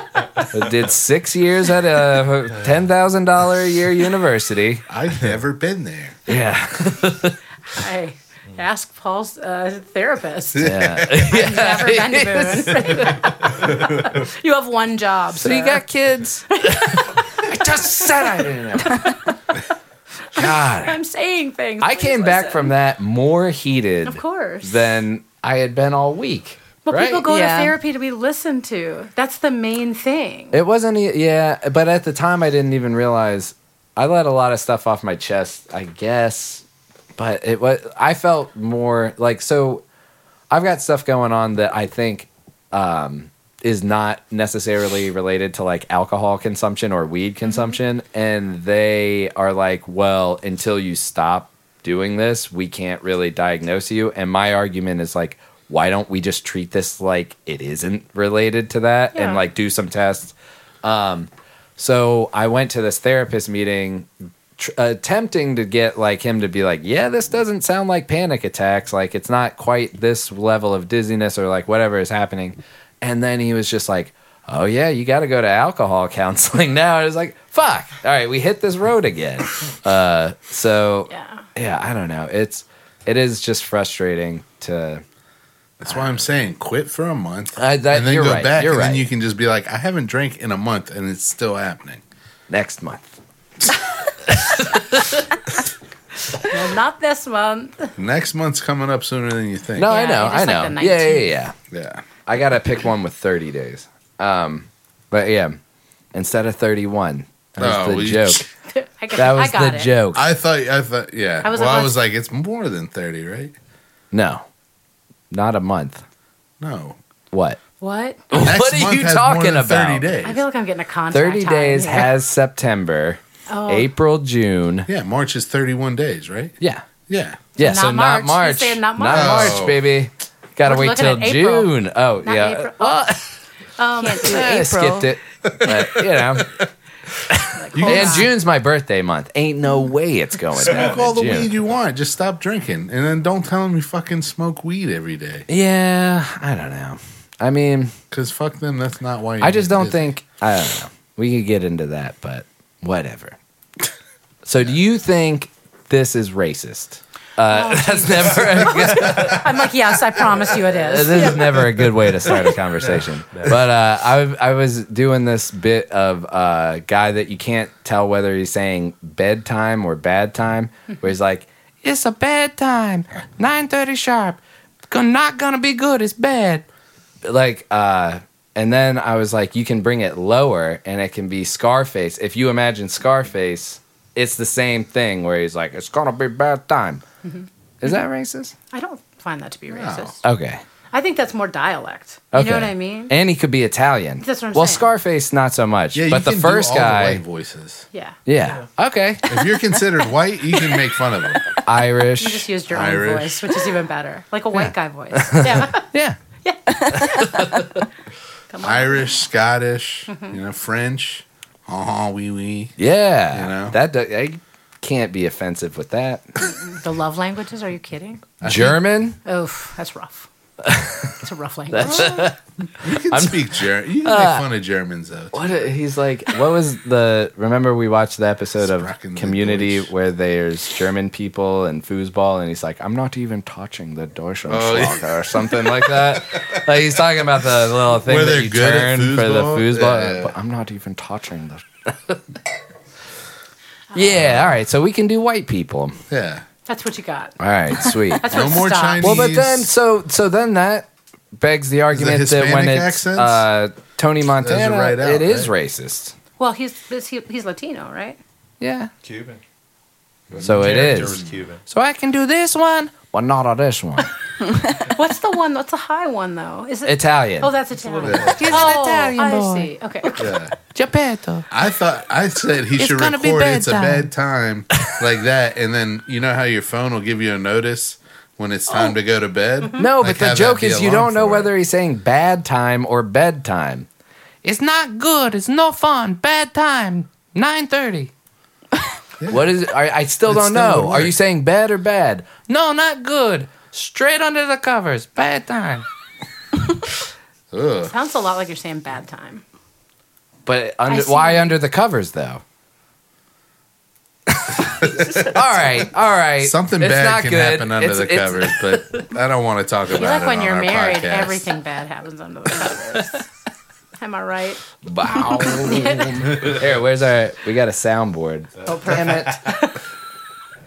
B: did six years at a ten thousand dollar a year university.
A: I've never been there.
B: Yeah,
E: I ask Paul's uh, therapist.
B: yeah.
E: Never been to Boone. you have one job.
B: So you
E: sir.
B: got kids? I just said I didn't. know. God,
E: I'm saying things.
B: I
E: please
B: came back
E: listen.
B: from that more heated,
E: Of course.
B: than I had been all week.
E: Well,
B: right?
E: people go
G: Yeah.
E: to therapy to be listened to. That's the main thing.
B: It wasn't, e- yeah, but at the time I didn't even realize I let a lot of stuff off my chest, I guess. But it was, I felt more like, so I've got stuff going on that I think um, is not necessarily related to like alcohol consumption or weed consumption. And they are like, well, until you stop doing this, we can't really diagnose you. And my argument is like, why don't we just treat this like it isn't related to that and
E: Yeah.
B: like do some tests? Um, so I went to this therapist meeting tr- attempting to get like him to be like, yeah, this doesn't sound like panic attacks. Like it's not quite this level of dizziness or like whatever is happening. And then he was just like, oh yeah, you got to go to alcohol counseling now. And I was like, fuck. All right, we hit this road again. Uh, so
E: Yeah.
B: yeah, I don't know. It's it is just frustrating to.
A: That's why I'm saying quit for a month
B: I- that-
A: and then
B: you're
A: go
B: right,
A: back,
B: you're
A: and then
B: right.
A: you can just be like, I haven't drank in a month, and it's still happening.
B: next month.
E: Well, not this month.
A: Next month's coming up sooner than you think.
B: No, I
E: Yeah,
B: know,
E: just
B: I know.
E: like the
B: yeah, yeah,
E: 19th.
B: yeah.
A: Yeah.
B: I gotta pick one with thirty days. Um, but yeah, instead of thirty-one, that was
A: Oh,
B: the
A: well, you-
B: joke.
E: I got,
B: That was
E: I got
B: the
E: it.
B: joke.
A: I thought. I thought. Yeah.
E: I was
A: well,
E: like,
A: I was like, it's more than thirty, right?
B: No, not a month.
A: No.
B: What?
E: What?
A: Next
B: are
A: month
B: you
A: has
B: talking
A: more than
B: about?
A: Thirty days.
E: I feel like I'm getting a contract.
B: Thirty
E: high
B: days
E: here.
B: has September,
E: Oh,
B: April, June.
A: yeah, March is thirty-one days, right?
B: Yeah,
A: Yeah.
B: yeah.
E: Not
B: so
E: March.
B: not
E: You
B: March.
E: said not March.
B: March, baby. Gotta
E: We're
B: wait
E: looking
B: till
E: at April.
B: June. Oh
E: Not
B: yeah.
E: April.
B: Well,
E: Um,
C: Can't do
B: I
C: April.
B: skipped it. But, you know.
A: You
B: and
A: can
B: June's my birthday month. Ain't no way it's going down.
A: smoke
B: in
A: all the
B: June.
A: weed you want. Just stop drinking, and then don't tell them you fucking smoke weed every day.
B: Yeah, I don't know. I mean,
A: Because fuck them. That's not why. You
B: I just
A: get
B: don't
A: dizzy.
B: think. I don't know. We could get into that, but whatever. So, do you think this is racist? Uh, that's never. A good,
E: I'm like, yes, I promise you it
B: this
E: is.
B: is never a good way to start a conversation. But uh, I, I was doing this bit of uh, guy that you can't tell whether he's saying bedtime or bad time, where he's like, "It's a bad time, nine thirty sharp. Go- Not gonna be good. It's bad." like uh and then I was like, you can bring it lower and it can be Scarface. If you imagine Scarface, it's the same thing where he's like, it's gonna be bad time. Is that racist?
E: I don't find that to be racist.
B: Okay.
E: I think that's more dialect. You
B: Uh, Okay.
E: know what I mean?
B: And he could be Italian.
E: That's what I'm
B: well,
E: saying.
B: Scarface, not so much.
A: Yeah, you
B: but the
A: can do
B: first
A: all
B: guy,
A: white voices.
E: Yeah.
B: yeah. Okay.
A: If you're considered white, you can make fun of them.
E: You just
B: Irish.
E: used your
A: Irish.
E: own voice, which is even better. Like a white guy voice. Yeah.
B: yeah.
E: Come on. Mm-hmm.
A: Irish, Scottish, you know, French. Oh, wee wee.
B: Yeah.
A: You know?
B: That do, I can't be offensive with that.
E: The love languages? Are you kidding?
B: German.
E: Oof, that's rough. It's a rough language.
A: You can speak German. You can make fun of Germans though.
B: Uh, What a- he's like? What was the? Remember we watched the episode
A: Sprechen
B: of
A: Sie
B: Community
A: Deutsch?
B: where there's German people and foosball, and he's like, "I'm not even touching the Deutschlandschlager
A: Oh,
B: or something like that." Like he's talking about the little thing
A: Where
B: that
A: they're
B: you
A: good at
B: turn for the
A: foosball?
B: foosball.
A: Yeah.
B: But I'm not even touching the. yeah. All right. So we can do white people.
A: Yeah.
E: That's what you got.
B: All right. Sweet.
E: That's
A: No
E: what
A: more
E: stopped.
A: Chinese.
B: Well, but then so so then that begs the argument that when
A: Hispanic
B: it's
A: accents?
B: uh, Tony Montana,
A: right out,
B: it is
A: right?
B: racist.
E: Well, he's is he, he's Latino, right?
B: Yeah.
F: Cuban.
B: So Oh, it
F: Character
B: is.
F: was Cuban.
B: So I can do this one, but not on this one.
E: What's the one? What's the high one though? Is it?
B: Italian.
E: oh, that's Italian.
A: bit-
E: oh,
B: Italian boy.
E: I see. Okay.
A: Yeah.
B: Geppetto.
A: I thought I said he should
B: gonna be
A: record it's a bad
B: bedtime."
A: time like that and then you know how your phone will give you a notice when it's time to go to bed?
B: Oh. Mm-hmm. No,
A: Like,
B: but the
A: have
B: joke
A: that be
B: is you
A: alarm
B: don't know
A: for it.
B: whether he's saying bad time or bedtime. It's not good. It's no fun. Bad time. Nine thirty. What is? It? I, I still
A: It
B: don't
A: still
B: know.
A: would
B: Are you
A: work.
B: saying bad or bad? No, not good. Straight under the covers. Bad time.
A: Ugh.
E: Sounds a lot like you're saying bad time.
B: But under,
E: see.
B: why under the covers though? all right, all right.
A: Something
B: It's
A: bad
B: not
A: can
B: good.
A: happen under
B: It's-
A: the
B: it's-
A: covers, but I don't want to talk about
E: You like
A: it
E: when
A: on
E: you're
A: our
E: married,
A: podcast.
E: everything bad happens under the covers. Am I right?
B: Bow. Here, where's our? We got a soundboard.
E: Oh, perfect.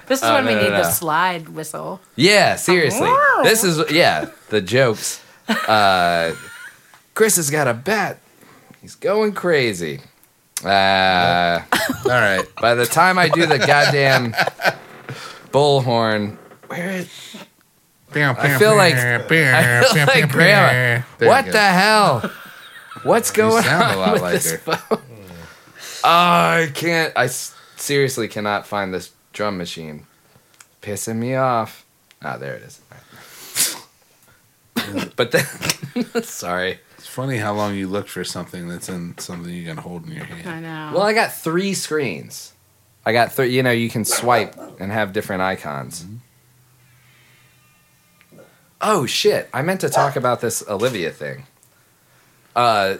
E: This is
A: Oh,
E: when we
B: no,
E: need
B: no, no.
E: the slide whistle.
B: Yeah, seriously. This is yeah the jokes. Uh, Chris has got a bat. He's going crazy. Uh,
A: All right.
B: by the time I do the goddamn bullhorn, where is?
A: I
B: feel like-
A: I
B: feel like grandma. What the hell? What's
A: You
B: going
A: sound a
B: on?
A: lot
B: with
A: like
B: this
A: her.
B: Oh, I can't. I s- seriously cannot find this drum machine. pissing me off. Ah, there it is. All right. but then, sorry.
A: It's funny how long you look for something that's in something you can hold in your hand.
E: I know.
B: Well, I got three screens. I got three. You know, you can swipe and have different icons. Oh shit! I meant to talk about this Olivia thing. Uh,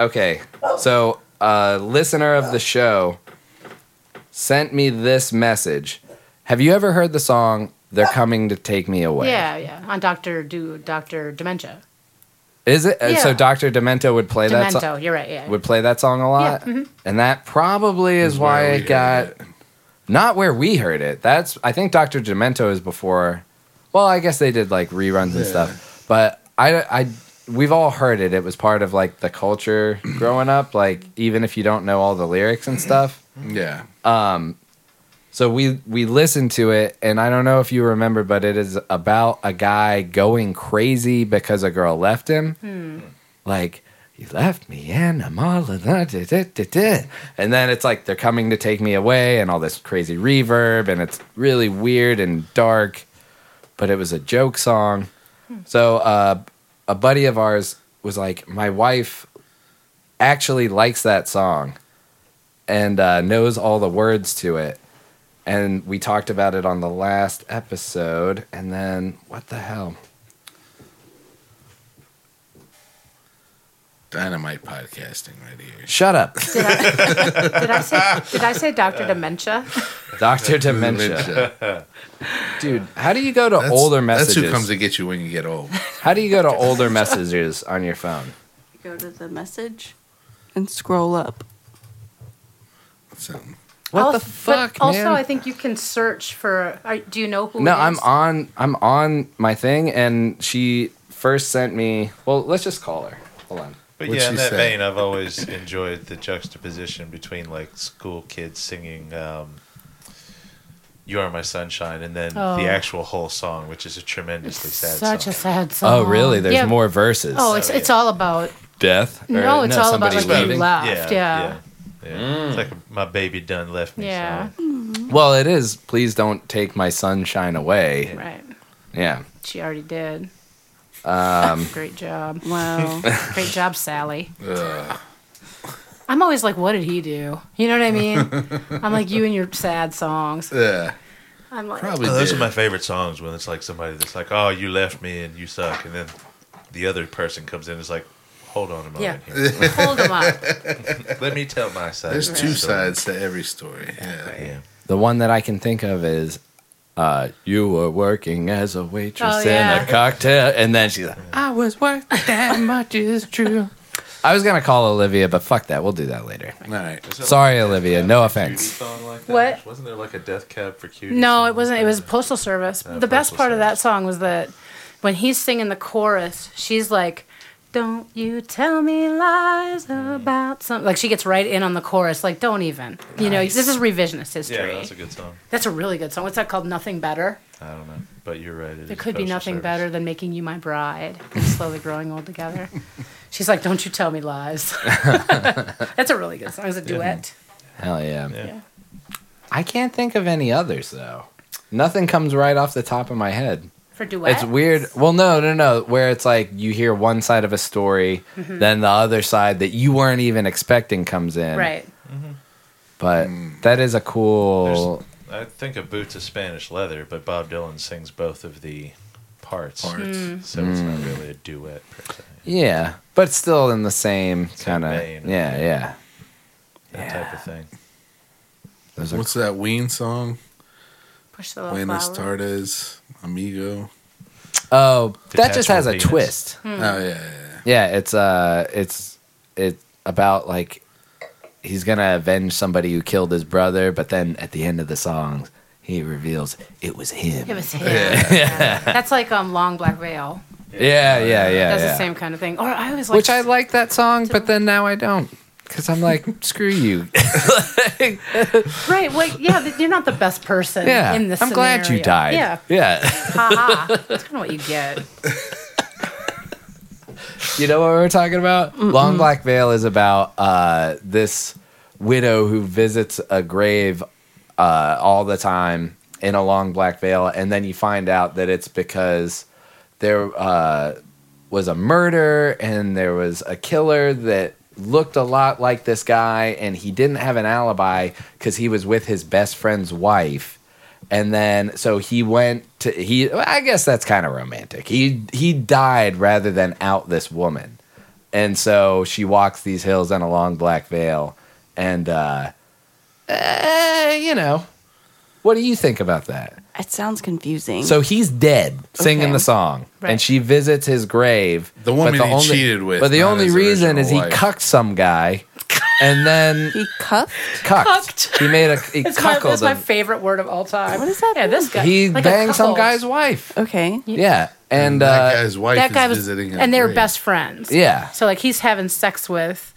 B: okay. So, a listener of the show sent me this message. Have you ever heard the song "They're Coming to Take Me Away"?
E: yeah, yeah. On Doctor Do Doctor Dementia.
B: Is it? uh So,
E: Yeah.
B: Doctor Demento would play that.
E: Demento.
B: song.
E: You're right. Yeah. mm-hmm.
B: would play that song a lot. And that probably is
A: Is
B: why
A: where we
B: it
A: heard
B: got
A: it.
B: not where we heard it. That's I think Dr. Demento is before well, I guess they did like reruns and stuff. But I I we've all heard it. It was part of like the culture growing up, like even if you don't know all the lyrics and stuff.
A: Yeah.
B: So we we listened to it, and I don't know if you remember, but it is about a guy going crazy because a girl left him. Like you left me, and I'm all alone. da, da, da, da." And then it's like they're coming to take me away, and all this crazy reverb, and it's really weird and dark. But it was a joke song. So uh, a buddy of ours was like, my wife actually likes that song and uh, knows all the words to it and we talked about it on the last episode and then what the hell
A: Dynamite podcasting right here.
B: shut up
E: Did I, did I say Did I say Doctor Dementia?
B: dr dementia dude how do you go to older messages
A: That's who comes to get you when you get old.
B: how do you go to older messages on your phone
C: Go to the message and scroll up.
A: So,
B: what the
E: Al-
B: fuck
E: But also,
B: man?
E: I think you can search for. Are, do you know who?
B: no
E: it
B: i'm
E: is?
B: on i'm on my thing and she first sent me well let's just call her hold on
F: But
A: What'd
F: yeah, in
A: she
F: that
A: say?
F: vein, I've always enjoyed the juxtaposition between like school kids singing um, "You Are My Sunshine" and then
E: Oh.
F: the actual whole song, which is a tremendously sad
E: Such
F: song.
E: a sad song.
B: oh really there's
E: Yeah.
B: more verses
E: Oh, it's it's all about
B: death Or-
E: no, it's all about
B: somebody
E: like you
B: leaving.
E: left. Yeah,
F: yeah.
A: Mm.
F: It's like my baby done left me.
E: Yeah.
F: song.
B: well it is please don't take my sunshine away
E: right.
B: yeah
E: She already did.
B: Um,
E: Great job.
C: Wow.
E: Great job, Sally.
A: ugh.
E: I'm always like, what did he do? You know what I mean? I'm like, you and your sad songs.
A: Ugh.
E: I'm like,
A: probably
F: Oh, those
A: did.
F: are my favorite songs when it's like somebody that's like, "Oh, you left me and you suck," and then the other person comes in and is like, "Hold on a moment
E: Yeah.
F: here.
E: hold him up.
F: Let me tell my side."
A: There's
F: of the
A: two
F: story."
A: sides to every story. Yeah.
F: Yeah.
B: The one that I can think of is uh, you were working as a waitress
E: Oh, yeah.
B: in a cocktail, and then she's like, "I was worth that much is true." I was gonna call Olivia, but fuck that. We'll do that later.
A: All right.
F: Is there,
B: Sorry, Olivia. No
F: like, a cutie
B: offense.
F: song like
E: What?
F: that? Wasn't there like a death cab for cutie?
E: No,
F: song?
E: it wasn't. It was Postal Service.
F: Uh,
E: the best
F: Postal
E: part of that
F: Service.
E: song was that when he's singing the chorus, she's like, "Don't you tell me lies
F: Mm.
E: about something." Like she gets right in on the chorus. Like, don't even. You know, this is revisionist history.
F: Yeah,
E: that's,
F: that's
E: a
F: a good song.
E: really good song. What's that called? Nothing better.
F: I don't know, but you're right. It
E: There could be nothing better than making you my bride and slowly growing old together. She's like, "Don't you tell me lies." that's a really good song. It's a duet.
B: Hell yeah.
F: Yeah.
B: I can't think of any others though. Nothing comes right off the top of my head.
E: For duet.
B: It's weird. Well, no, no, no. Where it's like you hear one side of a story,
E: Mm-hmm.
B: then the other side that you weren't even expecting comes in.
E: Right.
B: But that is a cool.
F: I think of Boots of Spanish Leather, but Bob Dylan sings both of the parts,
A: Parts.
E: Hmm.
F: so it's not really a duet per se.
B: Yeah, but still in the same kind of
F: vein.
B: yeah, yeah.
F: That type of thing.
B: Those are
A: What's that Ween song?
E: Push the little
A: Buenas
E: flower.
A: tardes, amigo.
B: oh, that just has a
F: Detachable penis.
E: Hmm.
B: twist.
A: Oh yeah, yeah,
B: Yeah, it's uh, it's it's about like he's gonna avenge somebody who killed his brother, but then at the end of the song, he reveals it was him.
E: It was him. Yeah. That's like um, Long Black Veil.
B: yeah, yeah, yeah.
E: That's
B: yeah.
E: the same kind of thing. Or I was like,
B: Which I like that song, but then now I don't. Cause I'm like, screw you.
E: right? Wait, yeah, th- you're not the best person.
B: Yeah,
E: in this.
B: I'm glad you
E: scenario.
B: died.
E: Yeah,
B: yeah.
E: haha. That's kind of what you get.
B: You know what we're talking about? Long Black Veil is about uh, this widow who visits a grave uh, all the time in a long black veil, and then you find out that it's because there uh, was a murder and there was a killer that looked a lot like this guy, and he didn't have an alibi because he was with his best friend's wife. And then, so he went to he. well, I guess that's kind of romantic. He he died rather than out this woman, and so she walks these hills in a long black veil, and uh, eh, you know, what do you think about that?
C: It sounds confusing.
B: So he's dead, singing
C: Okay.
B: the song,
E: Right.
B: and she visits his grave.
A: The woman he cheated with,
B: But the
A: not
B: only
A: his
B: reason
A: original
B: is he
A: wife.
B: cucked some guy, and then
C: he cuffed.
B: cucked.
E: Cucked.
B: He made a he
E: It's my,
B: cuckolded.
E: that's my favorite word of all time.
C: What does that
E: Yeah, this guy.
B: him. he
E: like a
B: banged some
E: cuckold.
B: guy's wife.
C: Okay.
B: Yeah, and uh,
A: that guy's wife
E: That guy
A: is
E: was,
A: visiting his
E: and they were
A: grave.
E: best friends.
B: yeah,
E: So like he's having sex with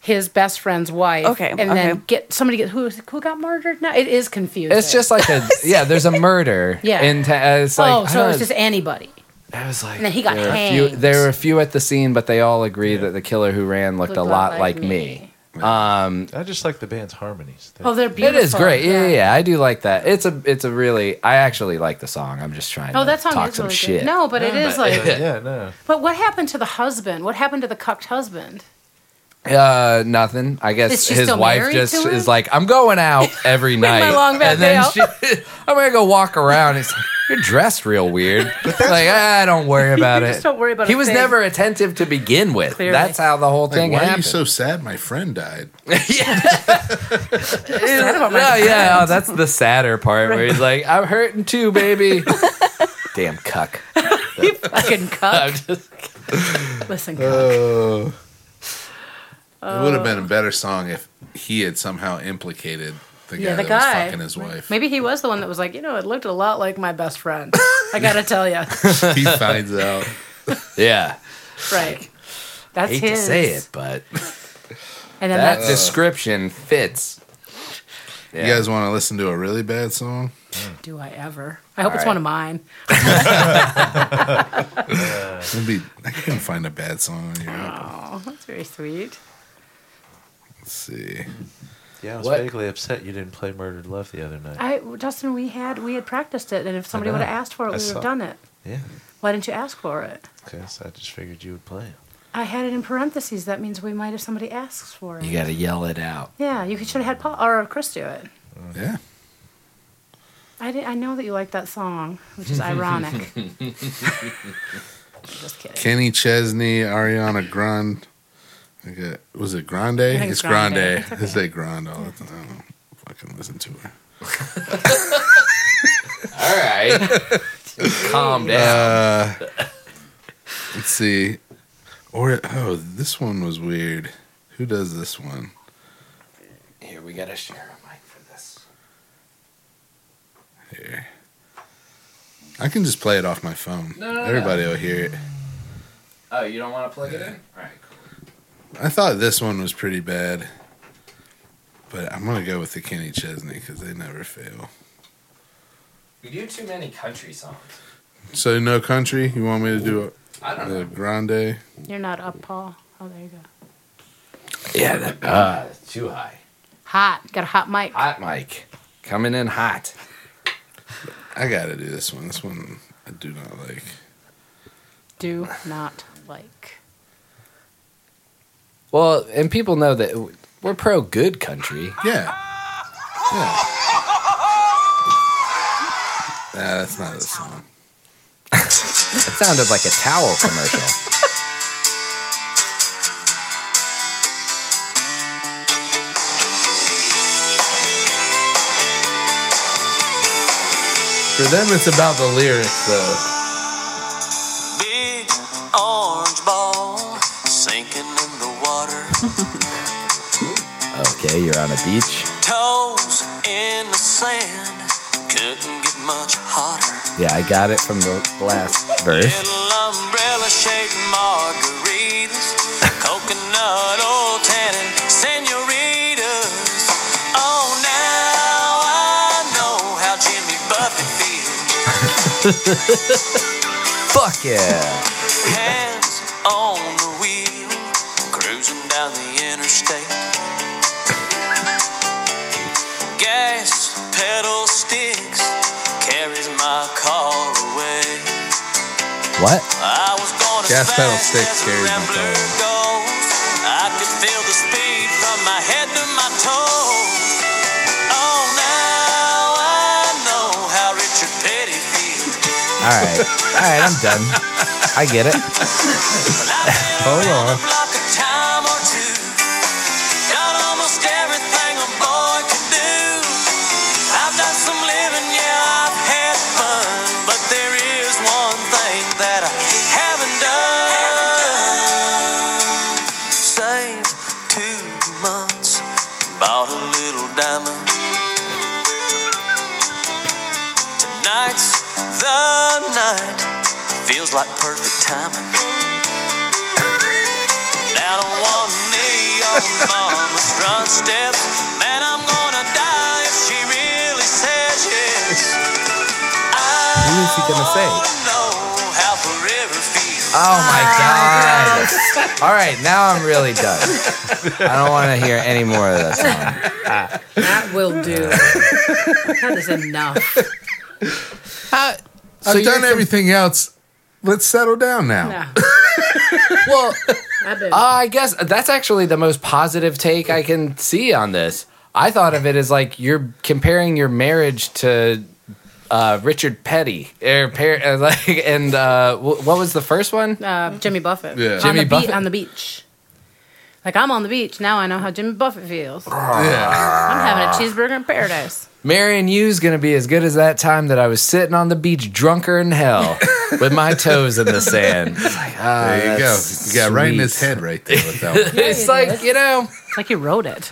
E: his best friend's wife.
C: Okay,
E: And
C: okay.
E: then get somebody get who who got murdered. No, it is confusing.
B: it's just like a yeah. There's a murder.
E: Yeah.
B: in ta- it's like
E: oh,
B: I
E: so
B: don't
E: it was
B: know,
E: just anybody.
B: I was like
E: And then he got
B: there were a
E: hanged.
B: few- there were a few at the scene, but they all agree that the killer who ran looked,
E: Looked
B: a lot like, me.
F: I just like the band's harmonies. They-
E: Oh, they're
B: It
E: beautiful.
B: is great. Yeah, yeah, yeah, I do like that. It's a, it's a really. I actually like the song. I'm just trying.
E: Oh,
B: to
E: that song
B: talk
E: is
B: some
E: really
B: shit.
E: good. No, but it is
F: But,
E: like.
F: yeah, no.
E: But what happened to the husband? What happened to the cucked husband?
B: Uh, nothing. I
E: Is
B: guess
E: she
B: his
E: still
B: wife
E: married
B: just
E: to him?
B: is like, I'm going out every night,
E: long back
B: and then
E: veil.
B: she, I'm gonna go walk around. It's like, you're dressed real weird. It's like, ah, don't worry about it.
E: just don't worry about
B: He
E: a
B: was
E: thing.
B: never attentive to begin with.
E: Clearly.
B: That's how the whole
A: Like,
B: thing
A: why are you
B: happened.
A: so sad? My friend died.
B: no, yeah, oh, that's the sadder part where he's like, I'm hurting too, baby. Damn cuck.
E: Fucking
B: I'm
E: cucked.
B: just- Uh.
E: Listen,
A: Oh. It would have
E: Oh.
A: been a better song if he had somehow implicated the guy
E: Yeah, the
A: that
E: guy.
A: was fucking his wife.
E: maybe he was the one that was like, you know, it looked a lot like my best friend. I gotta tell you,
A: he finds out.
B: yeah.
E: right? That's
B: Hate
E: his.
B: to say it, but
E: And then
B: that
E: that's
B: description fits. Yeah.
A: You guys want to listen to a really bad song?
E: do I ever? I hope it's
B: Alright.
E: one of mine.
A: It'd be, I couldn't find a bad song on your album.
E: Oh, that's very sweet.
A: Let's see.
F: Yeah, I was
B: What?
F: vaguely upset you didn't play Murdered Love the other night.
E: I Justin, we had we had practiced it, and if somebody
F: know.
E: would have asked for it,
F: I
E: we would
F: saw-
E: have done it.
F: yeah,
E: Why didn't you ask for it?
F: because I just figured you would play it.
E: I had it in parentheses. That means we might if somebody asks for it.
B: You gotta yell it out.
E: yeah, you should have had Paul or Chris do it.
A: Yeah.
E: I, did, I know that you like that song, which is ironic. I'm just kidding.
A: Kenny Chesney, Ariana Grande. I got- was it Grande?
E: think
A: It's
E: it's
A: Grande.
E: Grande. It's
A: I say Grande all the time. I don't fucking listen to her.
B: All right. Calm down.
A: Uh, let's see. Or oh, this one was weird. Who does this one?
B: Here, we gotta share a mic for this.
A: Here. I can just play it off my phone.
B: No, no, no.
A: Everybody will hear it.
B: Oh, you don't want to plug it in? All right, cool.
A: I thought this one was pretty bad, but I'm gonna go with the Kenny Chesney because they never fail.
B: We do too many country songs.
A: So no country. You want me to do
B: I
A: a, the Grande?
E: You're not up, Paul. Oh, there you go.
B: Yeah, that, uh, it's too high.
E: Hot. Got a hot mic.
B: Hot mic. Coming in hot.
A: I gotta do this one. This one I do not like.
E: Do not like.
B: Well, and people know that we're pro good country.
A: Yeah. Yeah. Nah, that's not a song.
B: It sounded like a towel commercial.
A: For them, it's about the lyrics, though.
H: Big orange ball sinking in the water.
B: okay, you're on a beach.
H: Toes in the sand. Couldn't get much hotter.
B: Yeah, I got it from the last verse.
H: Little umbrella shaped margaritas. Coconut oil tannin. Senoritas. Oh, now I know how Jimmy Buffett feels.
B: Fuck yeah.
H: Hands on the wheel. Cruising down the interstate. gas pedal sticks
B: What?
H: I was going
A: Gas
H: as
A: pedal
H: fast
A: stick
H: as a
A: scares me,
H: rambler
A: though.
H: goes. I could feel the speed from my head to my toes. Oh, now I know how Richard Petty feels.
B: All right. All right, I'm done. I get it.
A: Hold on.
H: Block a time or two. Got almost everything a boy could do. I've done some living, yeah, I've had fun. But there is one thing that I haven't done. Saved two months, bought a little diamond. Tonight's the night, feels like perfect timing. Down on one knee on mama's front steps, man, I'm gonna die if she really says yes.
B: Who is he gonna say?
H: I know how forever feels.
B: Oh my god. All right, now I'm really done. I don't want to hear any more of that song.
E: That will do. that is enough.
A: I've
B: you're
A: done everything else. Let's settle down now.
E: No,
B: Well,
E: I've been-
B: Uh, I guess that's actually the most positive take I can see on this. I thought of it as like you're comparing your marriage to uh, Richard Petty, er, par- uh, like, and uh, wh- what was the first one?
E: uh, Jimmy Buffett.
A: Yeah.
E: On
B: Jimmy
E: the
B: Buffett.
E: Beat, on the beach. Like I'm on the beach now. I know how Jimmy Buffett feels.
A: Yeah.
E: I'm having a cheeseburger in paradise.
B: Marrying you's gonna be as good as that time that I was sitting on the beach, drunker in hell, with my toes in the sand. It's like, ah,
A: There you go.
B: that's
A: You got right in
B: sweet.
A: his head right there with that one.
B: It's like you know,
E: It's like you wrote it.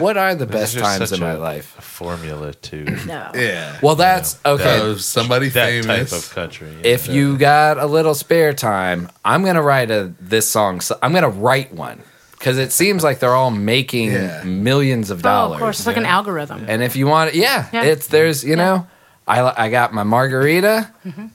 B: what are the best
F: just
B: times
F: such
B: in my
F: a-
B: life?
F: A formula to
E: No.
A: Yeah.
B: Well, that's okay.
A: So somebody
F: that
A: famous.
F: type of country. yeah.
B: if you got a little spare time, I'm gonna write a this song. So I'm gonna write one because it seems like they're all making
A: Yeah.
B: millions of
E: Oh,
B: dollars.
E: of course, it's like an algorithm.
B: And if you want, yeah,
E: Yeah. Mm-hmm.
B: it's there's you know, I I got my margarita.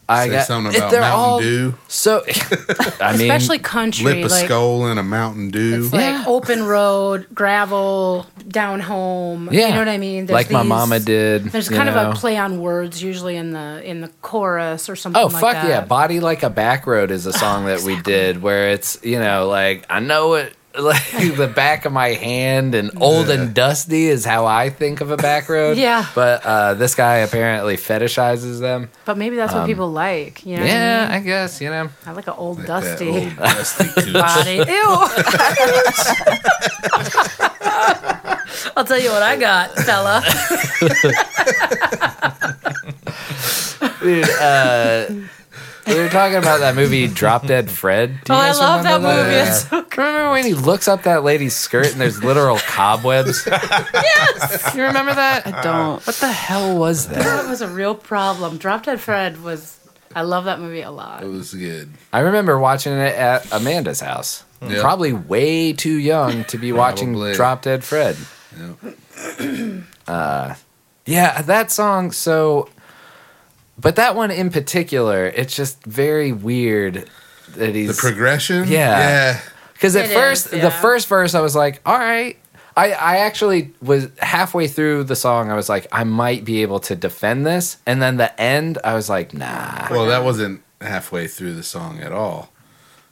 B: I
A: Say
B: got
A: something
B: it-
A: about
B: they're
A: Mountain
B: all
A: Dew.
B: So I mean,
E: Especially country,
A: Lip a
E: like
A: skull and a Mountain Dew.
E: it's like open road, gravel, down home.
B: yeah,
E: you know what I mean. There's
B: like my
E: these-
B: mama did.
E: There's
B: you
E: kind
B: know.
E: of a play on words usually in the in the chorus or something.
B: Oh
E: like
B: fuck
E: that.
B: yeah! "Body Like a Back Road" is a song that we did where it's you know like I know it like the back of my hand and old and dusty is how I think of a back road.
E: Yeah.
B: but uh, this guy apparently fetishizes them.
E: But maybe that's what people like. You know what I
B: Um, Yeah,
E: mean?
B: I guess you know.
E: I like an old
A: Like that
E: dusty
A: old dusty cooch.
E: body. Ew. I'll tell you what I got, fella.
B: Dude, uh, we were talking about that movie Drop Dead Fred. Do
E: Oh,
B: you
E: I
B: guys
E: love that
B: remember
E: movie. It's so
B: Remember when he looks up that lady's skirt and there's literal cobwebs?
E: yes. You remember that?
C: I don't.
B: What the hell was that?
E: That was a real problem. Drop Dead Fred was. I love that movie a lot.
A: It was good.
B: I remember watching it at Amanda's house.
A: Yeah.
B: Probably way too young to be watching
A: Probably.
B: Drop Dead Fred. Uh, yeah, that song. So, but that one in particular, it's just very weird that
A: The
B: he's
A: progression?
B: Yeah.
A: Yeah.
B: because at
E: It
B: first
E: is, yeah.
B: the first verse I was like, all right. I, I actually was halfway through the song. I was like, I might be able to defend this, and then the end, I was like, nah.
A: Well, that wasn't halfway through the song at all.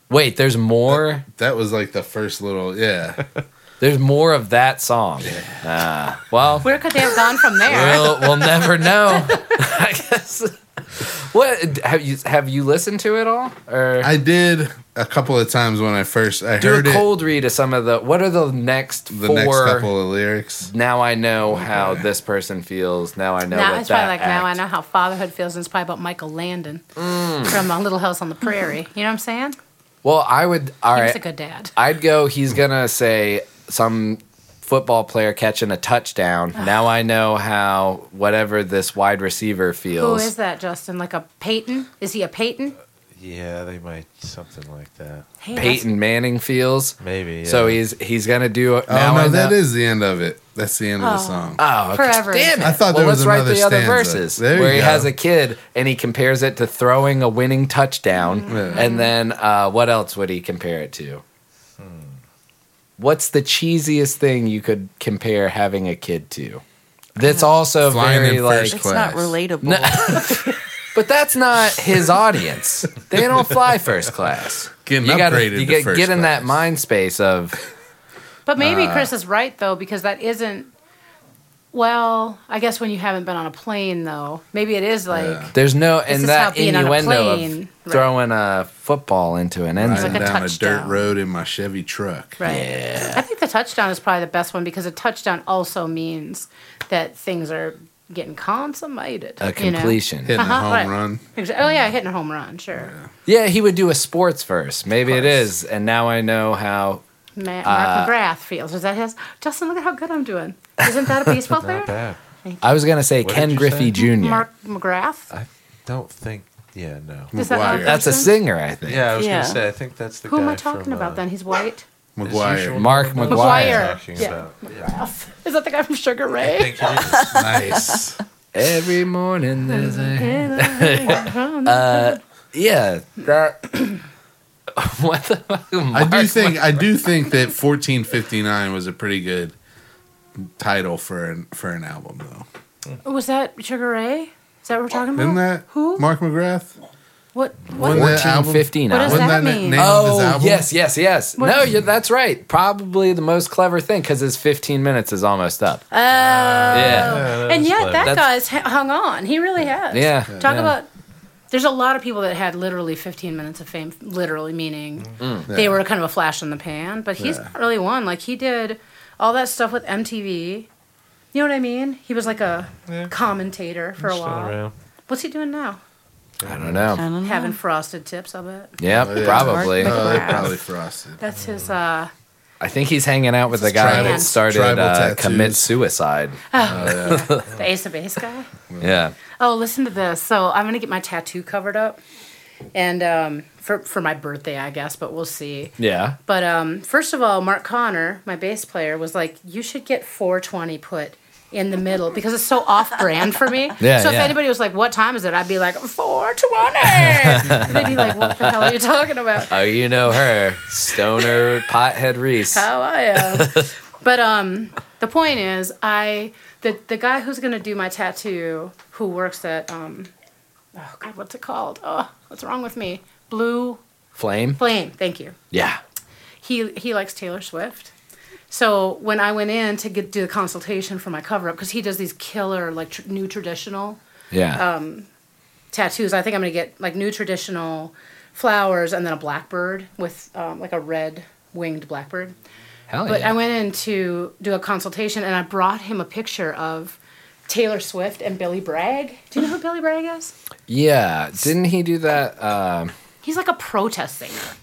B: Wait, there's more.
A: That was like the first little, yeah.
B: There's more of that song. Ah, well,
E: Where could they have gone from there?
B: we'll we'll never know. I guess. What have you have you listened to it all? Or
A: I did a couple of times when I first I
B: do a
A: heard it.
B: cold read of some of the what are the next
A: The
B: four?
A: next couple Oh, of lyrics.
B: Now I know how this person feels. Now I know
E: Now
B: what
E: it's
B: that
E: probably like now I know how fatherhood feels, and it's probably about Michael Landon
B: Mm.
E: from uh, Little House on the Prairie. You know what I'm saying?
B: Well, I would. All
E: He
B: right,
E: was a good dad.
B: I'd go. He's gonna say some football player catching a touchdown. Now I know how whatever this wide receiver
E: Who
B: feels.
E: is that, Justin? Like a Peyton? Is he a Peyton?
F: yeah, they might something like that.
E: Hey, that's-
B: Peyton Manning feels.
F: Maybe. Yeah.
B: So he's he's gonna do it.
A: Oh,
B: now I
A: no,
B: know-
A: that is the end of it. That's the end of the song.
E: Uh,
B: Oh, okay.
E: Forever.
B: Damn it.
A: I thought there
B: well,
A: was
B: let's write
A: another
B: the other
A: stanza.
B: verses
A: There you
B: where he
A: go.
B: has a kid and he compares it to throwing a winning touchdown.
A: Mm. Yeah.
B: And then uh, what else would he compare it to? What's the cheesiest thing you could compare having a kid to? That's also
E: Ah.
A: Flying
B: very
A: in
B: like
A: first
C: It's not
A: class.
C: relatable.
B: But that's not his audience. They don't fly first class.
A: Getting
B: you gotta,
A: upgraded
B: you
A: to
B: get,
A: first
B: get in that
A: class.
B: mind space of
E: But maybe
B: Uh.
E: Chris is right though, because that isn't. Well, I guess when you haven't been on a plane though, maybe it is like
B: there's no and
E: is
B: that
E: how being on a
B: innuendo of
E: plane- right.
B: throwing a football into an end
A: Riding
B: zone.
E: like a
A: down a, dirt
E: touchdown.
A: road in my Chevy truck.
E: right. I think the touchdown is probably the best one because a touchdown also means that things are getting consummated.
B: a
E: you know?
B: completion.
A: Hitting a
E: Uh-huh,
A: home
E: right.
A: run.
E: Exa- Oh yeah, hitting a home run, sure.
B: Yeah, he would do a sports verse. Maybe it is. And now I know how.
E: Ma- Mark McGrath feels. Is that his? Justin, look at how good I'm doing. Isn't that a baseball player?
F: Not bad.
B: I was going to say
F: What did
B: Ken
F: you
B: Griffey
F: say?
B: Jr.
E: Mark McGrath.
F: I don't think. Yeah, no.
E: Is that
A: Maguire.
E: not
B: That's a
E: person?
B: singer, I think.
F: Yeah, I was
C: Yeah.
F: gonna say. I think that's the
E: Who
F: guy
E: am I talking
F: from, uh,
E: about then? He's white.
A: McGuire.
B: Mark
E: McGuire.
B: McGuire.
F: Talking
E: Yeah.
F: about. Yeah.
E: Is that the guy from Sugar Ray?
F: Thank you.
A: nice.
B: Every morning there's a. uh, yeah, that. what the fuck?
A: I
B: Mark
A: do think I do think that 1459 was a pretty good title for an for an album though.
E: Was that Sugar Ray? Is that what we're talking about?
A: Isn't that
E: Who?
A: Mark McGrath?
E: What? What?
A: Wasn't that album?
B: 1459.
E: What is
A: Wasn't
E: that
A: that, na-
E: mean?
A: name of
B: Oh
A: his album?
B: yes, yes, yes.
E: What-
B: No, you that's right. Probably the most clever thing because his 15 minutes is almost up.
E: Oh.
B: yeah,
F: Yeah, that
E: and
F: was
E: yet
F: clever.
E: that
B: That's-
E: guy's h- hung on. He really has.
B: yeah.
E: Talk
B: yeah.
E: about. There's a lot of people that had literally 15 minutes of fame, literally meaning they
A: Mm. Yeah.
E: were kind of a flash in the pan. But he's
A: Yeah.
E: not really one. Like he did all that stuff with MTV. You know what I mean? He was like a
F: Yeah.
E: commentator for a
F: Still
E: while.
F: around.
E: What's he doing now?
B: I don't know.
A: Mm-hmm.
C: don't
E: Having frosted tips, I bet.
B: Yeah,
A: Oh, yeah.
B: probably.
A: Oh, they
C: McGrath.
A: probably frosted.
E: That's his.
A: Mm.
E: uh
B: I think he's hanging out with the guy
A: tribal-
B: that started
A: tribal
B: uh,
A: tattoos.
B: commit suicide.
E: The Ace of Base guy.
B: Yeah.
E: Oh, listen to this. So I'm gonna get my tattoo covered up, and um, for for my birthday, I guess. But we'll see.
B: Yeah.
E: But um, first of all, Mark Connor, my bass player, was like, "You should get 420 put in the middle because it's so off-brand for me."
B: Yeah,
E: so if
B: yeah.
E: anybody was like, "What time is it?" I'd be like, "420." They'd be like, "What the hell are you talking about?"
B: Oh, you know her, stoner pothead Reese.
E: How I am. but um, the point is, I the the guy who's gonna do my tattoo, who works at um, oh god, what's it called? Oh, what's wrong with me? Blue
B: Flame.
E: Flame. Thank you.
B: Yeah.
E: he he likes Taylor Swift. So when I went in to get do the consultation for my cover up, because he does these killer like tr- new traditional
B: Yeah.
E: Um, tattoos, I think I'm gonna get like new traditional flowers and then a blackbird with um, like a red winged blackbird.
B: Hell
E: But
B: Oh, yeah.
E: I went in to do a consultation and I brought him a picture of Taylor Swift and Billy Bragg. Do you know who Billy Bragg is?
B: yeah. Didn't he do that? Um,
E: He's like a protest singer.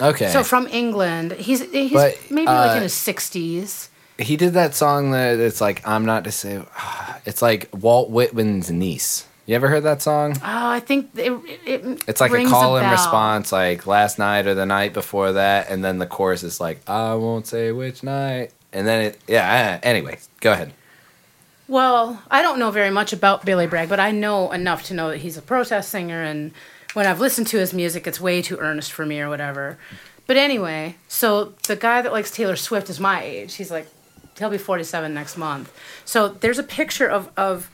B: okay.
E: So from England, he's he's
B: Eh. But,
E: maybe like
B: uh,
E: in his 60s.
B: he did that song that it's like I'm not to say. It's like Walt Whitman's niece. You ever heard that song?
E: Oh, I think it, it- it
B: It's like a
E: rings
B: call and
E: bell.
B: response, like last night or the night before that, and then the chorus is like, "I won't say which night," and then it, yeah. uh, Anyway, go ahead.
E: Well, I don't know very much about Billy Bragg, but I know enough to know that he's a protest singer, and when I've listened to his music, it's way too earnest for me or whatever. But anyway, so the guy that likes Taylor Swift is my age. He's like, he'll be 47 next month. So there's a picture of of.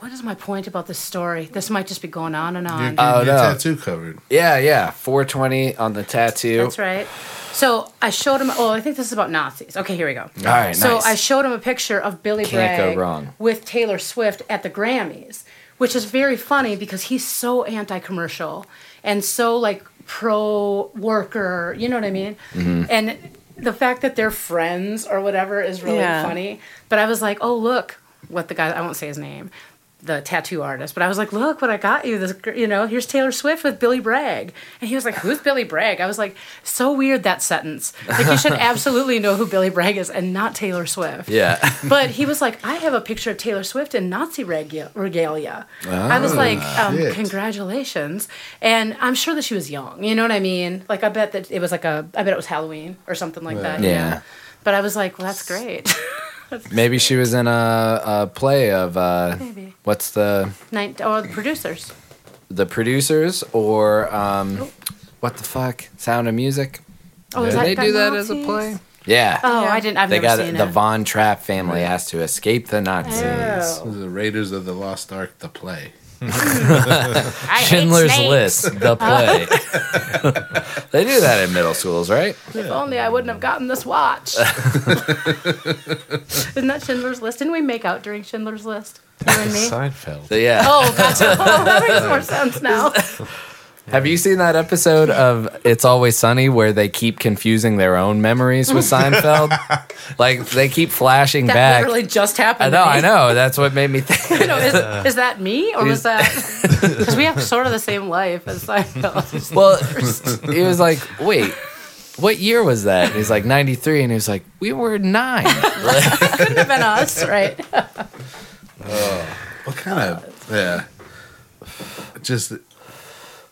E: What is my point about this story? This might just be going on and
A: You're
E: on.
A: getting your
B: Oh, no.
A: tattoo covered.
B: Yeah, yeah. 420 on the tattoo.
E: That's right. So I showed him. Oh, I think this is about Nazis. Okay, here we go.
B: All right,
E: So
B: nice.
E: I showed him a picture of Billy
B: Can't go
E: Bragg
B: wrong.
E: with Taylor Swift at the Grammys, which is very funny because he's so anti-commercial and so like pro worker. You know what I mean? And the fact that they're friends or whatever is really
C: Yeah.
E: funny. But I was like, oh look, what the guy. I won't say his name. The tattoo artist, but I was like, "Look what I got you! This, gr- you know, here's Taylor Swift with Billy Bragg," and he was like, "Who's Billy Bragg?" I was like, "So weird that sentence. Like, you should absolutely know who Billy Bragg is and not Taylor Swift."
B: Yeah.
E: But he was like, I have a picture of Taylor Swift in Nazi regalia. regalia. I
B: Ah,
E: was like, um,
A: shit.
E: congratulations. And I'm sure that she was young. You know what I mean? Like, I bet that it was like a, I bet it was Halloween or something like that. you
B: Yeah.
E: know? But I was like, well, that's great.
B: Maybe she was in a, a play of uh,
E: Maybe.
B: what's the
E: Nine, oh, the producers.
B: the producers or um, what the fuck Sound of Music?
E: Oh, is
B: Did
E: that
B: they
E: got
B: do that as a
C: Nazis?
B: play? Yeah.
E: Oh,
C: Yeah.
E: I didn't. I've
B: they
E: never
B: got
E: seen
B: it. The
E: it. Uh,
B: Von Trapp family has to escape the Nazis.
E: Oh,
A: The Raiders of the Lost Ark, the play.
E: I
B: Schindler's
E: hate snakes. Uh-huh.
B: List, the play. they do that in middle schools, right?
E: If only I wouldn't have gotten this watch. Isn't that Schindler's List? Didn't we make out during Schindler's List? You and me.
F: Seinfeld.
B: So, yeah.
E: Oh, gotcha. Oh, that makes more sense now.
B: Have you seen that episode of It's Always Sunny where they keep confusing their own memories with Seinfeld? like they keep flashing
E: That
B: back.
E: literally just
B: I
E: happened.
B: know,
E: to me.
B: I know. That's what made me think.
E: You know, is, is that me or was
B: Is-
E: that? Because we have sort of the same life as Seinfeld.
B: well, he was like, "Wait, what year was that?" And he's like, "93," and he was like, "We were nine.
E: Couldn't have been us, right?
A: What kind of yeah? Just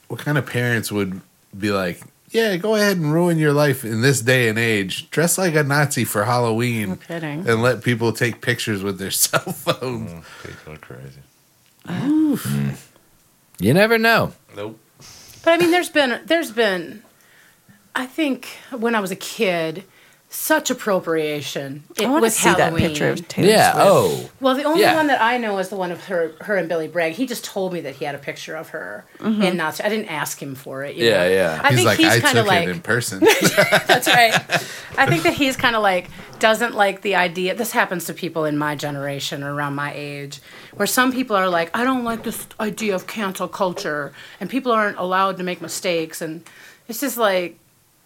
A: what kind of parents would be like? Yeah, go ahead and ruin your life in this day and age. Dress like a Nazi for Halloween
E: kidding.
A: and let people take pictures with their cell phones.
F: People are crazy.
B: you never know."
F: Nope.
E: But I mean, there's been there's been, I think when I was a kid, such appropriation.
G: I
E: It
G: want to
E: was
G: see
E: Halloween.
G: that picture of Taylor
B: yeah.
G: Swift.
B: Oh,
E: Well, the only
B: Yeah.
E: one that I know is the one of her, her and Billy Bragg. He just told me that he had a picture of her, and not I didn't ask him for it. you
B: Yeah,
E: know?
B: yeah.
E: I
A: He's
E: think
A: like,
E: he's
A: I
E: kind of
A: took
E: like
A: it in person.
E: that's right. I think that he's kind of like doesn't like the idea. This happens to people in my generation or around my age, where some people are like, I don't like this idea of cancel culture, and people aren't allowed to make mistakes, and it's just like.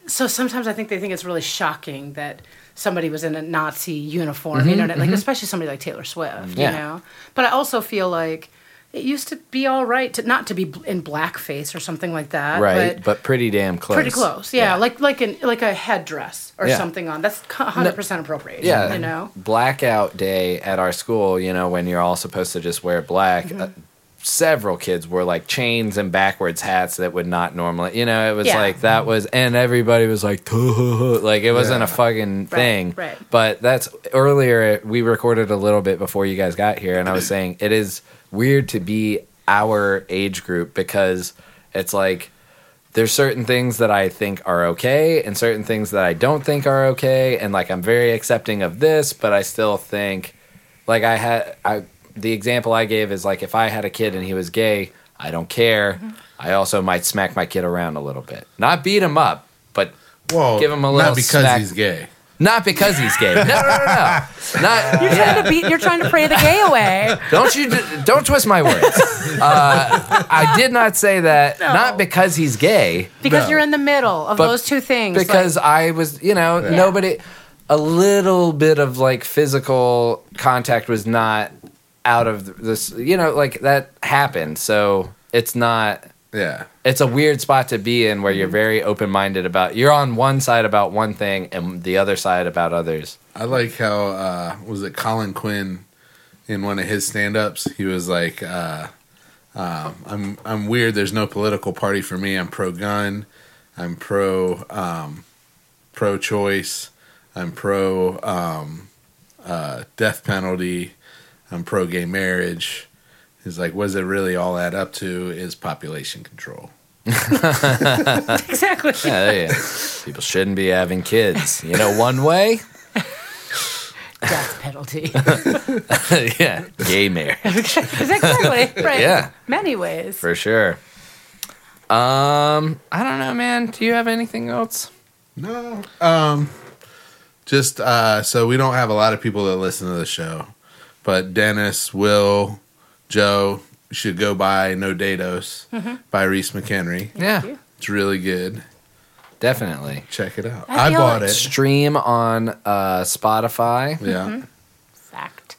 E: So sometimes I think they think it's really shocking that somebody was in a Nazi uniform, you know, like especially somebody like Taylor Swift,
B: Mm-hmm, Yeah.
E: you know. But I also feel like it used to be all right to not to be bl- in blackface or something like that,
B: right,
E: uh, but
B: but, pretty damn close.
E: pretty close. Yeah, like like an like a headdress or
B: Yeah.
E: something on. That's hundred percent appropriate.
B: yeah,
E: you know.
B: blackout day at our school. You know, when you're all supposed to just wear black.
E: Mm-hmm.
B: Uh, several kids wore like chains and backwards hats that would not normally. You know, it was
E: Yeah.
B: like that was, and everybody was like, like it wasn't a fucking thing.
E: right.
B: But that's earlier. We recorded a little bit before you guys got here, and I was saying it is weird to be our age group because it's like there's certain things that I think are okay and certain things that I don't think are okay and like I'm very accepting of this but I still think like I had I the example I gave is like if I had a kid and he was gay I don't care
E: Mm-hmm.
B: I also might smack my kid around a little bit not beat him up but
A: Whoa,
B: Give him a little
A: not because
B: smack.
A: he's gay.
B: not because he's gay no no no, no. not
G: You're trying to beat. You're trying to pray the gay away.
B: Don't you don't twist my words. Uh, I did not say that. Not because he's gay,
E: Because
A: No.
E: you're in the middle of
B: But
E: those two things. like-
B: because I was, you know, nobody. A little bit of like physical contact was not out of this, you know, like that happened. So it's not.
A: Yeah.
B: It's a weird spot to be in where you're very open minded about. You're on one side about one thing and the other side about others.
A: I like how uh was it Colin Quinn in one of his stand ups, he was like, uh um, I'm I'm weird, there's no political party for me. I'm pro gun, I'm pro um pro choice, I'm pro um uh death penalty, I'm pro gay marriage. He's like, what does it really all add up to is population control.
E: exactly.
B: Yeah, there you go. people shouldn't be having kids. You know, one way.
E: Death penalty.
B: yeah, gay marriage.
E: exactly. Right.
B: Yeah.
E: Many ways.
B: For sure. Um, I don't know, man. Do you have anything else?
A: No. Um just uh so we don't have a lot of people that listen to the show. But Dennis, Will, Joe should go buy No Dados
E: Mm-hmm.
A: by Reese McHenry.
B: yeah,
E: you.
A: It's really good.
B: definitely.
A: Check it out. I,
E: I feel
A: bought
E: like-
A: it.
B: Stream on uh, Spotify.
A: yeah.
E: Mm-hmm. Fact.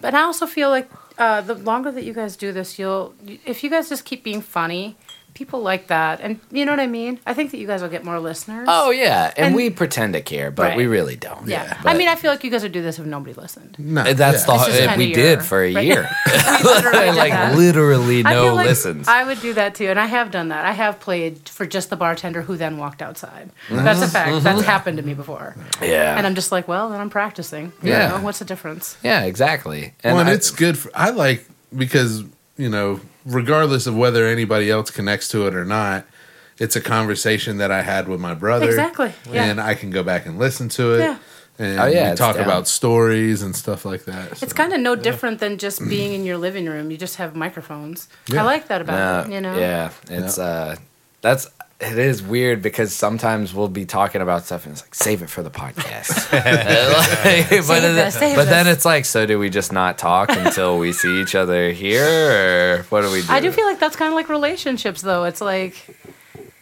E: But I also feel like uh, the longer that you guys do this, you'll if you guys just keep being funny, people like that, and you know what I mean. I think that you guys will get more listeners.
B: Oh yeah, and,
E: And-
B: we pretend to care, but
E: Right.
B: we really don't.
E: yeah.
B: but- uh,
E: I mean, I feel like you guys would do this if nobody listened.
A: No.
B: that's
A: yeah.
B: the
E: It's just
B: it,
E: kinda
B: we
E: your-
B: did for a
E: right.
B: year.
E: We literally did
B: like
E: that.
B: literally
E: I
B: no
E: feel like
B: listens.
E: I would do that too, and I have done that. I have played for just the bartender who then walked outside.
B: Mm-hmm.
E: That's a fact. That's happened to me before.
B: yeah,
E: And I'm just like, well, then I'm practicing. You
B: Yeah.
E: know, what's the difference?
B: yeah, exactly.
A: Well, and
B: I-
A: it's good for I like because, you know, regardless of whether anybody else connects to it or not, it's a conversation that I had with my brother.
E: Exactly. Yeah.
A: And I can go back and listen to it.
E: Yeah.
A: And
B: Oh, yeah,
A: we
B: it's
A: talk
B: down.
A: about stories and stuff like that. so-
E: It's kind of no different than just being in your living room. You just have microphones.
A: Yeah.
E: I like that about
B: No,
E: it. You know,
B: Yeah, it's uh, that's it is weird because sometimes we'll be talking about stuff and it's like save it for the podcast. Like, but
E: Save
B: it-
E: us, save
B: but then
E: us.
B: it's like, so do we just not talk until we see each other here, or what do we do?
E: I do feel like that's kind of like relationships, though. It's like,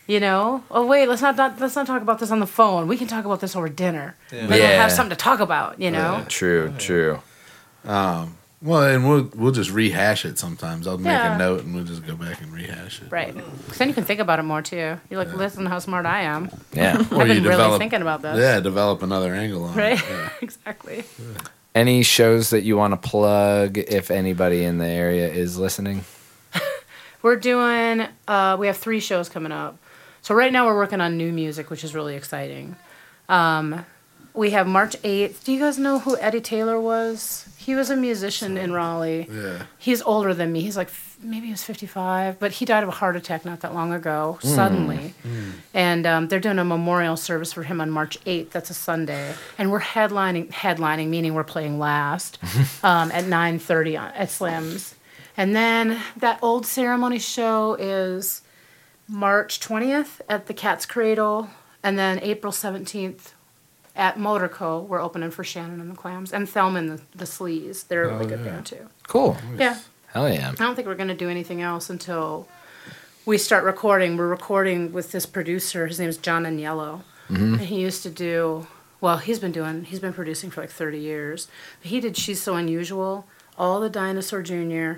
E: you know, oh wait, let's not, not let's not talk about this on the phone. We can talk about this over dinner. Yeah. Then we'll
B: Yeah.
E: have something to talk about. You know,
B: true, true.
A: Well, and we'll we'll just rehash it sometimes. I'll make
E: Yeah.
A: a note and we'll just go back and rehash it.
E: right? Because then you can think about it more too. You're like, listen, how smart I am.
B: Yeah.
A: Or
E: I've
A: you
E: been really
A: develop-
E: thinking about this.
A: Yeah, develop another angle on
E: Right?
A: it. Yeah.
E: exactly.
B: Any shows that you want to plug if anybody in the area is listening?
E: We're doing. Uh, we have three shows coming up. So right now we're working on new music, which is really exciting. Um, we have March eighth. Do you guys know who Eddie Taylor was? He was a musician in Raleigh.
A: Yeah.
E: He's older than me. He's like f- maybe he was fifty five, but he died of a heart attack not that long ago,
A: Hmm.
E: suddenly. And um, they're doing a memorial service for him on March eighth. That's a Sunday, and we're headlining. Headlining meaning we're playing last um, at nine thirty at Slim's. And then that old ceremony show is March 20th at the Cat's Cradle, and then April 17th at Motorco. We're opening for Shannon and the Clams and Thelma and the, the Sleaze. They're a really good band too.
B: Cool.
E: Yeah,
B: Hell yeah.
E: I don't think we're gonna do anything else until we start recording. We're recording with this producer. His name is John and Yellow, and he used to do. Well, he's been doing. He's been producing for like 30 years. But he did "She's So Unusual," all the Dinosaur Jr.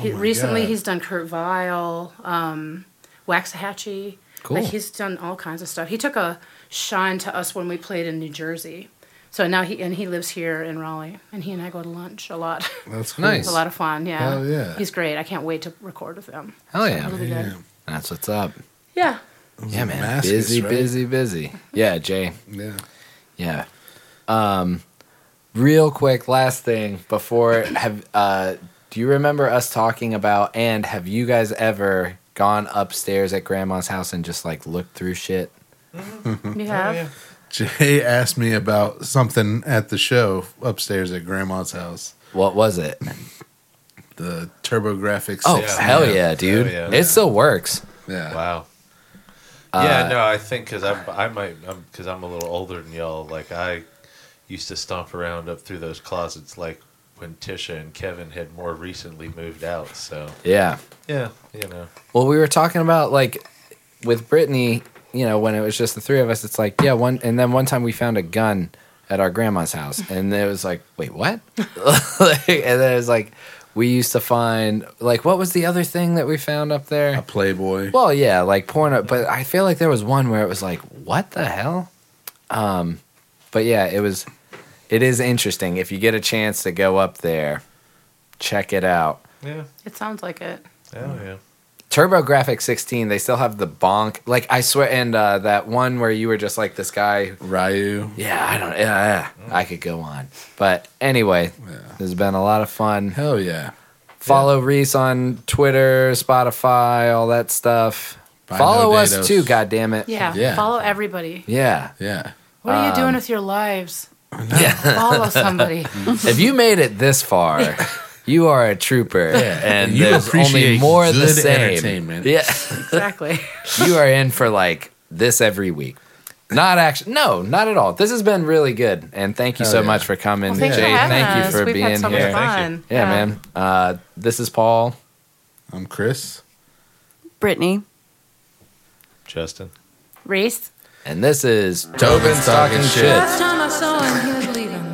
E: he, recently,
A: God.
E: he's done Kurt Vile, um, Waxahachie.
B: Cool.
E: Like he's done all kinds of stuff. He took a shine to us when we played in New Jersey. So now he and he lives here in Raleigh, and he and I go to lunch a lot.
A: That's cool.
B: Nice.
E: It's a lot of fun, yeah.
A: Hell yeah.
E: He's great. I can't wait to record with him.
B: Hell
E: It'll
B: yeah.
E: be good.
A: Damn.
B: That's what's up.
E: Yeah.
B: Yeah, man.
A: Damascus,
B: busy,
A: right?
B: busy, busy. Yeah, Jay.
A: Yeah.
B: Yeah. Um, real quick, last thing before have uh, do you remember us talking about and have you guys ever gone upstairs at grandma's house and just like looked through shit?
E: You have?
F: Oh, yeah.
A: Jay asked me about something at the show upstairs at Grandma's house.
B: What was it?
A: The TurboGrafx.
B: Oh
F: Yeah.
B: hell yeah, dude!
F: yeah.
B: It still works.
A: yeah.
F: Wow. Yeah, no, I think because I'm I might because I'm a little older than y'all. Like I used to stomp around up through those closets, like when Tisha and Kevin had more recently moved out. So
B: Yeah.
F: yeah, you know,
B: Well, we were talking about like with Brittany, you know, when it was just the three of us, it's like, yeah, one. And then one time we found a gun at our grandma's house, and it was like, wait, what? like, and then it was like, we used to find like what was the other thing that we found up there?
A: A Playboy.
B: Well, yeah, like porno, but I feel like there was one where it was like, what the hell? Um, but yeah, it was. It is interesting if you get a chance to go up there, check it out.
F: yeah,
E: It sounds like it.
F: yeah, yeah.
B: TurboGrafx 16, they still have the bonk. Like, I swear, and uh, that one where you were just like this guy.
A: Ryu.
B: Yeah, I don't, yeah, yeah, I could go on. But anyway, this has been a lot of fun.
A: Hell yeah.
B: Follow Reese on Twitter, Spotify, all that stuff.
A: Buy
B: Follow
A: no
B: us
A: dados.
B: too, goddammit.
E: Yeah.
A: Yeah.
E: Follow everybody.
B: Yeah.
A: Yeah.
E: What
B: Um,
E: are you doing with your lives?
B: Yeah.
E: Follow somebody.
B: if you made it this far, you are a trooper. And
A: You
B: there's only
A: appreciate
B: more of the
A: good
B: same.
A: entertainment.
B: Yeah.
E: exactly.
B: you are in for like this every week. Not actually, no, not at all. This has been really good, and thank you so
A: yeah.
B: much for coming,
E: Well, thanks
B: Jay.
E: for having
B: thank
E: us.
B: you for
E: We've
B: being
E: had so
B: here.
E: much fun.
B: Yeah, man. Uh, this is Paul.
A: I'm Chris.
C: Brittany.
F: Justin.
E: Reese.
B: And this is
A: Tobin's Talking Shit.
E: Last time I saw him, he was leaving. oh,